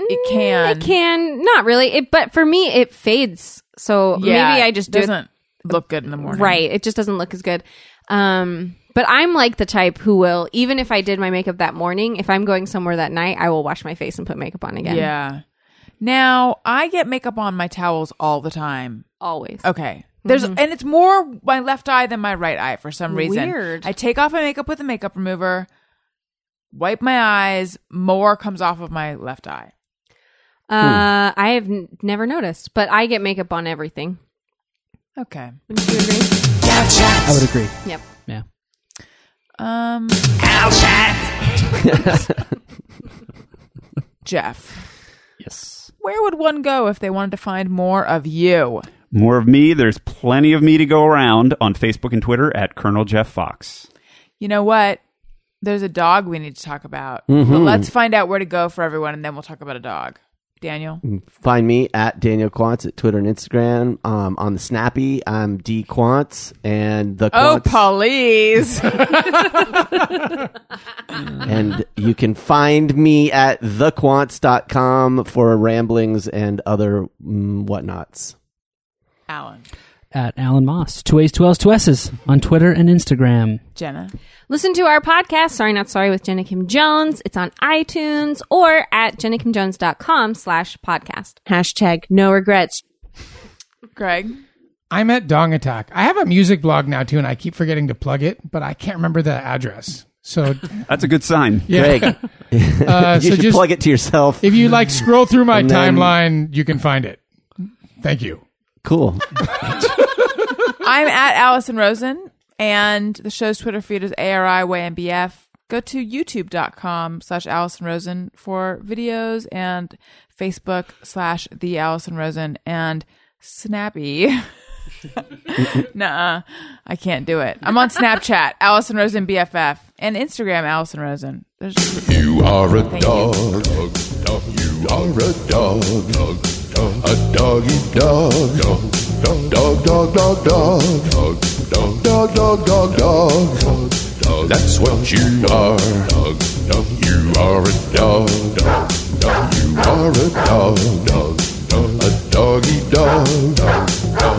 [SPEAKER 3] It can.
[SPEAKER 5] I Mm, can. Not really. It, but for me, it fades. So
[SPEAKER 3] Yeah,
[SPEAKER 5] maybe I just do it
[SPEAKER 3] doesn't look good in the morning.
[SPEAKER 5] Right. It just doesn't look as good. Um, but I'm like the type who will, even if I did my makeup that morning, if I'm going somewhere that night, I will wash my face and put makeup on again.
[SPEAKER 3] Yeah. Now, I get makeup on my towels all the time.
[SPEAKER 5] Always.
[SPEAKER 3] Okay. There's and it's more my left eye than my right eye for some reason.
[SPEAKER 5] Weird.
[SPEAKER 3] I take off my makeup with a makeup remover, wipe my eyes, more comes off of my left eye.
[SPEAKER 5] Uh,
[SPEAKER 3] Hmm.
[SPEAKER 5] I have n- never noticed, but I get makeup on everything.
[SPEAKER 3] Okay.
[SPEAKER 5] Would you agree?
[SPEAKER 7] I would agree.
[SPEAKER 5] Yep.
[SPEAKER 7] Yeah.
[SPEAKER 3] Um Jeff,
[SPEAKER 6] Yes.
[SPEAKER 3] where would one go if they wanted to find more of you?
[SPEAKER 6] More of me. There's plenty of me to go around on Facebook and Twitter at Colonel Jeff Fox.
[SPEAKER 3] You know what? There's a dog we need to talk about. But let's find out where to go for everyone and then we'll talk about a dog. Daniel.
[SPEAKER 1] Find me at Daniel Quantz at Twitter and Instagram. Um, on the Snappy, I'm D Quantz and the
[SPEAKER 3] Oh,
[SPEAKER 1] Quantz.
[SPEAKER 3] please.
[SPEAKER 1] And you can find me at thequantz.com for ramblings and other mm, whatnots.
[SPEAKER 3] Alan.
[SPEAKER 7] At Alan Moss. Two A's, two L's, two S's on Twitter and Instagram.
[SPEAKER 3] Jenna.
[SPEAKER 5] Listen to our podcast, Sorry Not Sorry with Jenna Kim Jones. It's on iTunes or at jennakimjones.com slash podcast. Hashtag no regrets.
[SPEAKER 3] Greg.
[SPEAKER 4] I'm at Dong Attack. I have a music blog now too, and I keep forgetting to plug it, but I can't remember the address. So,
[SPEAKER 6] That's a good sign.
[SPEAKER 4] yeah.
[SPEAKER 1] Greg, you
[SPEAKER 4] Uh, so
[SPEAKER 1] should
[SPEAKER 4] just
[SPEAKER 1] plug it to yourself.
[SPEAKER 4] if you like scroll through my
[SPEAKER 1] And then-
[SPEAKER 4] timeline, you can find it. Thank you.
[SPEAKER 1] Cool.
[SPEAKER 3] I'm at Allison Rosen, and the show's Twitter feed is ARIYMBF. Go to youtube.com slash Allison Rosen for videos and Facebook slash The Allison Rosen and Snappy. Nuh I can't do it. I'm on Snapchat, Allison Rosen BFF, and Instagram, Allison Rosen. There's
[SPEAKER 12] You are a
[SPEAKER 3] Thank you.
[SPEAKER 12] dog. dog. You are a dog. dog, dog. A doggy dog. Dog, dog, dog, dog, dog. Dog, dog, dog, dog, dog, dog. dog. That's what you are. Dog, dog. You are a dog. dog, dog. You are a dog. dog, dog. A doggy dog. dog, dog.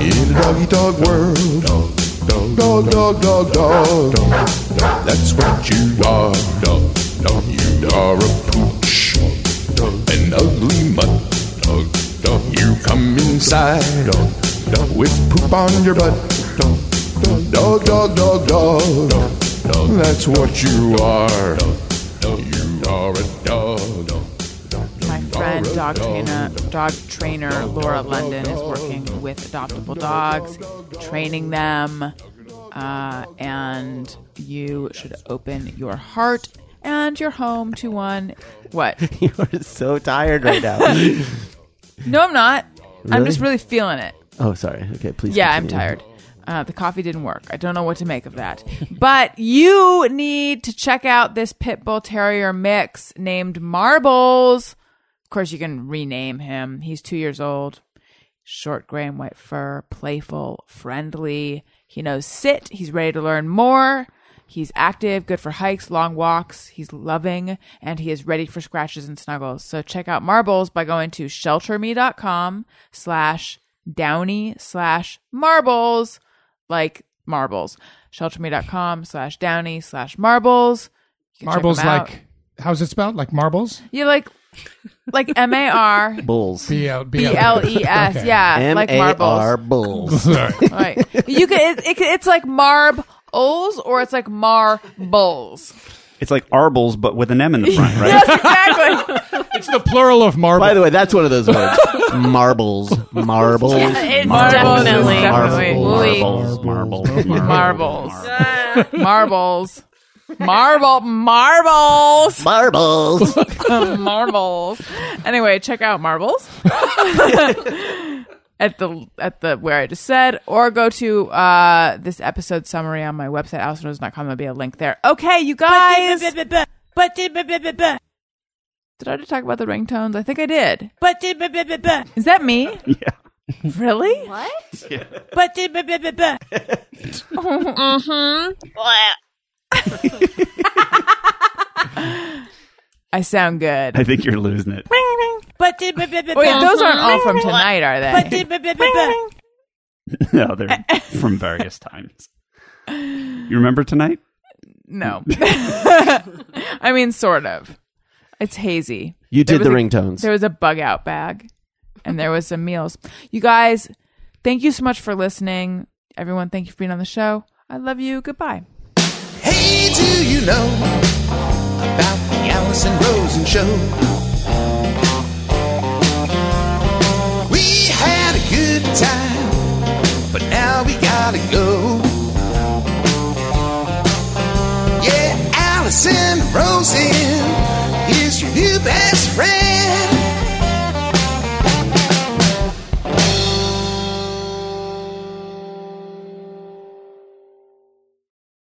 [SPEAKER 12] In a doggy dog world. Dog, dog, dog, dog, dog, dog. dog. That's what you are. Dog, dog. You are a pooch. An ugly mutt. Dog, dog. You come inside. Dog, dog. With poop on your butt. Dog, dog, dog, dog, dog. dog. That's what you are. You are a dog.
[SPEAKER 3] my
[SPEAKER 1] Oh,
[SPEAKER 3] friend, dog trainer, dog trainer Laura London is working with adoptable dogs, training them, uh, and you should open your heart and your home to one. What?
[SPEAKER 1] you are so tired right now.
[SPEAKER 3] No, I'm not. I'm
[SPEAKER 1] Really?
[SPEAKER 3] just really feeling it.
[SPEAKER 1] oh, sorry. Okay, please.
[SPEAKER 3] Yeah, I'm
[SPEAKER 1] continue.
[SPEAKER 3] tired. Uh, the coffee didn't work. I don't know what to make of that. But you need to check out this pit bull terrier mix named Marbles. Of course, you can rename him. He's two years old, short gray and white fur, playful, friendly. He knows sit. He's ready to learn more. He's active, good for hikes, long walks. He's loving, and he is ready for scratches and snuggles. So check out Marbles by going to shelterme.com slash downy slash marbles, like marbles. Shelterme.com slash downy slash marbles. You can check
[SPEAKER 4] Marbles
[SPEAKER 3] them out.
[SPEAKER 4] like how's it spelled? Like marbles?
[SPEAKER 3] Yeah, like like M A R
[SPEAKER 1] Bulls.
[SPEAKER 4] B L B
[SPEAKER 3] B
[SPEAKER 4] L
[SPEAKER 3] L E S.
[SPEAKER 4] Okay.
[SPEAKER 3] Yeah, like
[SPEAKER 1] M-A-R
[SPEAKER 3] marbles.
[SPEAKER 1] Bulls.
[SPEAKER 3] Right. You can. It, it, can- it's like marbles, or it's like marbles.
[SPEAKER 6] It's like Arbles, but with an M in the front, right?
[SPEAKER 3] Yes, exactly.
[SPEAKER 4] It's the plural of marble.
[SPEAKER 1] By the way, that's one of those words. marbles. Marbles.
[SPEAKER 3] it's
[SPEAKER 1] marbles,
[SPEAKER 3] definitely-
[SPEAKER 1] Marbles.
[SPEAKER 3] definitely.
[SPEAKER 1] Marbles. Marbles.
[SPEAKER 3] Marbles. Marbles. Marble. Marbles.
[SPEAKER 1] Marbles.
[SPEAKER 3] marbles. Anyway, check out marbles at the at the where I just said, or go to uh, this episode summary on my website alcinose.com. There'll be a link there. Okay, you guys. But did I already talk about the ringtones? I think I did. But did is that me?
[SPEAKER 6] Yeah.
[SPEAKER 3] Really?
[SPEAKER 5] What?
[SPEAKER 3] But did mm-hmm. I sound good.
[SPEAKER 6] I think you're losing it.
[SPEAKER 3] Wait, those aren't all from tonight, are they?
[SPEAKER 6] No, they're from various times. You remember tonight?
[SPEAKER 3] No.
[SPEAKER 1] Mm.
[SPEAKER 3] I mean, sort of. It's hazy.
[SPEAKER 1] You
[SPEAKER 3] There
[SPEAKER 1] did the
[SPEAKER 3] was a-
[SPEAKER 1] ringtones.
[SPEAKER 3] There was a bug out bag and there was some meals. You guys, thank you so much for listening. Everyone, thank you for being on the show. I love you. Goodbye.
[SPEAKER 2] Hey, do you know about the Allison Rosen show? We had a good time, but now we gotta go. Yeah, Allison Rosen is your new best friend.